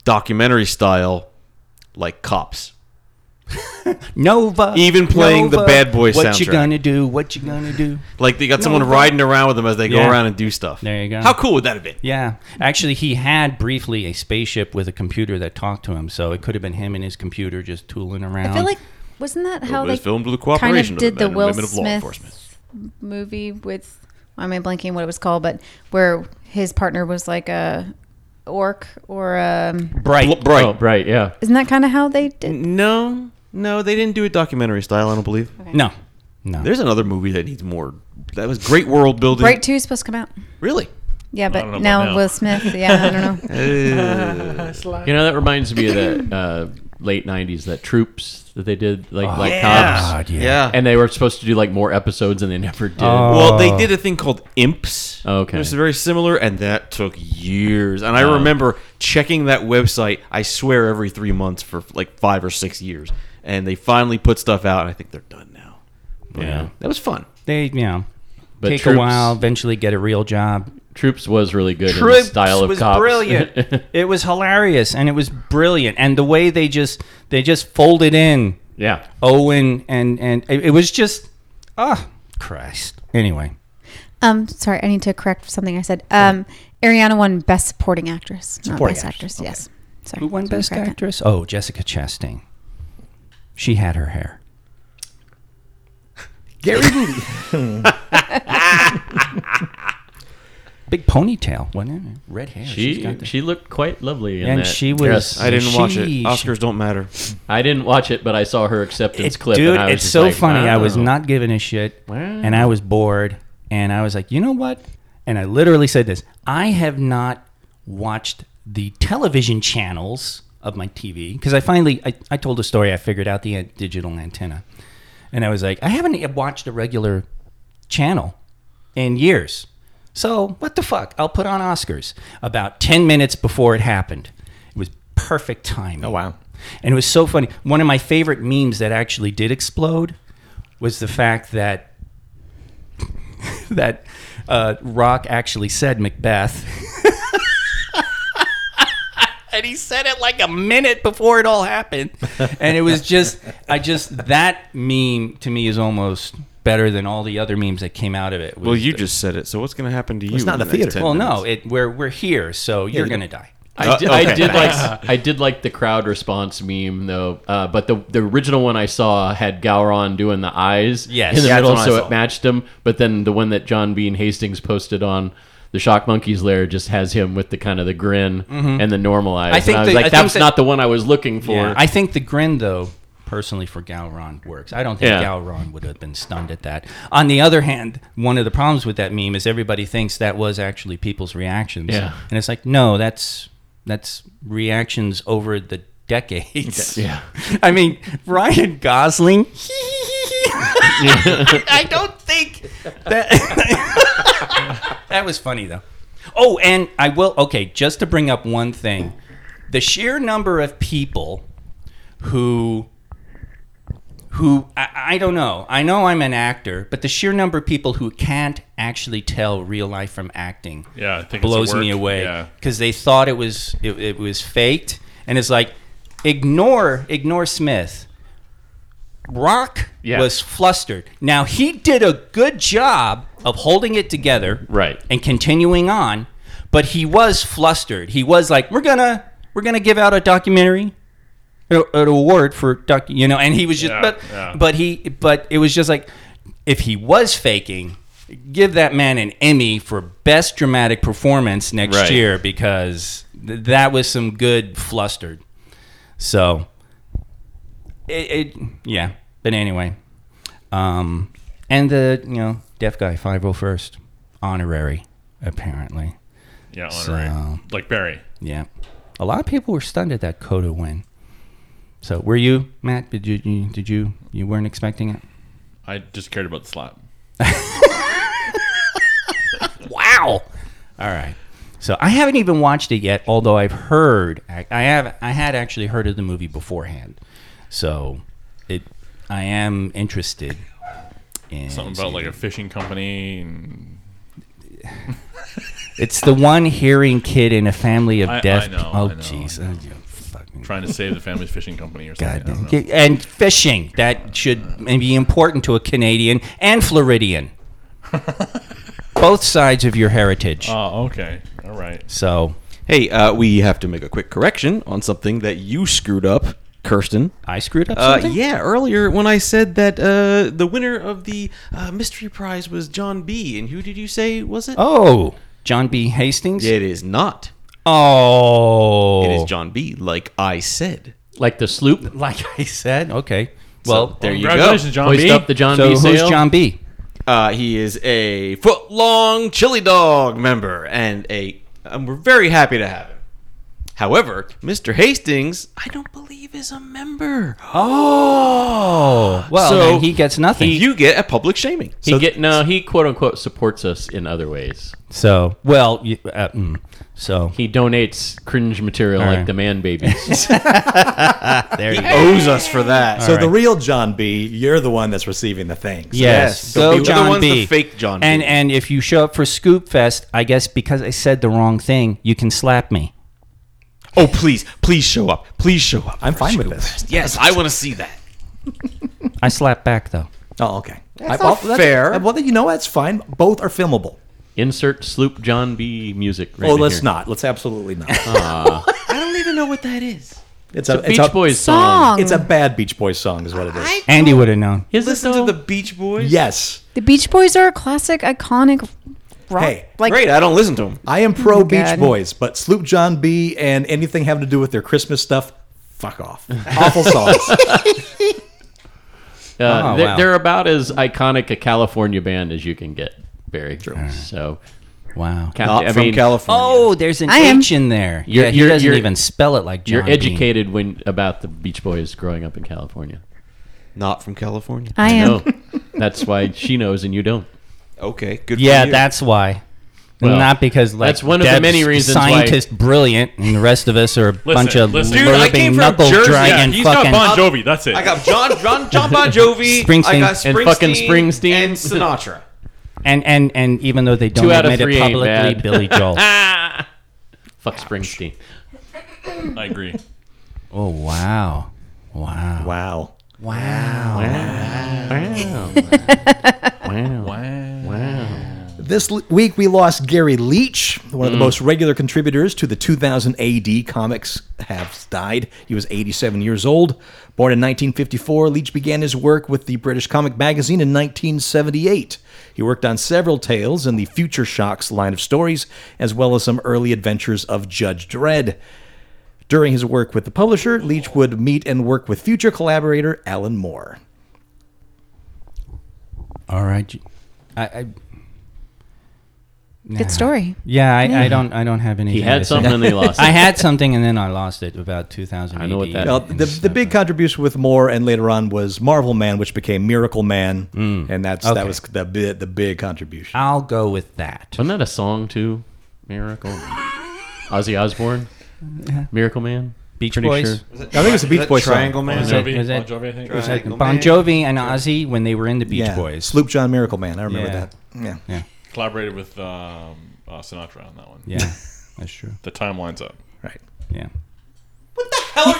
Speaker 2: documentary style, like cops.
Speaker 8: Nova
Speaker 2: even playing the
Speaker 8: Nova,
Speaker 2: Bad Boy
Speaker 8: What you
Speaker 2: soundtrack.
Speaker 8: gonna do? What you gonna do?
Speaker 2: Like they got someone riding around with them as they go
Speaker 8: Yeah.
Speaker 2: around and do stuff.
Speaker 8: There you go.
Speaker 2: How cool would that have been?
Speaker 8: Yeah, actually, he had briefly a spaceship with a computer that talked to him, so it could have been him and his computer just tooling around.
Speaker 7: I feel like wasn't that how
Speaker 2: was
Speaker 7: they
Speaker 2: filmed with the
Speaker 7: kind
Speaker 2: cooperation
Speaker 7: of
Speaker 2: of
Speaker 7: did
Speaker 2: the men
Speaker 7: the
Speaker 2: and
Speaker 7: Will
Speaker 2: women of law enforcement.
Speaker 7: Smith movie with why am I blanking what it was called, but where his partner was like a orc or um,
Speaker 8: Bright.
Speaker 2: Bl- Bright.
Speaker 4: Oh, right, yeah.
Speaker 7: isn't that kind of how they did?
Speaker 2: No, no, they didn't do it documentary style. I don't believe.
Speaker 8: No. No.
Speaker 2: There's another movie that needs more. That was great world building.
Speaker 7: Bright Two is supposed to come out.
Speaker 2: Really?
Speaker 7: Yeah,
Speaker 5: don't know
Speaker 7: but now,
Speaker 5: about now.
Speaker 7: Will Smith. Yeah, I don't know.
Speaker 4: You know, that reminds me of that uh, late 90s, that Troops that they did, like,
Speaker 8: Oh,
Speaker 4: like Cops.
Speaker 2: Yeah.
Speaker 4: And they were supposed to do, like, more episodes, and they never did.
Speaker 8: Oh,
Speaker 2: well, they did a thing called Imps.
Speaker 4: Okay.
Speaker 2: It's very similar, and that took years. And I remember checking that website, I swear, every three months for like five or six years. And they finally put stuff out, and I think they're done now. But,
Speaker 4: Yeah.
Speaker 2: That was fun.
Speaker 8: They, you know,
Speaker 4: But
Speaker 8: take
Speaker 4: Troops-
Speaker 8: a while, eventually get a real job.
Speaker 4: Troops was really good in the
Speaker 8: Troops
Speaker 4: style of
Speaker 8: was
Speaker 4: Cops.
Speaker 8: brilliant. it was hilarious and it was brilliant. And the way they just they just folded in
Speaker 4: yeah.
Speaker 8: Owen and and it, it was just ah Christ. Anyway,
Speaker 7: Um, sorry, I need to correct something I said. Um, Ariana won Best Supporting Actress,
Speaker 8: Supporting
Speaker 7: not Best
Speaker 8: Actress,
Speaker 7: Actress. Yes. Sorry.
Speaker 8: who won
Speaker 7: Let me
Speaker 8: Best
Speaker 7: correct that.
Speaker 8: Actress? Oh, Jessica Chastain. She had her hair.
Speaker 3: Gary Booty.
Speaker 8: Big ponytail, wasn't it? Red hair. She's
Speaker 4: She
Speaker 8: got the-
Speaker 4: she looked quite lovely in
Speaker 8: And
Speaker 4: that
Speaker 8: she was-
Speaker 4: dress.
Speaker 2: I didn't watch it.
Speaker 8: Sheesh.
Speaker 2: Oscars don't matter.
Speaker 4: I didn't watch it, but I saw her acceptance
Speaker 8: It-
Speaker 4: clip.
Speaker 8: Dude,
Speaker 4: and I was
Speaker 8: it's
Speaker 4: just
Speaker 8: so
Speaker 4: like, "Oh."
Speaker 8: funny. I was
Speaker 4: wow.
Speaker 8: not giving a shit,
Speaker 4: Wow.
Speaker 8: and I was bored, and I was like, you know what? And I literally said this: I have not watched the television channels of my TV because I finally I, I told a story. I figured out the uh, digital antenna, and I was like, I haven't watched a regular channel in years. So what the fuck? I'll put on Oscars about ten minutes before it happened. It was perfect timing. Oh
Speaker 9: wow.
Speaker 8: And it was so funny. One of my favorite memes that actually did explode was the fact that that uh, Rock actually said Macbeth. and he said it like a minute before it all happened. And it was just, I just, that meme to me is almost better than all the other memes that came out of it.
Speaker 2: Well, you just said it, so what's going to happen to you? It's
Speaker 3: not the theater.
Speaker 8: Well, no, it, we're, we're here, so you're going to die.
Speaker 4: I did, I did like I did like the crowd response meme though, uh, but the the original one I saw had Gowron doing the eyes
Speaker 8: Yes.
Speaker 4: in the
Speaker 8: Yeah, that's
Speaker 4: middle,
Speaker 8: what I
Speaker 4: so
Speaker 8: saw.
Speaker 4: it matched him. But then the one that John Bean Hastings posted on the Shock Monkeys lair just has him with the kind of the grin and the normal eyes.
Speaker 8: Mm-hmm. I
Speaker 4: and
Speaker 8: think
Speaker 4: I was
Speaker 8: the- I
Speaker 4: like
Speaker 8: think
Speaker 4: that's
Speaker 8: that-
Speaker 4: not the one I was looking for.
Speaker 8: Yeah, I think the grin, though, personally for Galron works. I don't think
Speaker 4: Yeah.
Speaker 8: Galron would have been stunned at that. On the other hand, one of the problems with that meme is everybody thinks that was actually people's reactions.
Speaker 4: Yeah.
Speaker 8: And it's like, no, that's that's reactions over the decades.
Speaker 4: Yeah.
Speaker 8: I mean, Ryan Gosling. I don't think that that was funny though. Oh, and I will. Okay, just to bring up one thing, the sheer number of people who who I, I don't know. I know I'm an actor, but the sheer number of people who can't actually tell real life from acting
Speaker 5: Yeah, I think it's
Speaker 8: blows
Speaker 5: a
Speaker 8: me
Speaker 5: work.
Speaker 8: away
Speaker 5: Yeah.
Speaker 8: because they thought it was it, it was faked, and it's like ignore ignore Smith. Rock
Speaker 4: Yeah.
Speaker 8: was flustered. Now he did a good job of holding it together,
Speaker 4: Right.
Speaker 8: and continuing on, but he was flustered. He was like, "We're gonna we're gonna give out a documentary." a- an award for doc, you know, and he was just,
Speaker 5: Yeah,
Speaker 8: but,
Speaker 5: yeah.
Speaker 8: but he, but it was just like, if he was faking, give that man an Emmy for best dramatic performance next
Speaker 4: Right.
Speaker 8: year because th- that was some good flustered. So, it, it yeah. But anyway, um, and the you know deaf guy five oh first honorary apparently,
Speaker 5: Yeah, honorary.
Speaker 8: So-
Speaker 5: like Barry.
Speaker 8: yeah. A lot of people were stunned at that Coda win. So were you, Matt? Did you, you did you you weren't expecting it?
Speaker 5: I just cared about the slap.
Speaker 8: Wow. All right. So I haven't even watched it yet, although I've heard I, I have I had actually heard of the movie beforehand. So it I am interested in
Speaker 5: Something about like a fishing company. And
Speaker 8: It's the one hearing kid in a family of
Speaker 5: I- I
Speaker 8: deaf
Speaker 5: know,
Speaker 8: Oh
Speaker 5: I know,
Speaker 8: jeez.
Speaker 5: I
Speaker 8: Oh, you fucking
Speaker 5: trying to save the family's fishing company or something. I
Speaker 8: God
Speaker 5: don't know.
Speaker 8: damn. And fishing. That should be important to a Canadian and Floridian. Both sides of your heritage.
Speaker 5: Oh, okay. All right.
Speaker 8: so
Speaker 2: Hey, uh, we have to make a quick correction on something that you screwed up, Kirsten.
Speaker 8: I screwed up
Speaker 2: Uh,
Speaker 8: something?
Speaker 2: yeah, earlier when I said that uh, the winner of the uh, mystery prize was John B. And who did you say was it?
Speaker 8: Oh, John B. Hastings?
Speaker 2: It is not.
Speaker 8: Oh,
Speaker 2: It is John B. Like I said.
Speaker 4: Like the sloop.
Speaker 8: Like I said, okay. Well,
Speaker 2: there you go.
Speaker 5: Congratulations, John
Speaker 4: Hoist
Speaker 5: B.
Speaker 4: up the John
Speaker 8: so
Speaker 4: B.
Speaker 8: who's
Speaker 4: sail.
Speaker 8: John B?
Speaker 2: Uh, he is a foot long chili dog member and a and we're very happy to have him. However, Mr. Hastings, I don't believe is a member.
Speaker 8: Oh, well,
Speaker 2: So,
Speaker 8: then he gets nothing.
Speaker 2: You get a public shaming.
Speaker 4: He get no. He quote unquote supports us in other ways.
Speaker 8: so, well, you- uh, mm, so
Speaker 4: He donates cringe material
Speaker 8: All
Speaker 4: like
Speaker 8: right.
Speaker 4: the man babies.
Speaker 8: there you go.
Speaker 2: owes us for that.
Speaker 3: So the real John B, you're the one that's receiving the thing. So
Speaker 8: Yes,
Speaker 2: Yes.
Speaker 8: go
Speaker 2: Don't be-
Speaker 8: John
Speaker 2: the one's
Speaker 8: B.
Speaker 2: the fake John B.
Speaker 8: And and if you show up for Scoop Fest, I guess because I said the wrong thing, you can slap me.
Speaker 2: Oh, please, please show up. Please show up.
Speaker 3: I'm fine with this.
Speaker 2: Yes, I want to see that.
Speaker 8: I slap back though.
Speaker 3: Oh, okay.
Speaker 2: That's not fair.
Speaker 3: Well, then, you know what? It's fine. Both are filmable.
Speaker 4: Insert sloop John B. music. Right
Speaker 3: Oh,
Speaker 4: in
Speaker 3: let's
Speaker 4: here.
Speaker 3: not. Let's absolutely not.
Speaker 2: I don't even know what that is.
Speaker 3: It's a,
Speaker 4: Beach
Speaker 3: it's a,
Speaker 4: Boys song.
Speaker 7: Song.
Speaker 3: It's a bad Beach Boys song, is what it is.
Speaker 8: Andy
Speaker 2: Oh.
Speaker 8: would have known.
Speaker 4: Is
Speaker 2: Listen
Speaker 4: it
Speaker 2: to
Speaker 4: though?
Speaker 2: the Beach Boys.
Speaker 3: yes.
Speaker 7: The Beach Boys are a classic, iconic rock.
Speaker 3: Hey,
Speaker 7: like
Speaker 2: Great, I don't listen to them.
Speaker 3: I am pro Beach
Speaker 7: God.
Speaker 3: Boys, but Sloop John B and anything having to do with their Christmas stuff, fuck off. Awful songs.
Speaker 4: Uh,
Speaker 8: Oh,
Speaker 4: they're,
Speaker 8: wow.
Speaker 4: they're about as iconic a California band as you can get, Barry. So,
Speaker 8: Wow.
Speaker 4: Cal-
Speaker 2: Not
Speaker 4: I
Speaker 2: from
Speaker 4: mean,
Speaker 2: California.
Speaker 8: Oh, there's an
Speaker 7: I am.
Speaker 8: H in there.
Speaker 4: You're-
Speaker 8: yeah, he
Speaker 4: you're-
Speaker 8: doesn't
Speaker 4: you're-
Speaker 8: even spell it like John.
Speaker 4: You're
Speaker 8: B.
Speaker 4: educated when about the Beach Boys growing up in California.
Speaker 2: Not from California.
Speaker 7: I am.
Speaker 4: No, that's why she knows and you don't.
Speaker 2: Okay, good.
Speaker 8: Yeah,
Speaker 2: for you.
Speaker 8: that's why.
Speaker 4: Well,
Speaker 8: Not because like
Speaker 4: that's one of the
Speaker 8: Deb's
Speaker 4: many reasons why-
Speaker 8: scientist brilliant and the rest of us are a bunch of
Speaker 5: listen. Dude, I
Speaker 8: lurping
Speaker 2: came from
Speaker 8: knuckle
Speaker 2: Jersey.
Speaker 8: dragging
Speaker 5: he's got
Speaker 8: fucking.
Speaker 5: Bon Jovi. That's it.
Speaker 2: I got John John John Bon Jovi. I
Speaker 8: Springsteen.
Speaker 2: got
Speaker 4: And fucking Springsteen.
Speaker 2: and Sinatra.
Speaker 8: and and and even though they don't
Speaker 4: Two out of
Speaker 8: admit
Speaker 4: three
Speaker 8: it
Speaker 4: ain't
Speaker 8: publicly,
Speaker 4: bad.
Speaker 8: Billy Joel.
Speaker 4: Fuck Springsteen.
Speaker 5: I agree.
Speaker 8: oh wow, wow,
Speaker 3: wow.
Speaker 8: wow.
Speaker 3: This l- week we lost Gary Leach, one of the most regular contributors to the 2000 AD comics has died. He was 87 years old. Born in 1954, Leach began his work with the British comic magazine in 1978. He worked on several tales in the Future Shocks line of stories, as well as some early adventures of Judge Dredd. During his work with the publisher, Leach would meet and work with future collaborator Alan Moore.
Speaker 8: All right, G- I. I
Speaker 7: Good story.
Speaker 8: yeah, I, I don't. I don't have any.
Speaker 4: He had something and he lost.
Speaker 8: I
Speaker 4: it.
Speaker 8: had something and then I lost it about 2000.
Speaker 4: I know what
Speaker 8: AD.
Speaker 4: that-
Speaker 3: Well, the, the big contribution with Moore and later on was Marvel Man, which became Miracle Man, and that's
Speaker 8: Okay.
Speaker 3: that was the bi- the big contribution.
Speaker 8: I'll go with that.
Speaker 4: Wasn't that a song too? Miracle. Ozzy Osbourne. Miracle Man.
Speaker 8: Beach
Speaker 4: Pretty
Speaker 8: Boys.
Speaker 4: sure.
Speaker 3: I think it was a Beach Boys
Speaker 2: Triangle
Speaker 3: song.
Speaker 2: Man.
Speaker 8: Was
Speaker 5: Bon
Speaker 8: it-
Speaker 5: Jovi. Bon
Speaker 8: was it-
Speaker 5: Jovi, I think.
Speaker 8: It's like Bon Jovi and Ozzy when they were in the Beach
Speaker 3: yeah.
Speaker 8: Boys.
Speaker 3: Sloop John Miracle Man. I remember
Speaker 8: Yeah.
Speaker 3: that. Yeah.
Speaker 5: Collaborated with um, uh, Sinatra on that one.
Speaker 8: Yeah, that's true.
Speaker 5: The timeline's up.
Speaker 3: right.
Speaker 8: Yeah.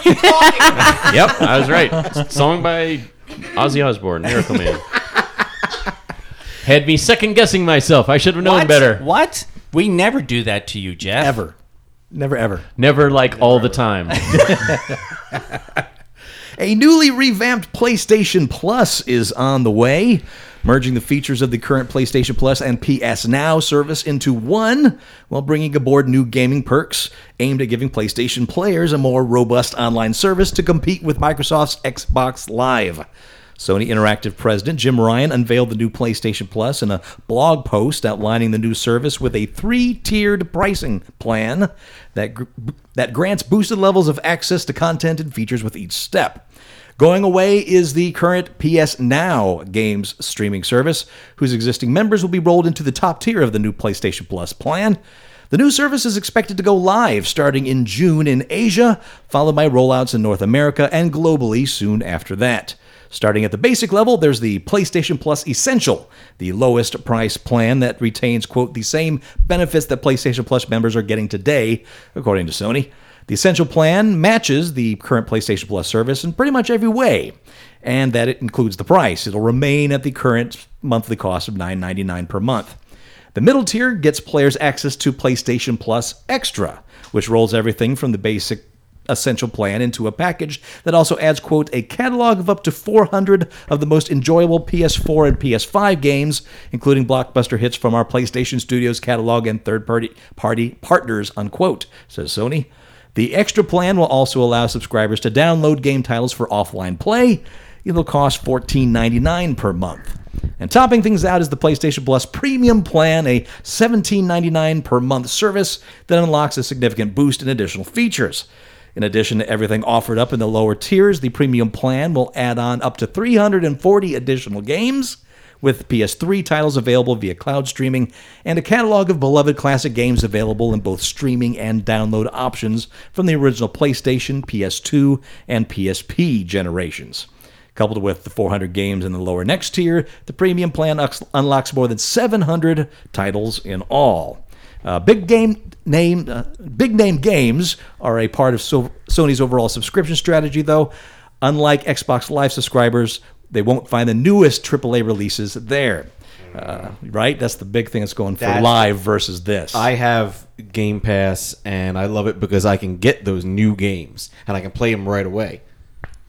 Speaker 4: Yep, I was right. Song by Ozzy Osbourne, Miracle Man. Had me second guessing myself. I should have known
Speaker 8: What?
Speaker 4: better.
Speaker 8: What? We never do that to you, Jeff.
Speaker 3: Ever, never ever.
Speaker 4: Never like all the time.
Speaker 3: A newly revamped PlayStation Plus is on the way, merging the features of the current PlayStation Plus and PS Now service into one while bringing aboard new gaming perks aimed at giving PlayStation players a more robust online service to compete with Microsoft's Xbox Live. Sony Interactive President Jim Ryan unveiled the new PlayStation Plus in a blog post outlining the new service with a three-tiered pricing plan that gr- that grants boosted levels of access to content and features with each step. Going away is the current PS Now games streaming service, whose existing members will be rolled into the top tier of the new PlayStation Plus plan. The new service is expected to go live starting in June in Asia, followed by rollouts in North America and globally soon after that. Starting at the basic level, there's the PlayStation Plus Essential, the lowest price plan that retains, quote, the same benefits that PlayStation Plus members are getting today, according to Sony. The Essential plan matches the current PlayStation Plus service in pretty much every way, and that it includes the price. It'll remain at the current monthly cost of $9.99 per month. The middle tier gets players access to PlayStation Plus Extra, which rolls everything from the basic essential plan into a package that also adds, quote, a catalog of up to 400 of the most enjoyable PS4 and PS5 games, including blockbuster hits from our PlayStation Studios catalog and third party, party partners, unquote, says Sony. The extra plan will also allow subscribers to download game titles for offline play. It'll cost $14.99 per month. And topping things out is the PlayStation Plus Premium plan, a $17.99 per month service that unlocks a significant boost in additional features. In addition to everything offered up in the lower tiers, the premium plan will add on up to 340 additional games, with PS3 titles available via cloud streaming and a catalog of beloved classic games available in both streaming and download options from the original PlayStation, PS2, and PSP generations. Coupled with the 400 games in the lower next tier, the premium plan ux- unlocks more than 700 titles in all. Uh, big game name, uh, big name games are a part of so- Sony's overall subscription strategy, though. Unlike Xbox Live subscribers, they won't find the newest AAA releases there. Uh, right? That's the big thing that's going for
Speaker 2: That's-
Speaker 3: live versus this.
Speaker 2: I have Game Pass, and I love it because I can get those new games and I can play them right away.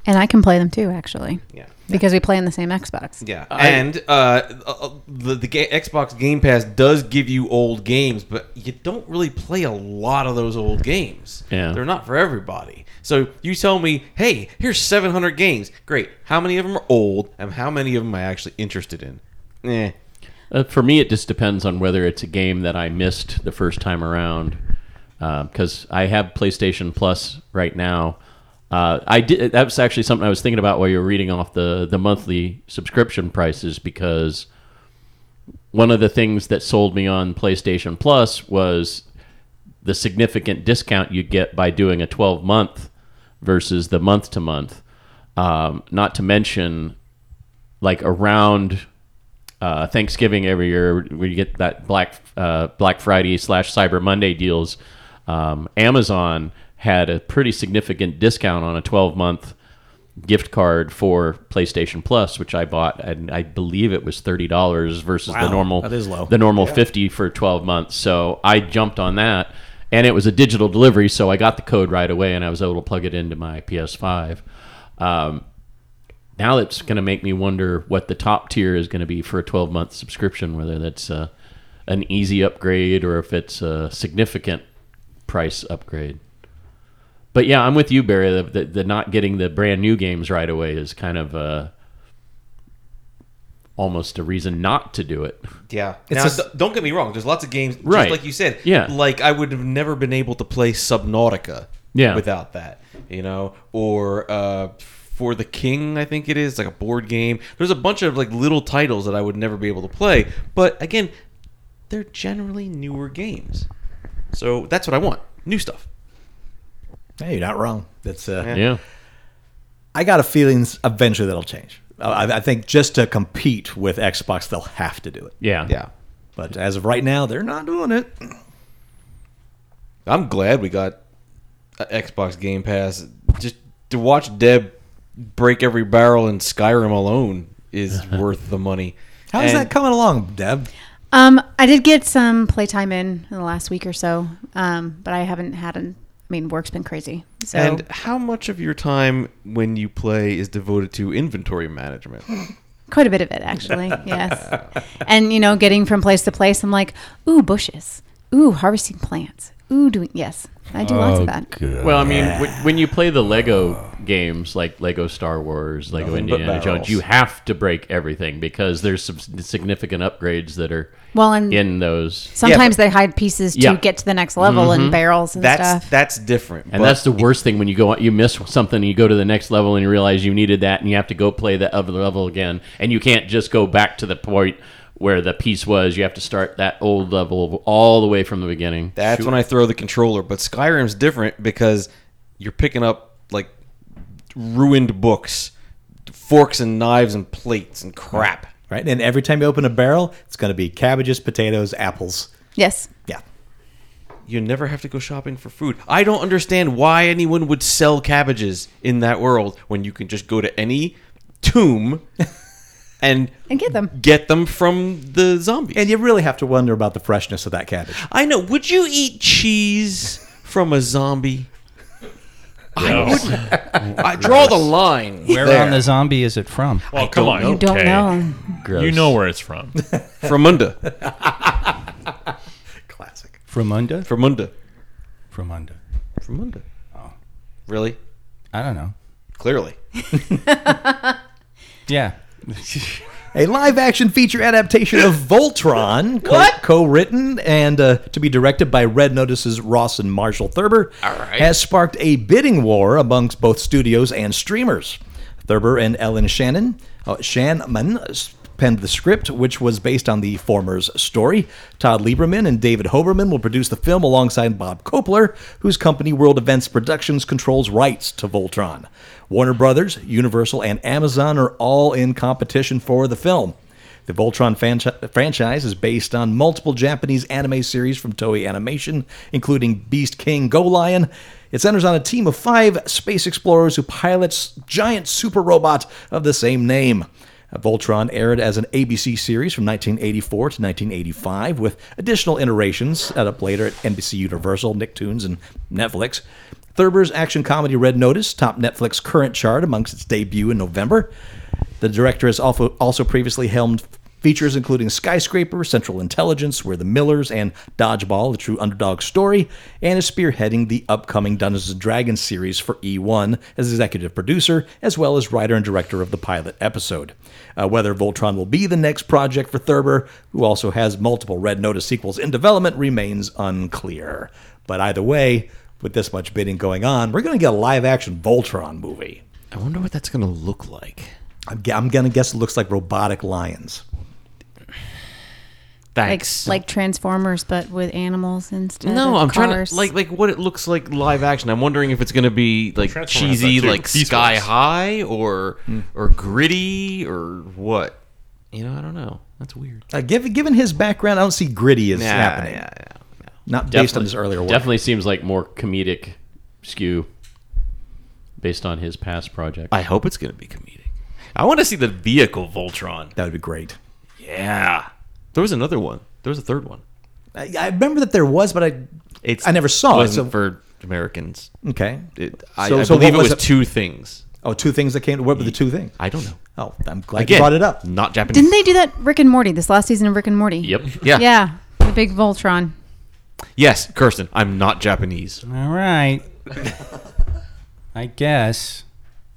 Speaker 7: And I can play them too, actually.
Speaker 2: Yeah.
Speaker 7: Because we play on the same Xbox.
Speaker 2: Yeah, and uh, uh, the the ga- Xbox Game Pass does give you old games, but you don't really play a lot of those old games.
Speaker 4: Yeah.
Speaker 2: they're not for everybody. So you tell me, hey, here's 700 games. Great. How many of them are old, and how many of them am I actually interested in? Eh.
Speaker 4: Uh, for me, it just depends on whether it's a game that I missed the first time around. Because I have PlayStation Plus right now. Uh, I did. That was actually something I was thinking about while you were reading off the the monthly subscription prices because one of the things that sold me on PlayStation Plus was the significant discount you get by doing a 12 month versus the month to month. Um, Not to mention, like around uh, Thanksgiving every year, where you get that Black uh, Black Friday slash Cyber Monday deals. Um, Amazon had a pretty significant discount on a 12 month gift card for PlayStation Plus, which I bought, and I believe it was thirty dollars versus the normal
Speaker 3: that is low.
Speaker 4: the normal fifty for 12 months. So I jumped on that, and it was a digital delivery, so I got the code right away, and I was able to plug it into my PS5. Um, now it's going to make me wonder what the top tier is going to be for a 12 month subscription, whether that's uh, an easy upgrade or if it's a significant price upgrade. But yeah, I'm with you, Barry. The, the, the not getting the brand new games right away is kind of uh, almost a reason not to do it.
Speaker 2: Yeah.
Speaker 3: It's
Speaker 2: now,
Speaker 3: just-
Speaker 2: d- don't get me wrong. There's lots of games,
Speaker 4: Right.
Speaker 2: just like you said.
Speaker 4: Yeah.
Speaker 2: Like I would have never been able to play Subnautica.
Speaker 4: Yeah.
Speaker 2: Without that, you know, or uh, for the King, I think it is like a board game. There's a bunch of like little titles that I would never be able to play. But again, they're generally newer games, so that's what I want: new stuff.
Speaker 3: hey, you're not wrong. That's uh,
Speaker 4: Yeah.
Speaker 3: I got a feeling eventually that'll change. I, I think just to compete with Xbox, they'll have to do it.
Speaker 4: Yeah.
Speaker 3: But as of right now, they're not doing it.
Speaker 2: I'm glad we got a Xbox Game Pass. Just to watch Deb break every barrel in Skyrim alone is worth the money.
Speaker 3: How's
Speaker 2: And-
Speaker 3: that coming along, Deb?
Speaker 7: Um, I did get some playtime in in the last week or so, um, but I haven't had an. I mean, work's been crazy. So
Speaker 2: And how much of your time when you play is devoted to inventory management?
Speaker 7: quite a bit of it, actually. yes. And, you know, getting from place to place, I'm like, ooh, bushes. Ooh, harvesting plants. Ooh, doing. Yes. I do lots of that.
Speaker 4: Well, I mean, when, when you play the Lego games like Lego Star Wars, Lego
Speaker 2: Nothing but
Speaker 4: Indiana Jones,
Speaker 2: barrels.
Speaker 4: you have to break everything because there's some s- significant upgrades that are
Speaker 7: Well, and
Speaker 4: in those.
Speaker 7: sometimes they hide pieces to
Speaker 4: Yeah.
Speaker 7: get to the next level and barrels and
Speaker 2: Mm-hmm. That's
Speaker 7: stuff.
Speaker 2: that's different.
Speaker 4: And
Speaker 2: but-
Speaker 4: that's the worst thing when you go you miss something, you go to the next level and you realize you needed that, and you have to go play the other level again, and you can't just go back to the point where the piece was. You have to start that old level all the way from the beginning.
Speaker 2: that's when I throw the controller. But Skyrim's different because you're picking up like ruined books, forks and knives and plates and crap.
Speaker 3: Right? And every time you open a barrel, it's going to be cabbages, potatoes, apples.
Speaker 7: yes.
Speaker 3: Yeah.
Speaker 2: You never have to go shopping for food. I don't understand why anyone would sell cabbages in that world when you can just go to any tomb and
Speaker 7: And get them.
Speaker 2: get them from the zombies.
Speaker 3: And you really have to wonder about the freshness of that cabbage.
Speaker 2: I know. Would you eat cheese from a zombie?
Speaker 5: No.
Speaker 9: I draw the line.
Speaker 8: Where on the zombie is it from?
Speaker 5: Well, come on.
Speaker 7: You don't
Speaker 5: okay.
Speaker 7: know.
Speaker 4: Gross.
Speaker 5: You know where it's from.
Speaker 2: Fromunda.
Speaker 3: Classic.
Speaker 8: From under?
Speaker 2: Fromunda.
Speaker 8: From under.
Speaker 2: Fromunda. Oh. Really?
Speaker 8: I don't know.
Speaker 2: Clearly.
Speaker 8: Yeah.
Speaker 3: A live action feature adaptation of Voltron, co written and uh, to be directed by Red Notice's Ross and Marshall Thurber, has sparked a bidding war amongst both studios and streamers. Thurber and Ellen Shannon, uh, Shanman penned the script, which was based on the former's story. Todd Lieberman and David Hoberman will produce the film alongside Bob Copler, whose company World Events Productions controls rights to Voltron. Warner Brothers, Universal, and Amazon are all in competition for the film. The Voltron franchi- franchise is based on multiple Japanese anime series from Toei Animation, including Beast King Go Lion. It centers on a team of five space explorers who pilots giant super robot of the same name. Voltron aired as an ABC series from 1984 to 1985, with additional iterations set up later at NBC Universal, Nicktoons, and Netflix. Thurber's action comedy Red Notice topped Netflix current chart amongst its debut in November. The director has also, also previously helmed features including Skyscraper, Central Intelligence, Where the Millers, and Dodgeball, The True Underdog Story, and is spearheading the upcoming Dungeons & Dragons series for E1 as executive producer, as well as writer and director of the pilot episode. Uh, whether Voltron will be the next project for Thurber, who also has multiple Red Notice sequels in development, remains unclear. But either way, with this much bidding going on, we're going to get a live-action Voltron movie.
Speaker 9: I wonder what that's going to look like.
Speaker 3: I'm, g- I'm going to guess it looks like robotic lions.
Speaker 7: Like,
Speaker 9: Thanks.
Speaker 7: like Transformers, but with animals instead.
Speaker 2: no,
Speaker 7: of
Speaker 2: I'm trying
Speaker 7: cars.
Speaker 2: to like like what it looks like live action. I'm wondering if it's going to be like
Speaker 5: Transformers has that
Speaker 2: cheesy,
Speaker 5: too.
Speaker 2: like
Speaker 5: Beast
Speaker 2: sky
Speaker 5: Wars. Hmm.
Speaker 2: high, or or gritty, or what? You know, I don't know. That's weird.
Speaker 3: Uh, given, given his background, I don't see gritty as happening. Not based on his earlier work.
Speaker 4: Definitely seems like more comedic skew based on his past project.
Speaker 2: I hope it's going to be comedic. I want to see the vehicle Voltron.
Speaker 3: That would be great.
Speaker 2: Yeah. There was another one. There was a third one.
Speaker 3: I, I remember that there was, but I
Speaker 2: It's
Speaker 3: I never saw it,
Speaker 2: wasn't
Speaker 3: so-
Speaker 2: for Americans.
Speaker 3: okay.
Speaker 2: It, I,
Speaker 3: So-
Speaker 2: I
Speaker 3: so
Speaker 2: believe it
Speaker 3: what was
Speaker 2: was
Speaker 3: it-
Speaker 2: two things.
Speaker 3: Oh, two things that came. What were the two things?
Speaker 2: I don't know.
Speaker 3: Oh, I'm glad you brought it up.
Speaker 2: Not Japanese.
Speaker 7: Didn't they do that Rick and Morty this last season of Rick and Morty?
Speaker 4: yep.
Speaker 2: Yeah.
Speaker 7: Yeah, the big Voltron.
Speaker 2: Yes, Kirsten. I'm not Japanese. You're
Speaker 8: All right. I guess.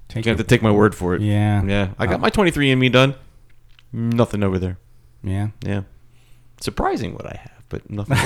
Speaker 8: Take
Speaker 2: gonna have to take my word for it.
Speaker 8: Yeah.
Speaker 2: Yeah. I got my 23andMe done. Nothing over there.
Speaker 8: Yeah.
Speaker 2: Yeah. Surprising what I have, but nothing.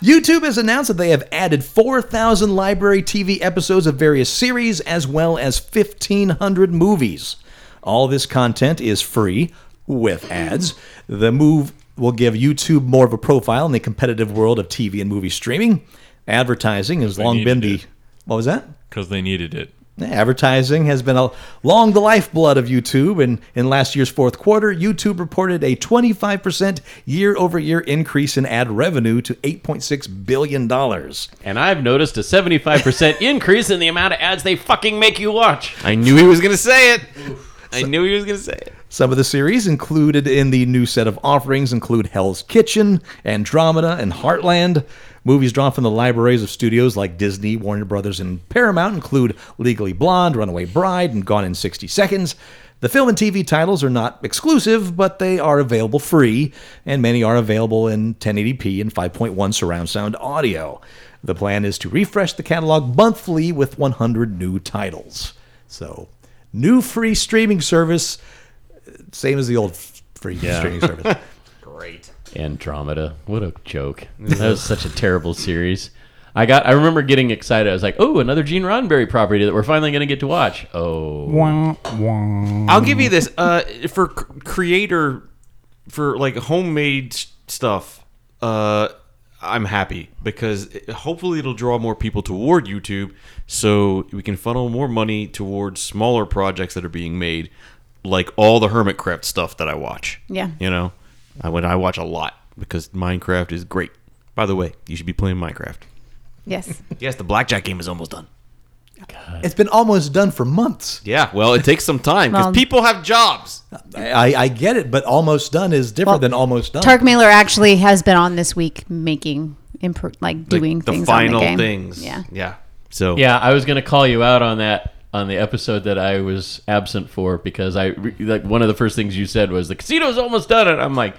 Speaker 3: YouTube has announced that they have added 4,000 library TV episodes of various series as well as 1,500 movies. All this content is free with ads. The move will give YouTube more of a profile in the competitive world of TV and movie streaming. Advertising has long been
Speaker 5: needed
Speaker 3: the.
Speaker 5: it.
Speaker 3: What was that?
Speaker 5: Because they needed it.
Speaker 3: Advertising has been a long the lifeblood of YouTube, and in last year's fourth quarter, YouTube reported a 25% year over year increase in ad revenue to $8.6 billion.
Speaker 4: And I've noticed a 75% increase in the amount of ads they fucking make you watch.
Speaker 2: I knew he was gonna say it. I knew he was gonna say it.
Speaker 3: Some of the series included in the new set of offerings include Hell's Kitchen, Andromeda, and Heartland. Movies drawn from the libraries of studios like Disney, Warner Brothers, and Paramount include Legally Blonde, Runaway Bride, and Gone in 60 Seconds. The film and TV titles are not exclusive, but they are available free, and many are available in 1080p and 5.1 surround sound audio. The plan is to refresh the catalog monthly with 100 new titles. So, new free streaming service same as the old free streaming service.
Speaker 4: Andromeda. What a joke. That was such a terrible series. I got I remember getting excited. I was like, "Oh, another Gene Roddenberry property that we're finally going to get to watch." Oh.
Speaker 8: Wah, wah.
Speaker 2: I'll give
Speaker 7: Mm.
Speaker 2: you this. Uh, for c- creator, for like homemade s- stuff, uh, I'm happy because it, hopefully it'll draw more people toward YouTube, so we can funnel more money towards smaller projects that are being made, like all the Hermit Craft stuff that I watch.
Speaker 7: Yeah.
Speaker 2: you know, I when I watch a lot because Minecraft is great. By the way, you should be playing Minecraft.
Speaker 7: Yes.
Speaker 2: Yes, the blackjack game is almost done.
Speaker 3: It's been almost done for months.
Speaker 2: Yeah, well, it takes some time because
Speaker 7: Well-
Speaker 2: people have jobs.
Speaker 3: I, I get it, but almost done is different than almost done.
Speaker 7: Tark Mailer actually has been on this week making improve, like
Speaker 2: Like,
Speaker 7: doing
Speaker 2: the
Speaker 7: things on
Speaker 2: final
Speaker 7: the game.
Speaker 2: things.
Speaker 7: Yeah.
Speaker 2: yeah. So
Speaker 4: Yeah, I was gonna call you out on that on the episode that I was absent for because I re- like one of the first things you said was the casino's almost done, and I'm like,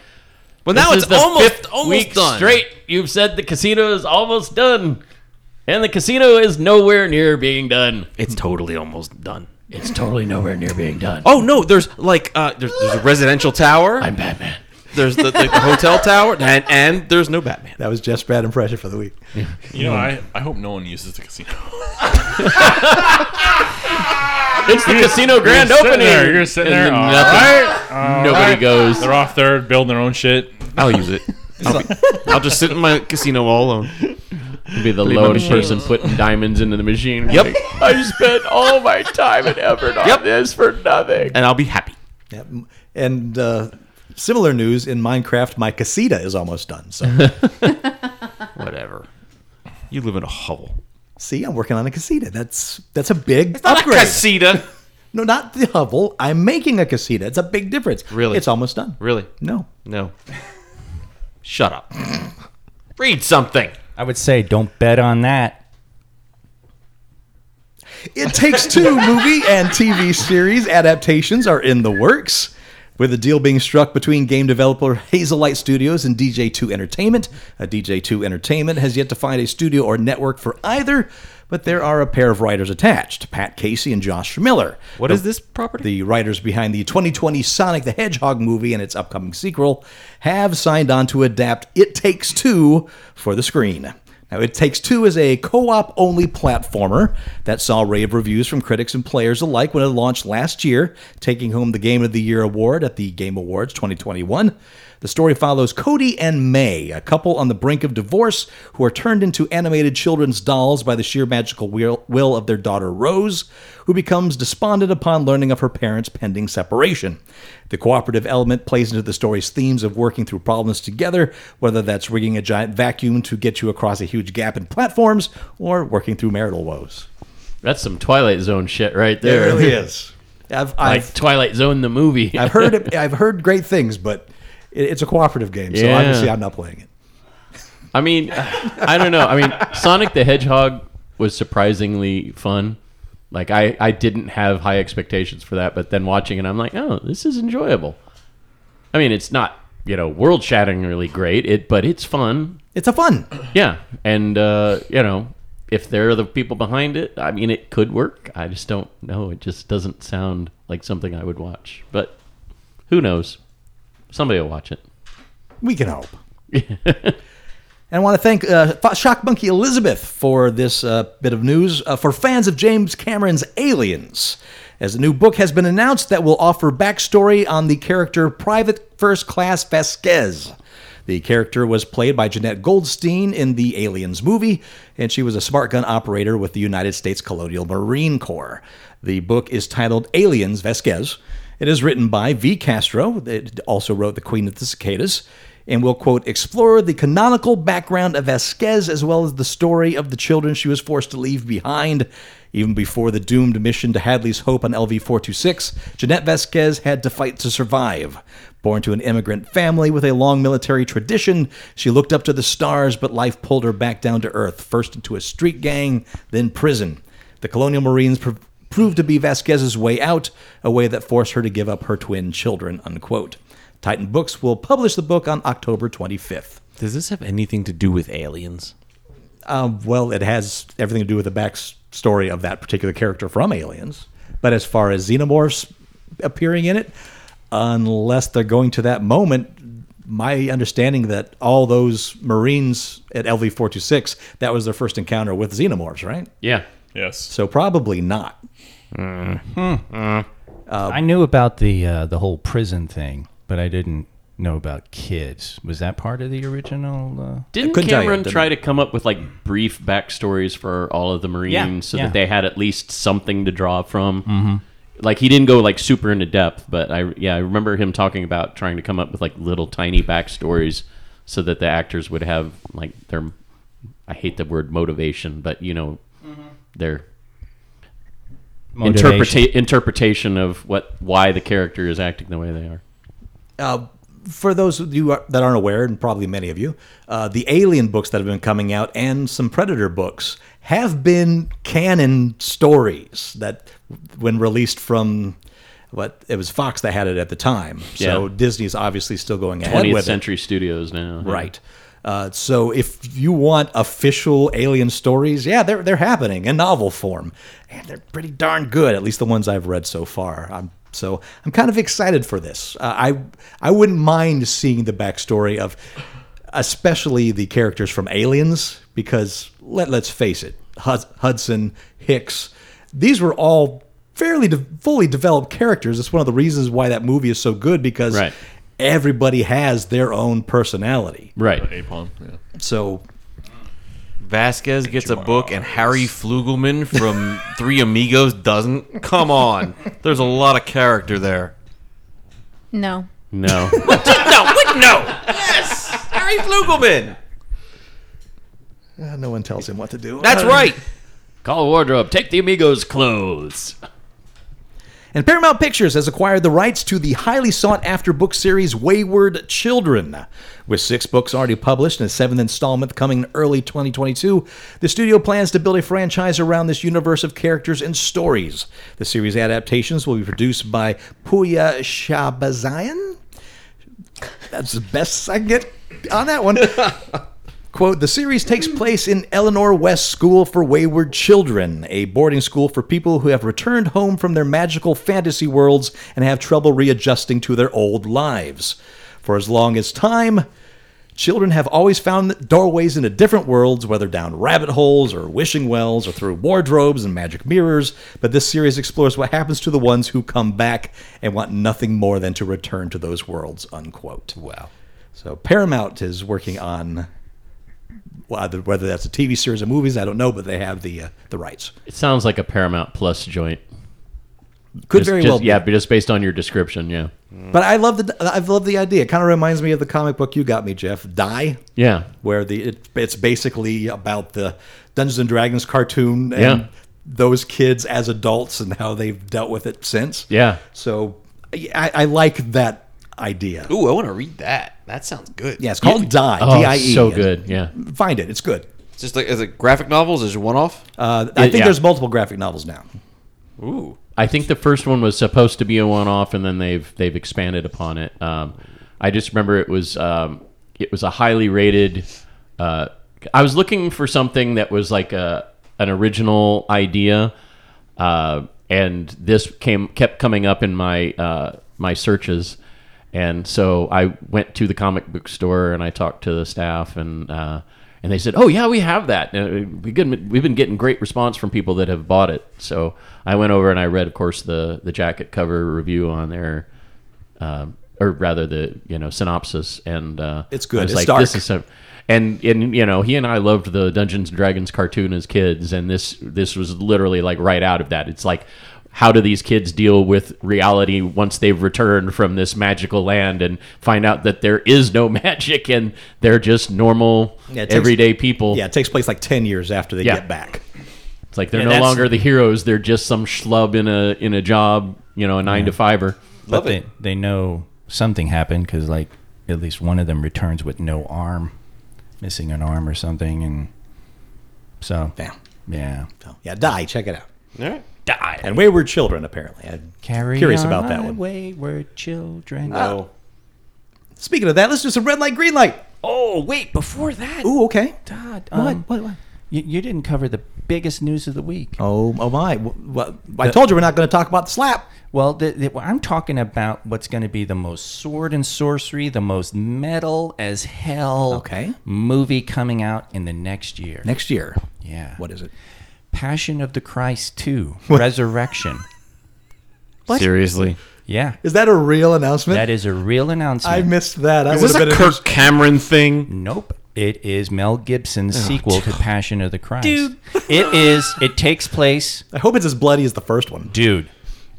Speaker 2: well,
Speaker 4: this
Speaker 2: now
Speaker 4: is
Speaker 2: it's
Speaker 4: the
Speaker 2: almost
Speaker 4: fifth
Speaker 2: almost
Speaker 4: week
Speaker 2: done.
Speaker 4: straight. You've said the casino is almost done, and the casino is nowhere near being done.
Speaker 2: It's totally almost done.
Speaker 4: It's totally nowhere near being done.
Speaker 2: Oh no, there's like uh, there's, there's a residential tower.
Speaker 4: I'm Batman.
Speaker 2: there's the, like, the hotel tower, and and there's no Batman.
Speaker 3: That was Jeff's bad impression for the week.
Speaker 5: You know, I, I hope no one uses the casino.
Speaker 4: It's the casino grand
Speaker 5: sitting
Speaker 4: opening.
Speaker 5: there, you're sitting
Speaker 4: And
Speaker 5: there,
Speaker 4: then
Speaker 5: all
Speaker 4: nothing. Nobody goes.
Speaker 5: They're off there building their own shit.
Speaker 2: I'll use it. I'll, be- I'll just sit in my casino all alone.
Speaker 4: be the
Speaker 2: my
Speaker 4: lone
Speaker 2: machine.
Speaker 4: person putting diamonds into the machine.
Speaker 2: Yep.
Speaker 4: Like, I spent all my time and effort on
Speaker 2: Yep.
Speaker 4: this for nothing.
Speaker 2: and I'll be happy.
Speaker 3: Yeah. And uh, similar news in Minecraft, my casita is almost done. So
Speaker 2: Whatever. You live in a hovel.
Speaker 3: see, I'm working on a casita. That's that's a big upgrade.
Speaker 2: Casita.
Speaker 3: no, not the hovel. I'm making a casita. It's a big difference.
Speaker 2: Really?
Speaker 3: It's almost done.
Speaker 2: Really?
Speaker 3: No.
Speaker 2: No. Shut up. Read something.
Speaker 8: I would say don't bet on that.
Speaker 3: It Takes Two movie and TV series adaptations are in the works, with a deal being struck between game developer Hazelite Studios and DJ2 Entertainment. Uh, DJ2 Entertainment has yet to find a studio or network for either, but there are a pair of writers attached Pat Casey and Josh Miller.
Speaker 2: What
Speaker 3: The-
Speaker 2: is this property?
Speaker 3: the writers behind the 2020 Sonic the Hedgehog movie and its upcoming sequel have signed on to adapt It Takes Two for the screen. Now, It Takes Two is a co op only platformer that saw rave reviews from critics and players alike when it launched last year, taking home the Game of the Year award at the Game Awards 2021. The story follows Cody and May, a couple on the brink of divorce who are turned into animated children's dolls by the sheer magical will, will of their daughter Rose, who becomes despondent upon learning of her parents' pending separation. The cooperative element plays into the story's themes of working through problems together, whether that's rigging a giant vacuum to get you across a huge gap in platforms or working through marital woes.
Speaker 4: That's some Twilight Zone shit right there.
Speaker 3: is. I've, I've,
Speaker 4: Like Twilight Zone the movie.
Speaker 3: I've heard it, I've heard great things, but it, it's a cooperative game, so
Speaker 4: Yeah.
Speaker 3: obviously I'm not playing it.
Speaker 4: I mean, I don't know. I mean, Sonic the Hedgehog was surprisingly fun. Like I, I didn't have high expectations for that, but then watching it, I'm like, oh, this is enjoyable. I mean, it's not you know world shatteringly great, it but it's fun.
Speaker 3: It's a fun.
Speaker 4: Yeah, and uh, you know, if there are the people behind it, I mean, it could work. I just don't know. It just doesn't sound like something I would watch. But who knows? Somebody will watch it.
Speaker 3: We can hope. And I want to thank uh, Fo- Shock Monkey Elizabeth for this uh, bit of news. Uh, for fans of James Cameron's Aliens, as a new book has been announced that will offer backstory on the character Private First Class Vasquez. The character was played by Jeanette Goldstein in the Aliens movie, and she was a smart gun operator with the United States Colonial Marine Corps. The book is titled Aliens Vasquez. It is written by V. Castro, that also wrote The Queen of the Cicadas and will, quote, explore the canonical background of Vasquez as well as the story of the children she was forced to leave behind. Even before the doomed mission to Hadley's Hope on LV 426, Jeanette Vasquez had to fight to survive. Born to an immigrant family with a long military tradition, she looked up to the stars, but life pulled her back down to earth, first into a street gang, then prison. The Colonial Marines pro- proved to be Vasquez's way out, a way that forced her to give up her twin children, unquote. Titan Books will publish the book on October 25th.
Speaker 2: Does this have anything to do with aliens?
Speaker 3: Um, well, it has everything to do with the backstory of that particular character from Aliens. But as far as xenomorphs appearing in it, unless they're going to that moment, my understanding that all those Marines at LV 426, that was their first encounter with xenomorphs, right?
Speaker 4: Yeah.
Speaker 5: Yes.
Speaker 3: So probably not.
Speaker 8: I knew about the uh, the whole prison thing, but I didn't know about kids. Was that part of the original? Uh...
Speaker 4: Didn't
Speaker 3: couldn't tell you,
Speaker 4: Cameron
Speaker 3: didn't-
Speaker 4: try to come up with like brief backstories for all of the Marines
Speaker 8: Yeah,
Speaker 4: so
Speaker 8: yeah.
Speaker 4: that they had at least something to draw from? Mm-hmm. Like he didn't go like super into depth, but I yeah I remember him talking about trying to come up with like little tiny backstories so that the actors would have like their I hate the word motivation, but you know
Speaker 3: Mm-hmm.
Speaker 4: their interpreta- interpretation of what why the character is acting the way they are.
Speaker 3: uh, for those of you that aren't aware, and probably many of you, uh, the Alien books that have been coming out and some Predator books have been canon stories that, when released from what it was Fox that had it at the time. So
Speaker 4: Yeah.
Speaker 3: Disney's obviously still going ahead
Speaker 4: Twentieth
Speaker 3: with it.
Speaker 4: Century Studios now.
Speaker 3: Right. Uh, so if you want official alien stories, yeah, they're they're happening in novel form, and they're pretty darn good. At least the ones I've read so far. I'm so I'm kind of excited for this. Uh, I I wouldn't mind seeing the backstory of, especially the characters from Aliens, because let let's face it, Hud- Hudson Hicks, these were all fairly de- fully developed characters. It's one of the reasons why that movie is so good because
Speaker 4: Right.
Speaker 3: everybody has their own personality.
Speaker 4: Right.
Speaker 5: Napalm. Yeah.
Speaker 3: So
Speaker 2: Vasquez gets a book and Harry Flugelman from Three Amigos doesn't. Come on. There's a lot of character there.
Speaker 7: No.
Speaker 4: No.
Speaker 2: No, what? No. Yes. Harry Flugelman.
Speaker 3: uh, no one tells him what to do. Uh,
Speaker 2: That's right.
Speaker 4: Call wardrobe. Take the Amigos clothes.
Speaker 3: And Paramount Pictures has acquired the rights to the highly sought after book series Wayward Children. With six books already published and a seventh installment coming in early 2022, the studio plans to build a franchise around this universe of characters and stories. The series adaptations will be produced by Puya Shabazian. That's the best I can get on that one. Quote, the series takes place in Eleanor West School for Wayward Children, a boarding school for people who have returned home from their magical fantasy worlds and have trouble readjusting to their old lives. For as long as time, children have always found doorways into different worlds, whether down rabbit holes or wishing wells or through wardrobes and magic mirrors. But this series explores what happens to the ones who come back and want nothing more than to return to those worlds, unquote.
Speaker 8: Wow.
Speaker 3: So Paramount is working on whether whether that's a TV series or movies. I don't know, but they have the uh, the rights.
Speaker 4: It sounds like a Paramount Plus joint.
Speaker 3: Could
Speaker 4: Just-
Speaker 3: very
Speaker 4: just-
Speaker 3: well, be.
Speaker 4: Yeah, but just based on your description, yeah.
Speaker 3: But I love the I love the idea. It kind of reminds me of the comic book you got me, Jeff. Die,
Speaker 4: Yeah.
Speaker 3: where the it, it's basically about the Dungeons and Dragons cartoon and
Speaker 4: Yeah.
Speaker 3: those kids as adults and how they've dealt with it since.
Speaker 4: Yeah.
Speaker 3: So I, I like that idea.
Speaker 9: Ooh, I want to read that. That sounds good.
Speaker 3: Yeah, it's called Die.
Speaker 4: Oh,
Speaker 3: D I E.
Speaker 4: so good. Yeah.
Speaker 3: Find it. It's good.
Speaker 9: It's just like is it graphic novels? Is it one off?
Speaker 3: Uh, I think
Speaker 4: yeah.
Speaker 3: there's multiple graphic novels now.
Speaker 9: Ooh,
Speaker 4: I think the first one was supposed to be a one-off, and then they've they've expanded upon it. Um, I just remember it was um, it was a highly rated. Uh, I was looking for something that was like a an original idea, uh, and this came kept coming up in my uh, my searches. And so I went to the comic book store and I talked to the staff and uh, and they said, "Oh yeah, we have that. And we good, we've been getting great response from people that have bought it." So I went over and I read, of course, the the jacket cover review on there, um, or rather the you know synopsis, and uh,
Speaker 3: It's good.
Speaker 4: I was
Speaker 3: It's
Speaker 4: like,
Speaker 3: dark.
Speaker 4: This is a, and and you know he and I loved the Dungeons and Dragons cartoon as kids, and this this was literally like right out of that. It's like how do these kids deal with reality once they've returned from this magical land and find out that there is no magic and they're just normal
Speaker 3: Yeah, it takes-
Speaker 4: everyday people?
Speaker 3: Yeah, it takes place like 10 years after they
Speaker 4: Yeah.
Speaker 3: get back.
Speaker 4: It's like they're
Speaker 8: Yeah,
Speaker 4: no
Speaker 8: that's-
Speaker 4: longer the heroes; they're just some schlub in a in a job, you know, a nine to fiver.
Speaker 8: But they, they know something happened because, like, at least one of them returns with no arm, missing an arm or something, and so
Speaker 3: Yeah.
Speaker 8: yeah.
Speaker 3: So, yeah, Die. Check it out.
Speaker 8: Die.
Speaker 3: And Wayward Children, apparently. I'm curious about that one. Ah.
Speaker 8: Wayward children.
Speaker 3: No. Speaking of that, let's do some red light, green light.
Speaker 8: Oh wait, before that,
Speaker 3: Ooh, okay.
Speaker 8: God,
Speaker 3: What?
Speaker 8: um,
Speaker 3: What? What?
Speaker 8: You, you didn't cover the biggest news of the week.
Speaker 3: Oh, oh my. Well, I told you we're not going to talk about the slap.
Speaker 8: Well, the, the, well, I'm talking about what's going to be the most sword and sorcery, the most metal as hell
Speaker 3: Okay.
Speaker 8: movie coming out in the next year.
Speaker 3: Next year.
Speaker 8: yeah.
Speaker 3: What is it?
Speaker 8: Passion of the Christ 2, Resurrection.
Speaker 2: Seriously.
Speaker 8: Yeah.
Speaker 3: Is that a real announcement?
Speaker 8: That is a real announcement.
Speaker 3: I missed that. I
Speaker 2: Is
Speaker 3: would
Speaker 2: this
Speaker 3: have
Speaker 2: a
Speaker 3: been
Speaker 2: Kirk Cameron thing?
Speaker 8: Nope. It is Mel Gibson's sequel to Passion of the Christ. Dude. it is. It takes place
Speaker 3: I hope it's as bloody as the first one.
Speaker 8: dude.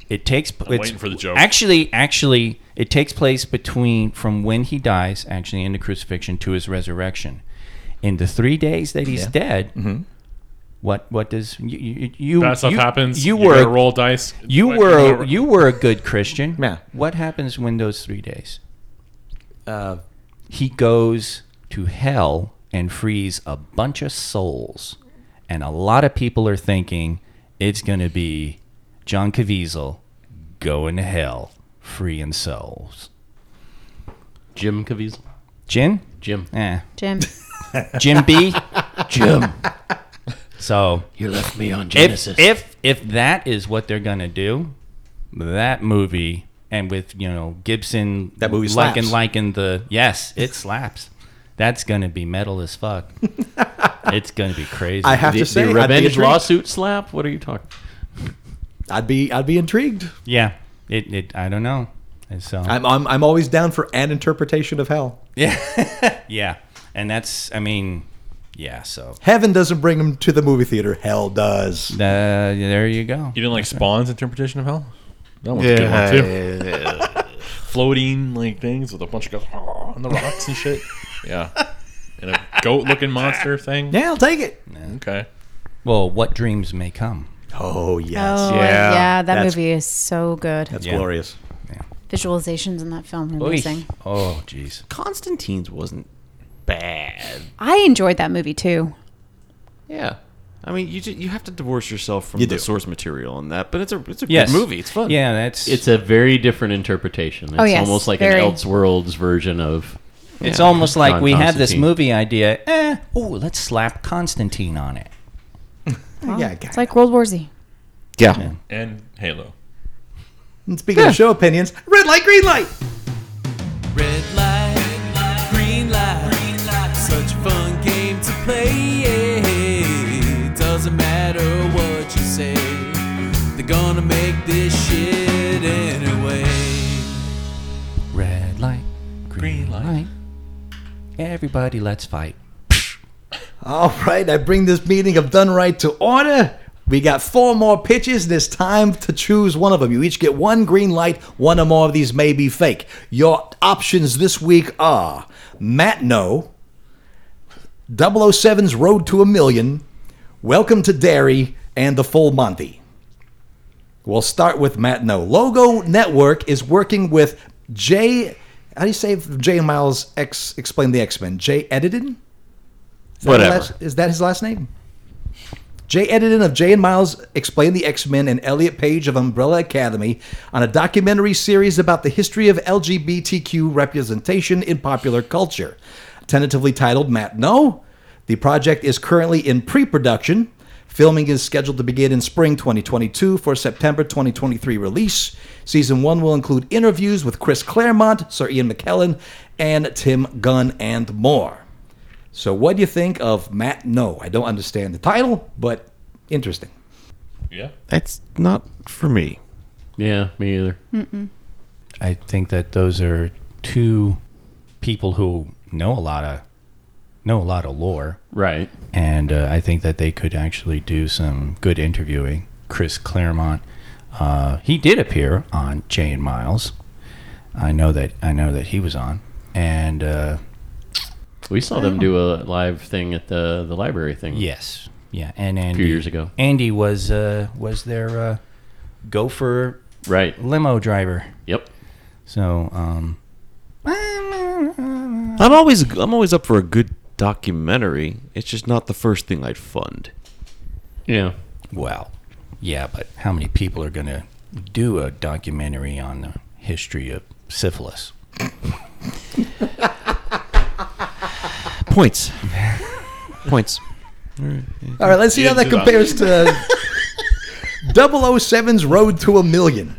Speaker 8: It takes. I'm
Speaker 5: waiting for the joke.
Speaker 8: Actually, actually, it takes place between from when he dies, actually in the crucifixion, to his resurrection. In the three days that he's dead, what what does you you, you
Speaker 5: That stuff
Speaker 8: you-
Speaker 5: happens.
Speaker 8: You,
Speaker 5: gotta
Speaker 8: were
Speaker 5: roll dice.
Speaker 8: you
Speaker 5: Like,
Speaker 8: were
Speaker 5: whatever.
Speaker 8: a, you were a good Christian.
Speaker 3: Yeah.
Speaker 8: What happens when those three days?
Speaker 3: uh,
Speaker 8: he goes to hell and frees a bunch of souls. And a lot of people are thinking it's going to be John Caviezel going to hell, freeing souls.
Speaker 4: Jim Caviezel.
Speaker 8: Jim?
Speaker 4: Jim.
Speaker 8: Eh.
Speaker 7: Jim.
Speaker 8: Jim B?
Speaker 6: Jim,
Speaker 8: So
Speaker 6: you left me on Genesis.
Speaker 8: if, if, if that is what they're going to do, that movie, and with, you know, Gibson
Speaker 3: That movie
Speaker 8: liking,
Speaker 3: slaps.
Speaker 8: liking the, yes, it slaps. That's going to be metal as fuck. it's going to be crazy.
Speaker 3: I have
Speaker 4: The,
Speaker 3: to say,
Speaker 4: the
Speaker 3: I'd be
Speaker 4: revenge
Speaker 3: intrigued.
Speaker 4: lawsuit slap? What are you talking?
Speaker 3: I'd be I'd be intrigued.
Speaker 8: Yeah. It, it I don't know. And so
Speaker 3: I'm, I'm I'm always down for an interpretation of hell.
Speaker 8: yeah. And that's I mean, yeah, so
Speaker 3: Heaven doesn't bring him to the movie theater. Hell does.
Speaker 8: uh, there you go.
Speaker 5: You didn't like Spawn's interpretation of hell? That one's a good one too. Floating like things with a bunch of guys "Oh," on the rocks and shit. Yeah. And a goat looking monster thing.
Speaker 3: Yeah, I'll take it.
Speaker 5: Okay.
Speaker 8: Well, what dreams may come.
Speaker 3: Oh yes,
Speaker 7: Oh, yeah.
Speaker 9: Yeah.
Speaker 7: that
Speaker 3: That's-
Speaker 7: movie is so good.
Speaker 3: that's
Speaker 8: Yeah.
Speaker 3: glorious.
Speaker 7: Visualizations in that film are amazing.
Speaker 8: Oh jeez.
Speaker 2: Constantine's wasn't bad.
Speaker 7: I enjoyed that movie too.
Speaker 2: Yeah. I mean, you ju- you have to divorce yourself from
Speaker 3: You
Speaker 2: the
Speaker 3: do.
Speaker 2: source material on that, but it's a it's a
Speaker 8: Yes.
Speaker 2: good movie. It's fun.
Speaker 8: Yeah, that's
Speaker 4: It's
Speaker 8: it's
Speaker 4: a very different interpretation. It's
Speaker 7: Oh, yes,
Speaker 4: almost like
Speaker 7: very.
Speaker 4: an Elseworlds version of.
Speaker 8: it's almost like
Speaker 4: John
Speaker 8: we have this
Speaker 4: Constantine.
Speaker 8: movie idea. Eh, oh, let's slap Constantine on it.
Speaker 3: Oh, yeah,
Speaker 7: It's like World War Z.
Speaker 9: Yeah.
Speaker 5: And Halo.
Speaker 3: And speaking of show opinions, red light, green light.
Speaker 10: Red light, green light, such fun game to play. Doesn't matter what you say, they're gonna make this shit anyway.
Speaker 8: Red light, green,
Speaker 5: Green light.
Speaker 8: light. Everybody let's fight.
Speaker 3: All right, I bring this meeting of done right to order. We got four more pitches, and it's time to choose one of them. You each get one green light. One or more of these may be fake. Your options this week are Matt No, 007's Road to a Million, Welcome to Derry, and The Full Monty. We'll start with Matt No. Logo Network is working with Jay. How do you say Jay and Miles X explain the X Men? Jay Edited? Is that his
Speaker 2: Whatever.
Speaker 3: last- is that his last name? Jay Editon of Jay and Miles Explain the X Men and Elliot Page of Umbrella Academy on a documentary series about the history of LGBTQ representation in popular culture. Tentatively titled Matt No, the project is currently in pre production. Filming is scheduled to begin in spring 2022 for September 2023 release. Season 1 will include interviews with Chris Claremont, Sir Ian McKellen, and Tim Gunn, and more. So, what do you think of Matt? No, I don't understand the title, but interesting.
Speaker 5: Yeah.
Speaker 2: That's not for me.
Speaker 4: Yeah, me either.
Speaker 8: I think that those are two people who know a lot of know a lot of lore.
Speaker 4: Right.
Speaker 8: and uh, I think that they could actually do some good interviewing. Chris Claremont, uh, he did appear on Jay and Miles. I know that I know that he was on, and uh,
Speaker 4: We saw them do a live thing at the the library thing.
Speaker 8: yes, yeah, and Andy,
Speaker 4: years ago.
Speaker 8: Andy was uh, was their uh, gopher
Speaker 4: Right.
Speaker 8: limo driver.
Speaker 4: Yep.
Speaker 8: So um,
Speaker 2: I'm always I'm always up for a good documentary. It's just not the first thing I'd fund.
Speaker 4: Yeah.
Speaker 8: well, yeah, but how many people are gonna do a documentary on the history of syphilis?
Speaker 2: Points. Points.
Speaker 3: All right, let's see how that
Speaker 5: Yeah,
Speaker 3: compares to 007's Road to a Million.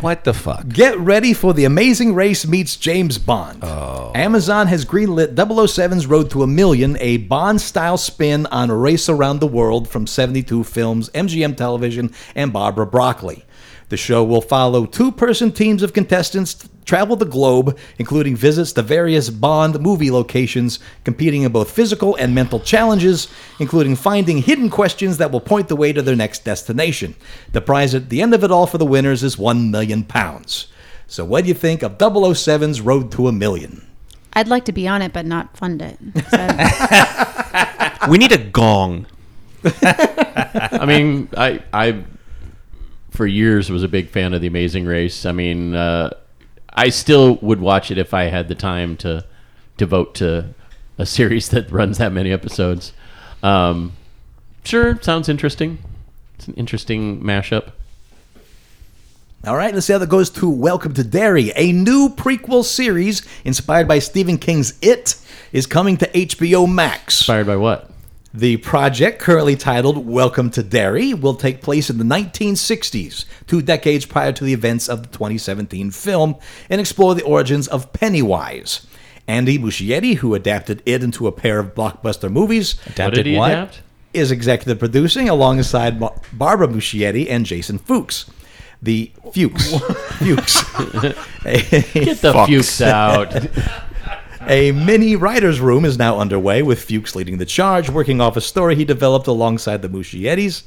Speaker 8: What the fuck?
Speaker 3: Get ready for The Amazing Race meets James Bond. Oh. Amazon has greenlit 007's Road to a Million, a Bond style spin on a race around the world from 72 Films, MGM Television, and Barbara Broccoli. The show will follow two person teams of contestants t- travel the globe, including visits to various Bond movie locations, competing in both physical and mental challenges, including finding hidden questions that will point the way to their next destination. The prize at the end of it all for the winners is £1 million. So, what do you think of 007's Road to a Million?
Speaker 7: I'd like to be on it, but not fund it. So,
Speaker 2: We need a gong.
Speaker 4: I mean, I I for years was a big fan of the Amazing Race. I mean, uh, I still would watch it if I had the time to devote to a series that runs that many episodes. Um, sure, sounds interesting. It's an interesting mashup.
Speaker 3: All right, let's see how that goes to Welcome to Derry. A new prequel series inspired by Stephen King's It is coming to HBO Max. Inspired
Speaker 4: by what?
Speaker 3: The project, currently titled Welcome to Derry, will take place in the 1960s, two decades prior to the events of the 2017 film, and explore the origins of Pennywise. Andy Muschietti, who adapted it into a pair of blockbuster movies,
Speaker 4: Adapted did he what? adapt?
Speaker 3: is executive producing alongside Bar- Barbara Muschietti and Jason Fuchs. The Fuchs. Fuchs. Get
Speaker 4: the Fuchs out.
Speaker 3: A mini writer's room is now underway, with Fuchs leading the charge, working off a story he developed alongside the Muschiettis.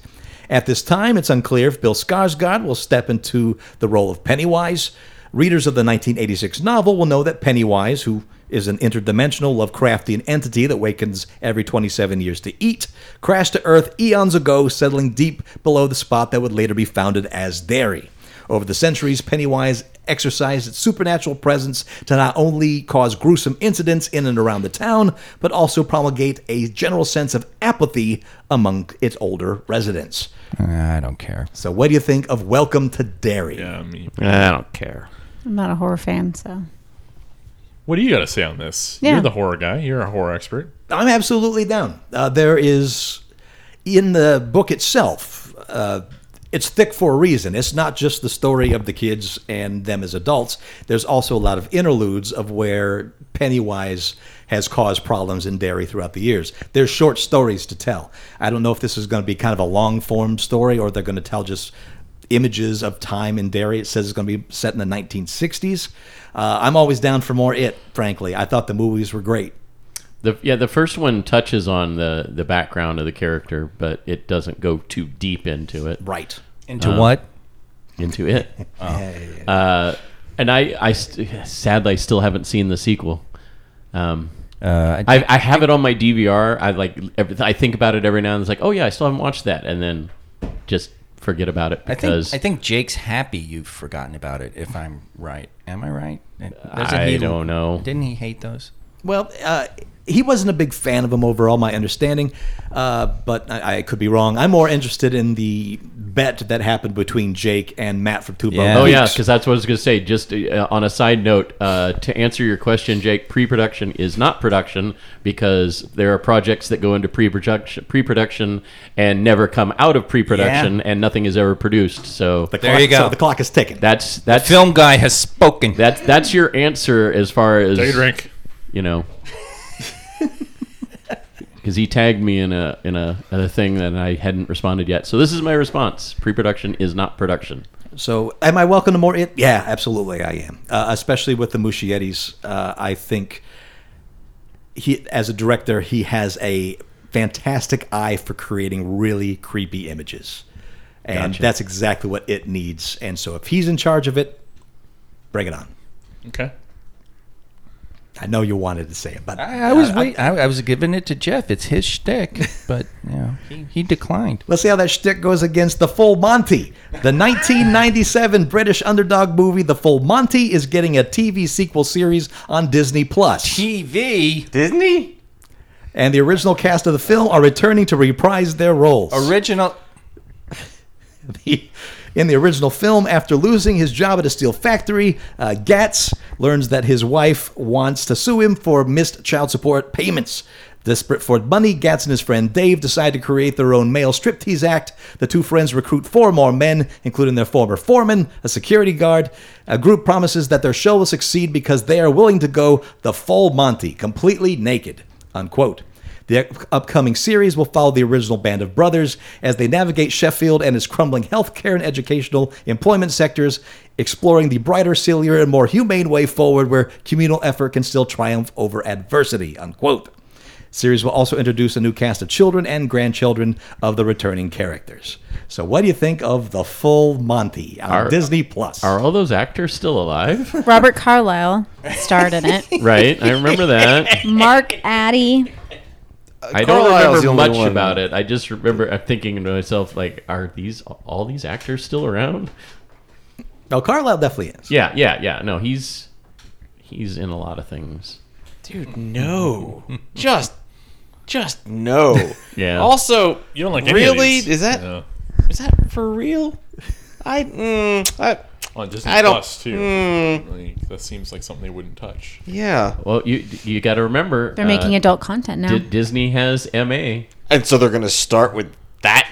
Speaker 3: At this time, it's unclear if Bill Skarsgård will step into the role of Pennywise. Readers of the 1986 novel will know that Pennywise, who is an interdimensional Lovecraftian entity that wakens every 27 years to eat, crashed to Earth eons ago, settling deep below the spot that would later be founded as Derry. Over the centuries, Pennywise exercised its supernatural presence to not only cause gruesome incidents in and around the town, but also promulgate a general sense of apathy among its older residents.
Speaker 8: I don't care.
Speaker 3: So, what do you think of Welcome to Derry?
Speaker 5: Yeah, I mean,
Speaker 4: I don't care.
Speaker 7: I'm not a horror fan, so
Speaker 5: what do you got to say on this?
Speaker 7: Yeah.
Speaker 5: You're the horror guy. You're a horror expert.
Speaker 3: I'm absolutely down. Uh, there is, in the book itself, uh, it's thick for a reason. It's not just the story of the kids and them as adults. There's also a lot of interludes of where Pennywise has caused problems in Derry throughout the years. There's short stories to tell. I don't know if this is going to be kind of a long form story or they're going to tell just images of time in Derry. It says it's going to be set in the 1960s. Uh, I'm always down for more it, frankly. I thought the movies were great.
Speaker 4: The, yeah, the first one touches on the, the background of the character, but it doesn't go too deep into it.
Speaker 3: Right.
Speaker 8: Into
Speaker 4: Uh,
Speaker 8: what?
Speaker 4: Into it. Uh, and I, I st- sadly, I still haven't seen the sequel. Um,
Speaker 8: Uh, I,
Speaker 4: I, I have it on my DVR. I like every, I think about it every now and then. It's like, oh yeah, I still haven't watched that, and then just forget about it
Speaker 8: I think
Speaker 4: because
Speaker 8: I think Jake's happy you've forgotten about it. If I'm right, am I right? There's a
Speaker 4: I
Speaker 8: he-
Speaker 4: don't know.
Speaker 8: Didn't he hate those?
Speaker 3: Well, uh, he wasn't a big fan of him overall, my understanding, uh, but I, I could be wrong. I'm more interested in the bet that happened between Jake and Matt from Two Bone
Speaker 8: Yeah.
Speaker 4: Oh
Speaker 3: Peaks.
Speaker 4: yeah, because that's what I was going to say. Just uh, on a side note, uh, to answer your question, Jake, pre-production is not production because there are projects that go into pre-production, pre-production, and never come out of pre-production,
Speaker 8: Yeah.
Speaker 4: and nothing is ever produced. So
Speaker 3: The
Speaker 8: There
Speaker 3: clock-
Speaker 8: you go.
Speaker 3: so the clock is ticking.
Speaker 4: that's that's
Speaker 8: Film guy has spoken.
Speaker 4: that's that's your answer as far as
Speaker 5: Take a drink.
Speaker 4: you know because he tagged me in a in a, a thing that I hadn't responded yet. So this is my response: pre-production is not production.
Speaker 3: So, am I welcome to more it? Yeah, absolutely, I am. Uh, especially with the Muschiettis, uh, I think he, as a director, he has a fantastic eye for creating really creepy images, and
Speaker 4: Gotcha.
Speaker 3: that's exactly what it needs. And so, if he's in charge of it, bring it on.
Speaker 5: Okay.
Speaker 3: I know you wanted to say it, but
Speaker 8: I, I was wait. I, I was giving it to Jeff. It's his shtick, but you know, he, he declined.
Speaker 3: Let's see how that shtick goes against The Full Monty. The 1997 British underdog movie The Full Monty is getting a TV sequel series on Disney Plus.
Speaker 8: TV
Speaker 9: Disney?
Speaker 3: and the original cast of the film are returning to reprise their roles.
Speaker 8: original.
Speaker 3: In the original film, after losing his job at a steel factory, uh, Gatz learns that his wife wants to sue him for missed child support payments. Desperate for money, Gatz and his friend Dave decide to create their own male striptease act. The two friends recruit four more men, including their former foreman, a security guard. A group promises that their show will succeed because they are willing to go the full Monty, completely naked. Unquote. The up- upcoming series will follow the original band of brothers as they navigate Sheffield and its crumbling healthcare and educational employment sectors, exploring the brighter, sillier, and more humane way forward where communal effort can still triumph over adversity. Unquote. Series will also introduce a new cast of children and grandchildren of the returning characters. So, what do you think of the full Monty on
Speaker 4: Are-
Speaker 3: Disney Plus?
Speaker 4: Are all those actors still alive?
Speaker 7: Robert Carlyle starred in it.
Speaker 4: right, I remember that.
Speaker 7: Mark Addy.
Speaker 4: I don't
Speaker 9: Carlisle's the
Speaker 4: remember
Speaker 9: only
Speaker 4: much
Speaker 9: one.
Speaker 4: about it. I just uh, remember I'm thinking to myself, like, are these all these actors still around?
Speaker 3: Oh, Carlisle definitely is.
Speaker 4: Yeah, yeah, yeah. No, he's he's in a lot of things.
Speaker 9: Dude, no. just, just no.
Speaker 4: Yeah.
Speaker 9: Also,
Speaker 5: You don't like any of
Speaker 9: really?
Speaker 5: these.
Speaker 9: Is that is
Speaker 5: No.
Speaker 9: that for real? I, mm, I
Speaker 5: on Disney
Speaker 9: I don't-
Speaker 5: Plus too? Like, that seems like something they wouldn't touch.
Speaker 9: yeah.
Speaker 4: Well, you you got to remember
Speaker 7: They're making
Speaker 4: uh,
Speaker 7: adult content now.
Speaker 4: Di- Disney has MA,
Speaker 9: And so they're gonna start with that.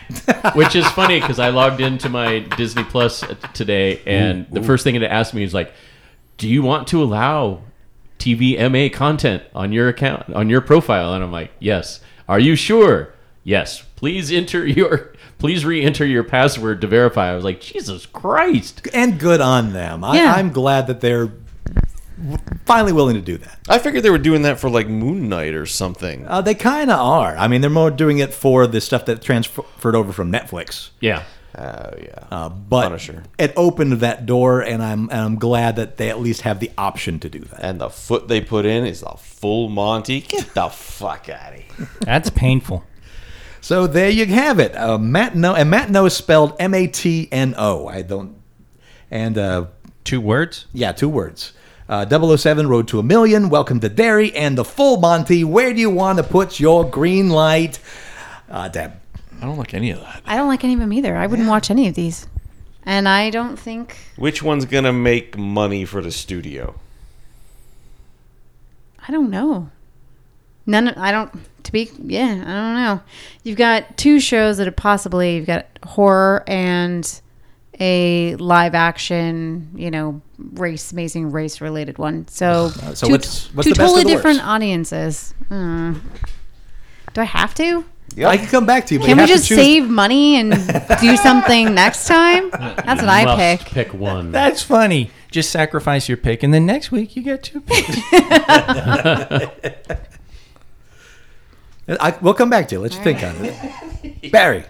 Speaker 4: which is funny because I logged into my Disney Plus today, and the first thing it asked me is like, "Do you want to allow TV MA content on your account on your profile?" And I'm like, "Yes." Are you sure? Yes. Please enter your please re-enter your password to verify. I was like, Jesus Christ!
Speaker 3: And good on them. I,
Speaker 7: Yeah.
Speaker 3: I'm glad that they're finally willing to do that.
Speaker 9: I figured they were doing that for like Moon Knight or something.
Speaker 3: Uh, they kind of are. I mean, they're more doing it for the stuff that transferred over from Netflix.
Speaker 4: Yeah.
Speaker 9: Oh yeah.
Speaker 3: Uh, but
Speaker 9: Punisher.
Speaker 3: it opened that door, and I'm and I'm glad that they at least have the option to do that.
Speaker 9: and the foot they put in is the full Monty. Get the fuck out of here.
Speaker 8: That's painful.
Speaker 3: So there you have it. Uh, Matno and Matno is spelled M A T N O. I don't. And uh,
Speaker 8: Two words.
Speaker 3: yeah, two words. Uh, 007 Road to a Million, Welcome to Derry, and the Full Monty. Where do you want to put your green light? Uh, Deb.
Speaker 5: I don't like any of that.
Speaker 7: I don't like any of them either. I wouldn't watch any of these. And I don't think
Speaker 9: Which one's gonna make money for the studio?
Speaker 7: I don't know. None. I don't. To be yeah, I don't know. You've got two shows that are possibly you've got horror and a live action, you know, race amazing race related one. So,
Speaker 3: Uh, so
Speaker 7: two,
Speaker 3: what's- what's
Speaker 7: two
Speaker 3: the best
Speaker 7: totally
Speaker 3: of the
Speaker 7: different
Speaker 3: worst?
Speaker 7: audiences. Mm. Do I have to?
Speaker 3: I can come back to you. But
Speaker 7: Can
Speaker 3: you
Speaker 7: we
Speaker 3: have to
Speaker 7: just
Speaker 3: choose-
Speaker 7: save money and do something next time? That's what I
Speaker 4: Must
Speaker 7: pick.
Speaker 4: pick one.
Speaker 8: That's funny. Just sacrifice your pick, and then next week you get two picks.
Speaker 3: I, we'll come back to you. Let you think on it. Barry.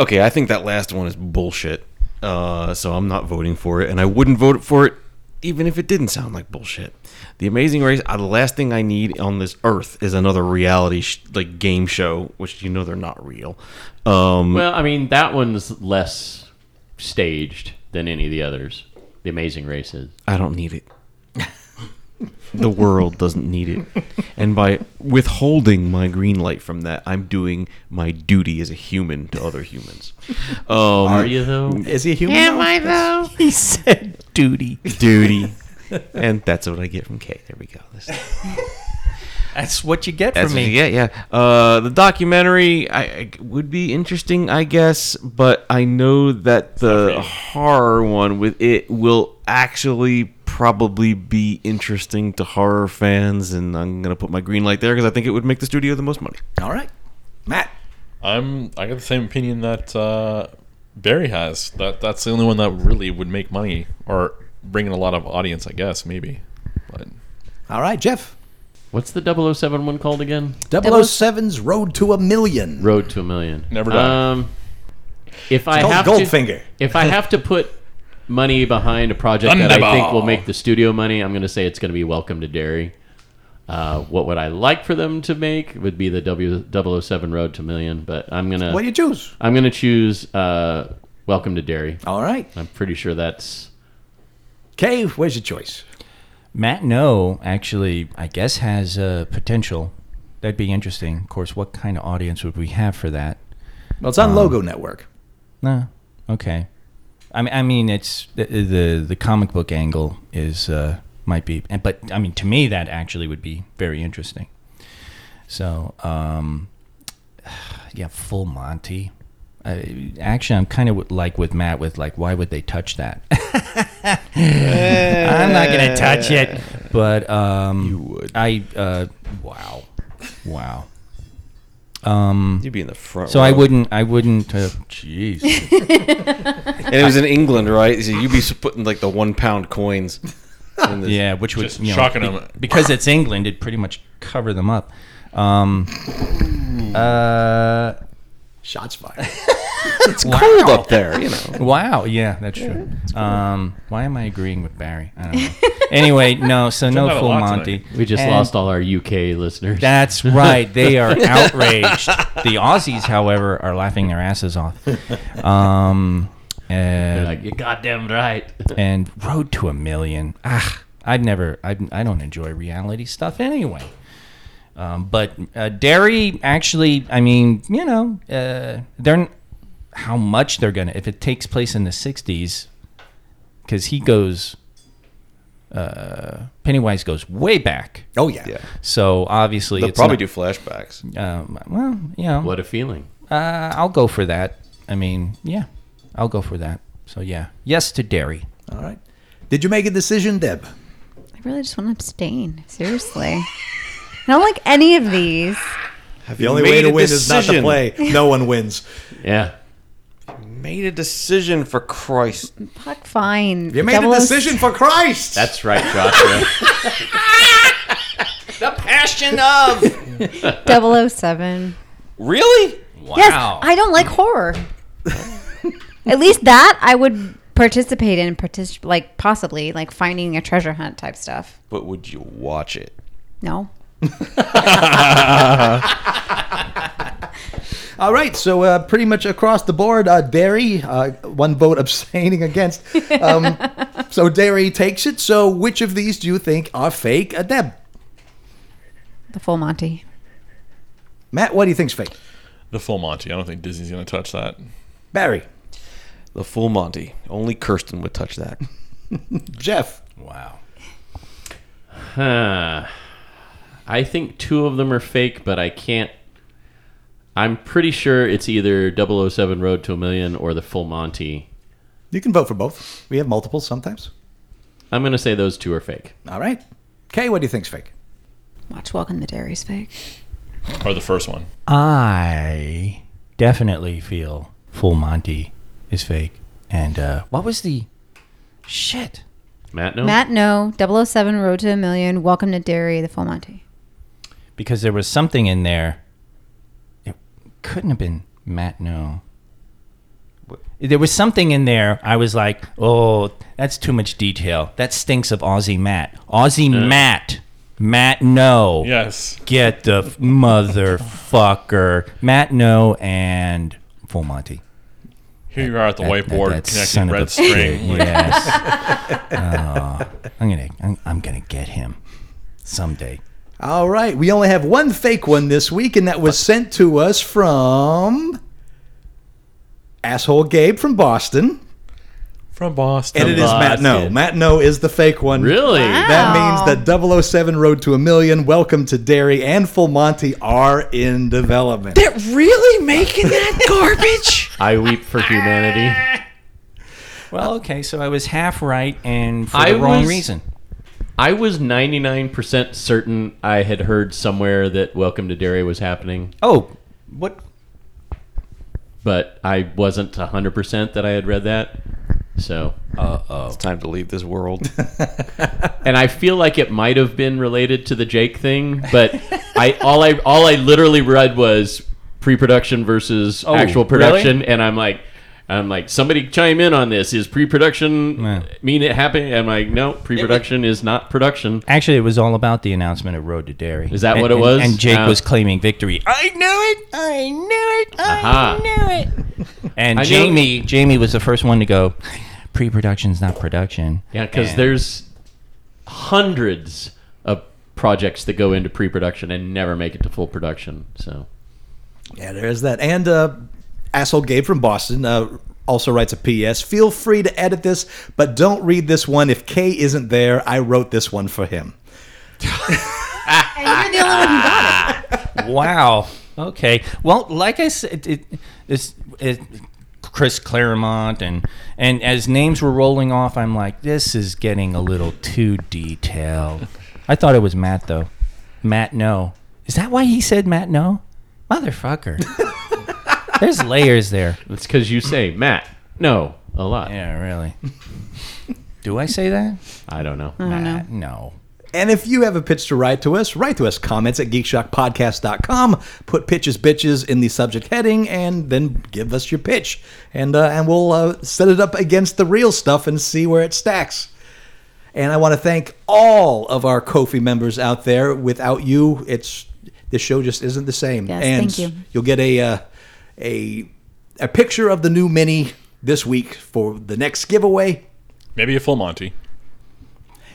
Speaker 2: Okay, I think that last one is bullshit. Uh, so I'm not voting for it, and I wouldn't vote for it even if it didn't sound like bullshit. The Amazing Race. Uh, the last thing I need on this earth is another reality sh- like game show, which you know they're not real. Um,
Speaker 4: Well, I mean, that one's less staged than any of the others. The Amazing Race is.
Speaker 2: I don't need it. the world doesn't need it. And by withholding my green light from that, I'm doing my duty as a human to other humans. Um,
Speaker 4: Are you though?
Speaker 3: Is he a human? now?
Speaker 2: though? He said duty. Duty. and that's what I get from Kate. There we go. That's,
Speaker 8: That's what you get
Speaker 2: that's
Speaker 8: from
Speaker 2: what
Speaker 8: me.
Speaker 2: you get, yeah. Uh, the documentary I, I- would be interesting, I guess, but I know that the horror one with it will actually probably be interesting to horror fans, and I'm going to put my green light there because I think it would make the studio the most money.
Speaker 3: All right. Matt.
Speaker 5: I'm I got the same opinion that uh, Barry has. That that's the only one that really would make money or bring in a lot of audience, I guess, maybe. But
Speaker 3: All right, Jeff.
Speaker 4: What's the 007 one called again?
Speaker 3: 007's Road to a Million.
Speaker 4: Road to a Million.
Speaker 5: Never die.
Speaker 4: Um, if I
Speaker 3: Gold-
Speaker 4: have
Speaker 3: Goldfinger.
Speaker 4: To, if I have to put money behind a project that I think will make the studio money, I'm going to say it's going to be Welcome to Derry. Uh, what would I like for them to make would be the w- 007 Road to a Million, but I'm going to
Speaker 3: What do you choose?
Speaker 4: I'm going to choose uh, Welcome to Derry.
Speaker 3: All right.
Speaker 4: I'm pretty sure that's
Speaker 3: Kay, where's your choice?
Speaker 8: Matt No actually, I guess, has uh, potential. That'd be interesting. Of course, what kind of audience would we have for that?
Speaker 3: Well, it's on Logo Network.
Speaker 8: No, okay. I mean, I mean, it's the the, the comic book angle is uh, might be, and but I mean, to me, that actually would be very interesting. So, um, yeah, full Monty. Uh, actually, I'm kind of like with Matt with like, why would they touch that? I'm not gonna touch it. But um, you would. I uh, wow, wow.
Speaker 9: You'd be in the front.
Speaker 8: So
Speaker 9: row.
Speaker 8: I wouldn't. I wouldn't. uh, Jeez.
Speaker 9: And it was in England, right? So you'd be putting like the one pound coins. In this.
Speaker 8: Yeah, which would
Speaker 5: Just
Speaker 8: you know,
Speaker 5: shocking
Speaker 8: be-
Speaker 5: them.
Speaker 8: because it's England. It pretty much cover them up. Um, uh,
Speaker 3: Shots fired.
Speaker 9: Cold up there, you know.
Speaker 8: wow. Yeah, that's true. Um, why am I agreeing with Barry? I don't know. anyway, no. So
Speaker 5: Don't have
Speaker 8: no
Speaker 5: a
Speaker 8: full
Speaker 5: lot
Speaker 8: Monty.
Speaker 5: tonight.
Speaker 4: we just
Speaker 8: And-
Speaker 4: lost all our UK listeners.
Speaker 8: That's right. They are outraged. the Aussies, however, are laughing their asses off. Um,
Speaker 4: They're
Speaker 8: And
Speaker 4: like, you're goddamn right.
Speaker 8: and Road to a Million. Ah, I'd never. I, I don't enjoy reality stuff anyway. Um, but uh, Derry actually, I mean, you know, uh, they're n- how much they're gonna if it takes place in the '60s, because he goes. Uh, Pennywise goes way back,
Speaker 3: Oh yeah.
Speaker 8: so obviously
Speaker 9: They'll
Speaker 8: it's
Speaker 9: probably
Speaker 8: not-
Speaker 9: do flashbacks.
Speaker 8: Um, well, you know,
Speaker 4: What a feeling.
Speaker 8: uh, I'll go for that. I mean, yeah, I'll go for that. So yeah, yes to dairy.
Speaker 3: All right. Did you make a decision, Deb?
Speaker 7: I really just want to abstain. Seriously. I don't like any of these.
Speaker 3: the only
Speaker 9: made
Speaker 3: way to
Speaker 9: a
Speaker 3: win is not to
Speaker 9: decision.
Speaker 3: play. No one wins.
Speaker 4: Yeah.
Speaker 9: Made a decision for Christ.
Speaker 7: Fuck, fine.
Speaker 3: You made
Speaker 7: Double oh
Speaker 3: a
Speaker 7: O-
Speaker 3: decision for Christ.
Speaker 4: That's right, Joshua.
Speaker 8: Passion of
Speaker 7: 007.
Speaker 9: Really?
Speaker 7: Yes,
Speaker 8: wow.
Speaker 7: I don't like horror. At least that I would participate in, partic- like possibly like finding a treasure hunt type stuff.
Speaker 9: But would you watch it?
Speaker 7: No.
Speaker 3: All right, so uh, pretty much across the board, uh, Derry, uh, one vote abstaining against. Um, so Derry takes it. So which of these do you think are fake? Uh, Deb,
Speaker 7: The full Monty.
Speaker 3: Matt, what do you think's fake?
Speaker 5: The full Monty. I don't think Disney's going to touch that.
Speaker 3: Barry,
Speaker 9: The full Monty. Only Kirsten would touch that.
Speaker 3: Jeff,
Speaker 8: wow.
Speaker 4: Huh. I think two of them are fake, but I can't. I'm pretty sure it's either 007 Road to a Million or the Full Monty.
Speaker 3: you can vote for both. We have multiples sometimes.
Speaker 4: I'm going to say those two are fake.
Speaker 3: All right, Kay, what do you think's fake?
Speaker 7: Watch Welcome to Dairy's fake.
Speaker 5: Or the first one.
Speaker 8: I definitely feel Full Monty is fake. And uh, what was the shit?
Speaker 4: Matt, no?
Speaker 7: Matt, no. 007 Road to a Million. Welcome to Dairy. The full Monty.
Speaker 8: Because there was something in there. It couldn't have been Matt. No. There was something in there. I was like, "Oh, that's too much detail. That stinks of Aussie Matt. Aussie Matt. Matt. No.
Speaker 5: Yes.
Speaker 8: Get the f- motherfucker. Matt. No. And Full Monty.
Speaker 5: Here you are at the
Speaker 8: That-
Speaker 5: whiteboard
Speaker 8: that- that son
Speaker 5: connecting
Speaker 8: of a
Speaker 5: red string.
Speaker 8: bitch. Yes. Oh, I'm gonna I'm, I'm gonna get him someday.
Speaker 3: All right, we only have one fake one this week, and that was sent to us from asshole Gabe from Boston,
Speaker 5: From Boston.
Speaker 3: and it is Matt. No,
Speaker 4: Boston.
Speaker 3: Matt. No is the fake one.
Speaker 4: Really?
Speaker 3: That means that 007 Road to a Million, Welcome to Dairy, and Full Monty are in development.
Speaker 9: really making that garbage?
Speaker 4: I weep for humanity.
Speaker 8: Well, okay, so I was half right and for
Speaker 4: I
Speaker 8: the wrong
Speaker 4: was-
Speaker 8: reason.
Speaker 4: I was 99% certain I had heard somewhere that Welcome to Derry was happening,
Speaker 8: Oh, what?
Speaker 4: but I wasn't 100% that I had read that. So,
Speaker 9: It's time to leave this world.
Speaker 4: and I feel like it might have been related to the Jake thing, but I all I all I literally read was pre-production versus actual
Speaker 8: really?
Speaker 4: production, and I'm like, I'm like, somebody chime in on this. Is pre-production
Speaker 8: Yeah.
Speaker 4: mean it happened? I'm like, no, pre-production is not production.
Speaker 8: Actually, it was all about the announcement of Road to Dairy.
Speaker 4: Is that
Speaker 8: And-
Speaker 4: what it
Speaker 8: and-
Speaker 4: was?
Speaker 8: And, Jake
Speaker 4: Ah.
Speaker 8: was claiming victory. I knew it. I knew it. I
Speaker 4: Aha.
Speaker 8: knew it. And
Speaker 4: I knew-
Speaker 8: Jamie, Jamie was the first one to go. Pre-production's not production.
Speaker 4: Yeah, because
Speaker 8: And-
Speaker 4: there's hundreds of projects that go into pre-production and never make it to full production. So
Speaker 3: Yeah, there is that. And uh, asshole Gabe from Boston uh, also writes a P.S. Feel free to edit this, but don't read this one if Kay isn't there. I wrote this one for him.
Speaker 7: And you're the only one who got it.
Speaker 8: wow. Okay. Well, like I said, it, this it, Chris Claremont and and as names were rolling off, I'm like, this is getting a little too detailed. I thought it was Matt though. Matt, no. Is that why he said Matt? No, motherfucker. There's layers there.
Speaker 4: that's because you say Matt. No, a lot.
Speaker 8: Yeah, really. Do I say that?
Speaker 4: I don't know.
Speaker 8: Matt, no.
Speaker 3: And if you have a pitch to write to us, write to us comments at geekshockpodcast.com. Put pitches, bitches in the subject heading, and then give us your pitch. And, uh, and we'll uh, set it up against the real stuff and see where it stacks. And I want to thank all of our Kofi members out there. Without you, it's this show just isn't the same.
Speaker 7: Yes,
Speaker 3: and
Speaker 7: thank you.
Speaker 3: will get a uh, a a picture of the new mini this week for the next giveaway.
Speaker 5: Maybe a full Monty.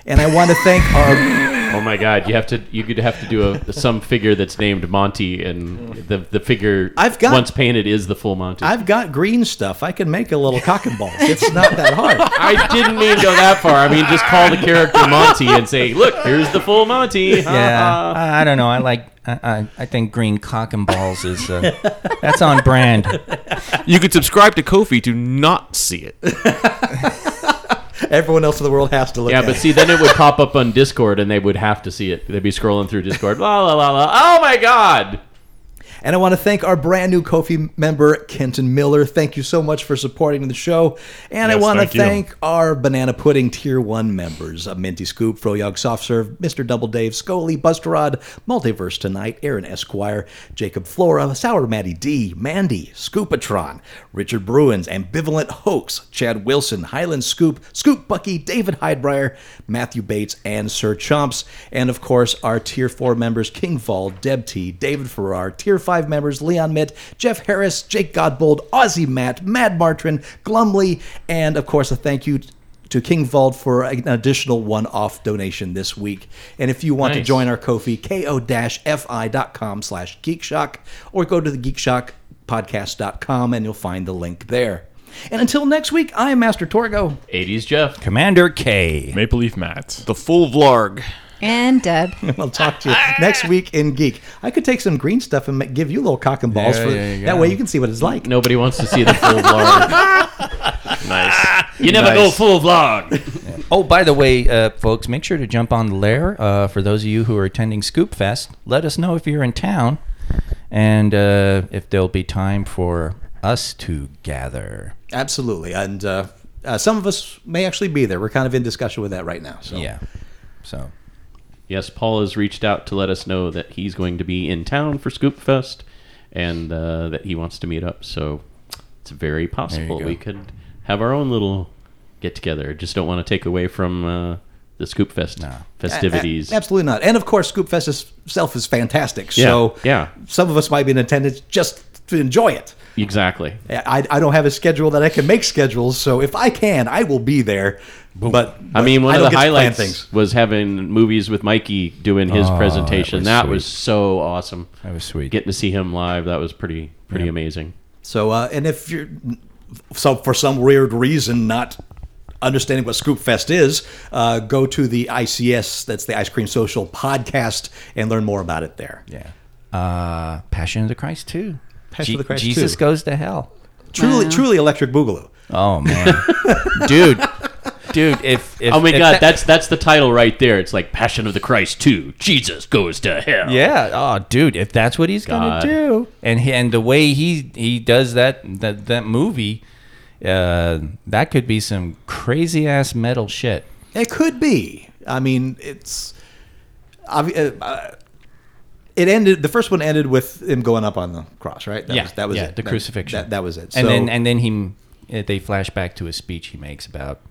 Speaker 3: And I want to thank our.
Speaker 4: Oh my God! You have to. You could have to do a some figure that's named Monty, and the the figure
Speaker 3: I've got-
Speaker 4: once painted is the full Monty.
Speaker 3: I've got green stuff. I can make a little cock and balls. It's not that hard.
Speaker 4: I didn't mean to go that far. I mean, just call the character Monty and say, "Look, here's the full Monty."
Speaker 8: Yeah, I I don't know. I like. I, I, I think green cock and balls is uh, that's on brand.
Speaker 2: You could subscribe to Kofi to not see it.
Speaker 3: Everyone else in the world has to look
Speaker 4: Yeah,
Speaker 3: at
Speaker 4: but
Speaker 3: it.
Speaker 4: see, then it would pop up on Discord, and they would have to see it. They'd be scrolling through Discord. La la la la. Oh my God!
Speaker 3: And I want to thank our brand new Kofi member, Kenton Miller. Thank you so much for supporting the show. And I
Speaker 5: Yes,
Speaker 3: want
Speaker 5: thank
Speaker 3: to
Speaker 5: you.
Speaker 3: thank our Banana Pudding Tier 1 members uh, Minty Scoop, Froyog Soft Serve, Mr. Double Dave, Scully, Busterod, Multiverse Tonight, Aaron Esquire, Jacob Flora, Sour Matty D, Mandy, Scoopatron, Richard Bruins, Ambivalent Hoax, Chad Wilson, Highland Scoop, Scoop Bucky, David Hydebrier, Matthew Bates, and Sir Chomps. And of course, our Tier 4 members King Fall, Deb T, David Farrar, Tier 5 members Leon Mitt, Jeff Harris, Jake Godbold, Aussie Matt, Mad Martrin, Glumley, and of course, a thank you to King Vault for an additional one-off donation this week. And if you want to
Speaker 4: Nice.
Speaker 3: join our Kofi, ko-fi.com slash geekshock, or go to the geekshockpodcast.com and you'll find the link there. And until next week, I am Master Torgo.
Speaker 4: 80s Jeff.
Speaker 8: Commander K.
Speaker 5: Maple Leaf Matt.
Speaker 2: The full vlog.
Speaker 7: And Deb.
Speaker 3: We'll talk to you next week in Geek. I could take some green stuff and ma- give you little cock and balls
Speaker 8: Yeah,
Speaker 3: for
Speaker 8: yeah, yeah.
Speaker 3: that way you can see what it's like.
Speaker 4: Nobody wants to see the full vlog. nice. You never go full vlog.
Speaker 8: Oh, by the way, uh, folks, make sure to jump on the lair. Uh, for those of you who are attending Scoop Fest, let us know if you're in town and uh, if there'll be time for us to gather.
Speaker 3: Absolutely. And uh, uh, some of us may actually be there. We're kind of in discussion with that right now. So
Speaker 8: Yeah. So,
Speaker 4: Yes, Paul has reached out to let us know that he's going to be in town for Scoop Fest and uh, that he wants to meet up. So it's very possible
Speaker 8: go.
Speaker 4: we could have our own little get together. Just don't want to take away from uh, the Scoop Fest festivities.
Speaker 3: A- a- absolutely not. And of course, Scoop Fest itself is fantastic.
Speaker 4: Yeah,
Speaker 3: So
Speaker 4: yeah.
Speaker 3: some of us might be in attendance just to enjoy it.
Speaker 4: Exactly.
Speaker 3: I, I don't have a schedule that I can make schedules, so if I can, I will be there. But
Speaker 4: I mean, one
Speaker 3: I
Speaker 4: of
Speaker 3: don't
Speaker 4: the
Speaker 3: get to plan
Speaker 4: highlights
Speaker 3: things.
Speaker 4: was having movies with Mikey doing his
Speaker 8: Oh, that
Speaker 4: presentation.
Speaker 8: was
Speaker 4: That was,
Speaker 8: sweet.
Speaker 4: so awesome.
Speaker 8: That was sweet.
Speaker 4: Getting to see him live, that was pretty pretty amazing.
Speaker 3: So, uh, and if you're so for some weird reason not understanding what Scoop Fest is, uh, go to the ICS. That's the Ice Cream Social podcast, and learn more about it there.
Speaker 8: yeah. Uh, Passion of the Christ too.
Speaker 3: Passion of the Christ
Speaker 8: Jesus
Speaker 3: 2.
Speaker 8: goes to hell.
Speaker 3: Truly, truly electric boogaloo.
Speaker 8: Oh man, dude, dude. If, if
Speaker 4: Oh my
Speaker 8: if
Speaker 4: god,
Speaker 8: that-
Speaker 4: that's that's the title right there. It's like Passion of the Christ 2. Jesus goes to hell.
Speaker 8: Yeah. Oh, dude, if that's what he's
Speaker 4: God.
Speaker 8: gonna do, and he, and the way he he does that that that movie, uh, that could be some crazy ass metal shit.
Speaker 3: It could be. I mean, it's. obvi- uh, uh, It ended. The first one ended with him going up on the cross, right? That
Speaker 8: Yeah,
Speaker 3: was, that was
Speaker 8: yeah,
Speaker 3: it.
Speaker 8: the
Speaker 3: That-
Speaker 8: crucifixion.
Speaker 3: That, that was it. So-
Speaker 8: And then and then he eh, they flash back to a speech he makes about,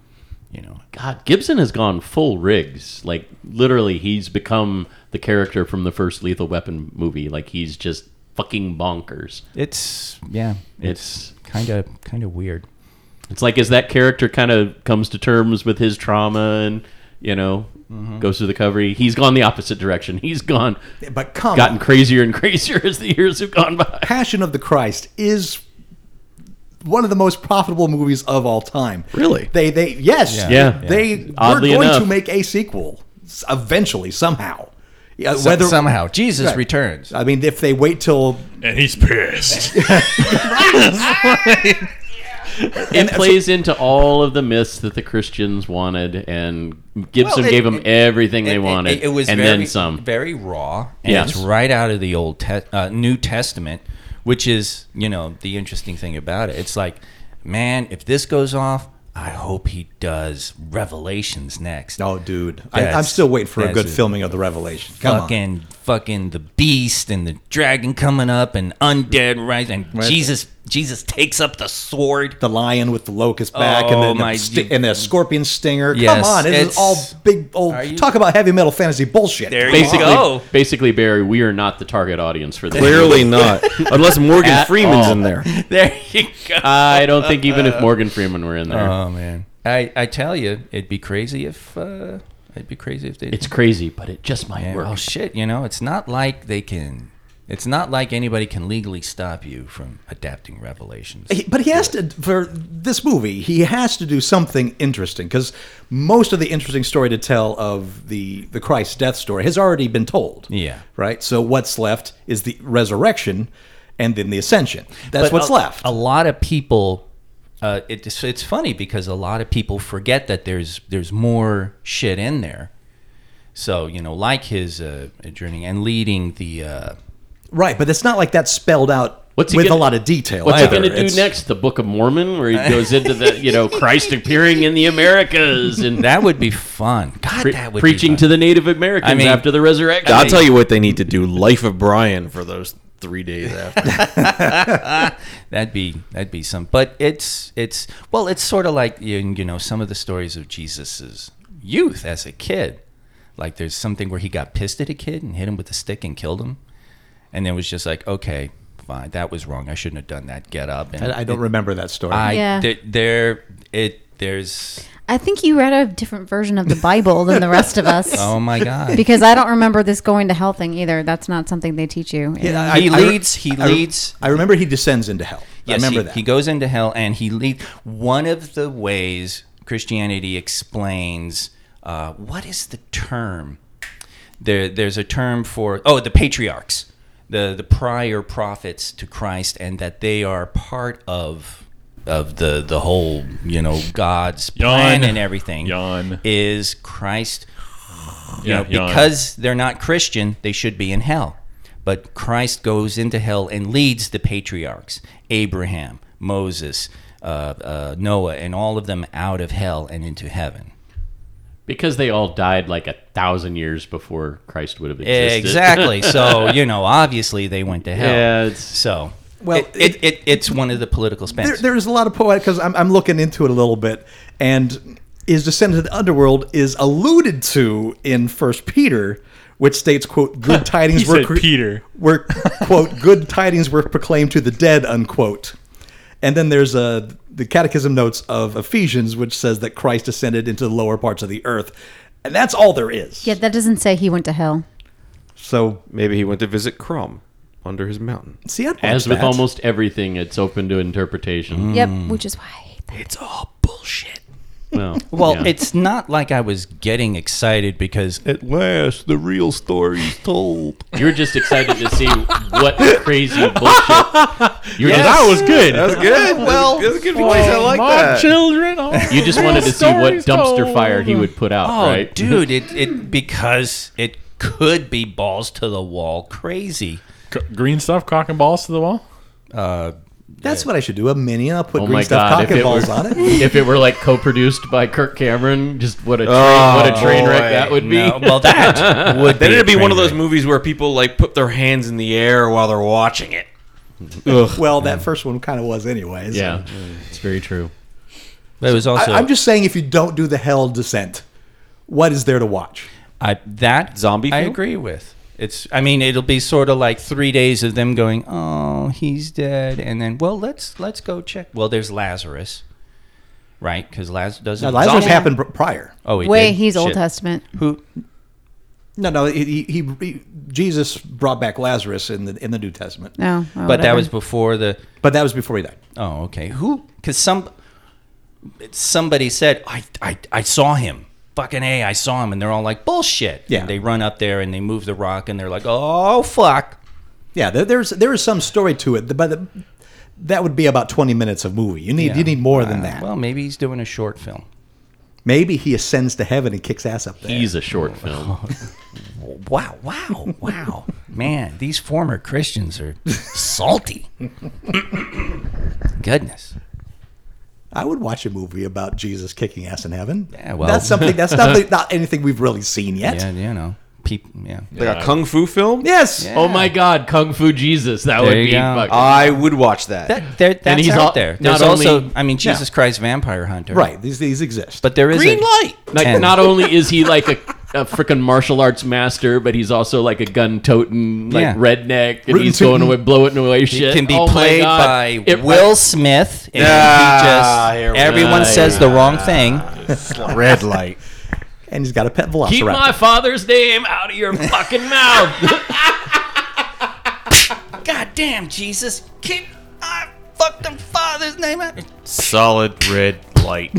Speaker 8: you know,
Speaker 4: God, Gibson has gone full rigs. Like literally he's become the character from the first Lethal Weapon movie. Like he's just fucking bonkers.
Speaker 8: it's yeah,
Speaker 4: It's
Speaker 8: kind of kind of weird.
Speaker 4: It's like as that character kind of comes to terms with his trauma and you know
Speaker 8: Mm-hmm.
Speaker 4: goes through the recovery. He's gone the opposite direction. He's gone,
Speaker 3: but come
Speaker 4: gotten
Speaker 3: on.
Speaker 4: crazier and crazier as the years have gone by.
Speaker 3: Passion of the Christ is one of the most profitable movies of all time.
Speaker 2: Really?
Speaker 3: They they yes
Speaker 4: Yeah.
Speaker 3: they were
Speaker 4: Oddly
Speaker 3: going to
Speaker 4: enough.
Speaker 3: make a sequel s- eventually somehow. Yeah,
Speaker 8: So- somehow Jesus
Speaker 3: Right.
Speaker 8: returns.
Speaker 3: I mean, if they wait till
Speaker 5: And he's pissed.
Speaker 4: It
Speaker 8: uh,
Speaker 4: plays into all of the myths that the Christians wanted, and Gibson
Speaker 8: Well, it-
Speaker 4: gave them
Speaker 8: it-
Speaker 4: everything they
Speaker 8: It- it-
Speaker 4: wanted,
Speaker 8: It, it was
Speaker 4: and
Speaker 8: very,
Speaker 4: then some.
Speaker 8: very raw. And
Speaker 4: Yes.
Speaker 8: it's right out of the old Te- uh, New Testament, which is you know the interesting thing about it. It's like, man, if this goes off, I hope he does Revelations next.
Speaker 3: oh dude, I,
Speaker 8: That's-
Speaker 3: I'm still waiting for a
Speaker 8: that's
Speaker 3: good
Speaker 8: it.
Speaker 3: filming of the Revelation. Come on.
Speaker 8: fucking fucking the beast and the dragon coming up and undead rise and
Speaker 3: Right.
Speaker 8: Jesus Jesus takes up the sword.
Speaker 3: The lion with the locust back, and
Speaker 8: Oh,
Speaker 3: then
Speaker 8: my-
Speaker 3: the sti- and the scorpion stinger. Come
Speaker 8: Yes,
Speaker 3: on, it is
Speaker 8: it's-
Speaker 3: all big old. Talk about heavy metal fantasy bullshit.
Speaker 8: There you
Speaker 4: Basically,
Speaker 8: go.
Speaker 4: basically, Barry, we are not the target audience for this.
Speaker 9: Clearly not. Unless Morgan
Speaker 4: At
Speaker 9: Freeman's
Speaker 4: all.
Speaker 9: in there.
Speaker 8: There you go.
Speaker 4: I don't think even if Morgan Freeman were in there,
Speaker 8: oh man, I I tell you, it'd be crazy if uh, it'd be crazy if they.
Speaker 4: it's crazy, but it just might
Speaker 8: Yeah,
Speaker 4: work.
Speaker 8: Oh shit! You know, it's not like they can. It's not like anybody can legally stop you from adapting Revelations.
Speaker 3: He- but he has to for this movie he has to do something interesting because most of the interesting story to tell of the the christ death story has already been told
Speaker 8: Yeah.
Speaker 3: right so what's left is the resurrection and then the ascension that's
Speaker 8: But
Speaker 3: what's
Speaker 8: a-
Speaker 3: left
Speaker 8: A lot of people. Uh, it's it's funny because a lot of people forget that there's there's more shit in there. So you know, like his uh, journey and leading the. Uh,
Speaker 3: right but it's not like that's spelled out
Speaker 4: What's he
Speaker 3: with
Speaker 4: gonna-
Speaker 3: a lot of detail
Speaker 4: What's he
Speaker 3: either.
Speaker 4: going to do
Speaker 3: It's-
Speaker 4: next? The Book of Mormon, where he goes into the you know Christ appearing in the Americas and
Speaker 8: that would be fun. God,
Speaker 4: pre-
Speaker 8: that would
Speaker 4: preaching
Speaker 8: be fun.
Speaker 4: to the Native Americans
Speaker 8: I mean-
Speaker 4: after the resurrection.
Speaker 9: I'll tell you what they need to do. Life of Brian for those three days after.
Speaker 8: That'd be that'd be some, but it's it's well, it's sort of like you, you know some of the stories of Jesus's youth as a kid. Like there's something where he got pissed at a kid and hit him with a stick and killed him, and it was just like, okay, fine, that was wrong. I shouldn't have done that. Get up. And
Speaker 3: I, I don't remember that story
Speaker 8: I
Speaker 7: Yeah.
Speaker 8: there, there it there's
Speaker 7: I think you read a different version of the Bible than the rest of us.
Speaker 8: oh my god.
Speaker 7: Because I don't remember this going to hell thing either. That's not something they teach you. in-
Speaker 3: Yeah,
Speaker 8: he
Speaker 3: I- I re-
Speaker 8: leads. He
Speaker 3: I re-
Speaker 8: leads.
Speaker 3: I, remember he descends into hell i
Speaker 8: Yes,
Speaker 3: remember
Speaker 8: he,
Speaker 3: that
Speaker 8: he goes into hell and he leads. One of the ways Christianity explains uh, what is the term? There, there's a term for oh the patriarchs, the the prior prophets to Christ, and that they are part of of the the whole you know God's plan
Speaker 5: Yawn.
Speaker 8: and everything.
Speaker 5: Yawn.
Speaker 8: is Christ you
Speaker 5: Yeah,
Speaker 8: know, because they're not Christian, they should be in hell. But Christ goes into hell and leads the patriarchs, Abraham, Moses, uh, uh, Noah, and all of them out of hell and into heaven.
Speaker 4: because they all died like a thousand years before Christ would have existed.
Speaker 8: Exactly. so you know, obviously they went to hell.
Speaker 4: Yeah, it's-
Speaker 8: so
Speaker 3: Well,
Speaker 8: well, it, it, it, it's one of the political
Speaker 3: there,
Speaker 8: spins.
Speaker 3: there's a lot of poetic because I'm, I'm looking into it a little bit and his descent into the underworld is alluded to in first peter which states quote good tidings
Speaker 5: He
Speaker 3: were
Speaker 5: said Peter.
Speaker 3: were quote good tidings were proclaimed to the dead unquote and then there's uh, the catechism notes of ephesians which says that christ ascended into the lower parts of the earth and that's all there is
Speaker 7: Yeah, that doesn't say he went to hell.
Speaker 3: so
Speaker 9: Maybe he went to visit Crumb under his mountain.
Speaker 3: see I'd watch
Speaker 4: As with
Speaker 3: that.
Speaker 4: almost everything, it's open to interpretation.
Speaker 7: Yep,
Speaker 8: Hmm.
Speaker 7: which is why I hate that.
Speaker 8: it's all bullshit.
Speaker 4: Well,
Speaker 8: Well,
Speaker 4: yeah.
Speaker 8: it's not like I was getting excited because at last the real story's told.
Speaker 4: you're just excited to see what crazy bullshit. You're
Speaker 5: that was good.
Speaker 9: That's good. Well, that's a good voice. I like
Speaker 5: My
Speaker 9: that.
Speaker 5: children. oh.
Speaker 4: just, you just wanted to see what dumpster fire he would put out,
Speaker 8: Oh,
Speaker 4: right?
Speaker 8: dude, it, it because it could be balls to the wall crazy.
Speaker 5: C- green stuff, cock and balls to the wall.
Speaker 8: Uh,
Speaker 3: that's what i should do a mini and i'll put
Speaker 4: Oh
Speaker 3: green
Speaker 4: my God,
Speaker 3: stuff cock
Speaker 4: if
Speaker 3: and
Speaker 4: it
Speaker 3: balls
Speaker 4: were-
Speaker 3: on it
Speaker 4: if it were like co-produced by Kirk Cameron, just what a train, what a train wreck
Speaker 9: boy.
Speaker 4: that would be.
Speaker 8: Oh, no, well, that would
Speaker 9: Then
Speaker 8: be
Speaker 9: it'd be one of those
Speaker 8: crazy.
Speaker 9: movies where people like put their hands in the air while they're watching it.
Speaker 3: well that first one kind of was anyways
Speaker 4: Yeah, it's very true.
Speaker 8: But it was also
Speaker 3: I, I'm just saying, if you don't do the hell descent, what is there to watch?
Speaker 8: I, that
Speaker 9: Zombie
Speaker 8: I
Speaker 9: film?
Speaker 8: agree with. It's. I mean, it'll be sort of like three days of them going, "Oh, he's dead," and then, well, let's let's go check. Well, there's Lazarus, right? Because Lazarus
Speaker 3: Now,
Speaker 8: doesn't.
Speaker 3: Lazarus
Speaker 7: Zombie.
Speaker 3: happened pr- prior.
Speaker 8: oh, he
Speaker 7: Wait,
Speaker 8: did?
Speaker 7: he's Old Oh,
Speaker 8: Shit.
Speaker 7: Testament.
Speaker 8: Who?
Speaker 3: No, no, he, he, he, he- Jesus brought back Lazarus in the in the New Testament,
Speaker 7: No, oh,
Speaker 8: But that
Speaker 7: whatever.
Speaker 8: was before the.
Speaker 3: but that was before he died.
Speaker 8: Oh, okay. Who? Because some somebody said I, I I saw him. Fucking a, I saw him, and they're all like bullshit.
Speaker 3: Yeah.
Speaker 8: And they run up there and they move the rock, and they're like, oh fuck.
Speaker 3: Yeah, there, there's there is some story to it, but the, that would be about 20 minutes of movie. You need you need more than that.
Speaker 8: Uh, Well, maybe he's doing a short film.
Speaker 3: Maybe he ascends to heaven and kicks ass up there.
Speaker 4: He's a short
Speaker 8: Oh.
Speaker 4: film.
Speaker 8: Wow, wow, wow, man! These former Christians are salty. Goodness.
Speaker 3: I would watch a movie about Jesus kicking ass in heaven.
Speaker 8: Yeah, well-
Speaker 3: that's something that's not, not anything we've really seen yet.
Speaker 8: Yeah, you know. people. Yeah.
Speaker 9: Like a kung fu film?
Speaker 3: Yes.
Speaker 8: Yeah.
Speaker 4: Oh my God, Kung Fu Jesus! That
Speaker 8: There
Speaker 4: would
Speaker 8: you
Speaker 4: be
Speaker 8: go. Oh,
Speaker 4: fucking.
Speaker 9: I would watch that.
Speaker 8: That, there, that's
Speaker 4: he's
Speaker 8: out
Speaker 4: al-
Speaker 8: there.
Speaker 4: not
Speaker 8: There's also,
Speaker 4: only-
Speaker 8: I mean, Jesus Christ, Vampire Hunter.
Speaker 3: Oh, Right. These these exist.
Speaker 8: But there is
Speaker 9: Green
Speaker 8: a,
Speaker 9: light.
Speaker 4: like,
Speaker 8: Ten.
Speaker 4: not only is he like a, a freaking martial arts master, but he's also like a gun toting like
Speaker 8: Yeah.
Speaker 4: redneck, and
Speaker 3: Rootin'
Speaker 4: he's going
Speaker 3: tootin'.
Speaker 4: away, blowing away
Speaker 8: He
Speaker 4: shit.
Speaker 8: can be
Speaker 4: Oh my
Speaker 8: played
Speaker 4: God.
Speaker 8: by
Speaker 4: It-
Speaker 8: Will Smith. And
Speaker 9: Ah,
Speaker 8: he
Speaker 9: here
Speaker 8: just,
Speaker 9: we
Speaker 8: everyone
Speaker 4: go.
Speaker 8: says the wrong thing.
Speaker 9: Red light.
Speaker 3: and he's got a pet velociraptor.
Speaker 4: Keep my father's name out of your fucking mouth.
Speaker 8: God damn, Jesus. Keep I fucked the father's name out.
Speaker 2: Solid red light.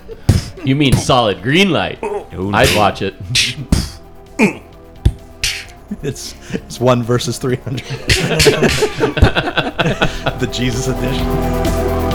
Speaker 4: you mean solid green light? I'd watch it.
Speaker 3: It's it's one versus three hundred. the Jesus edition.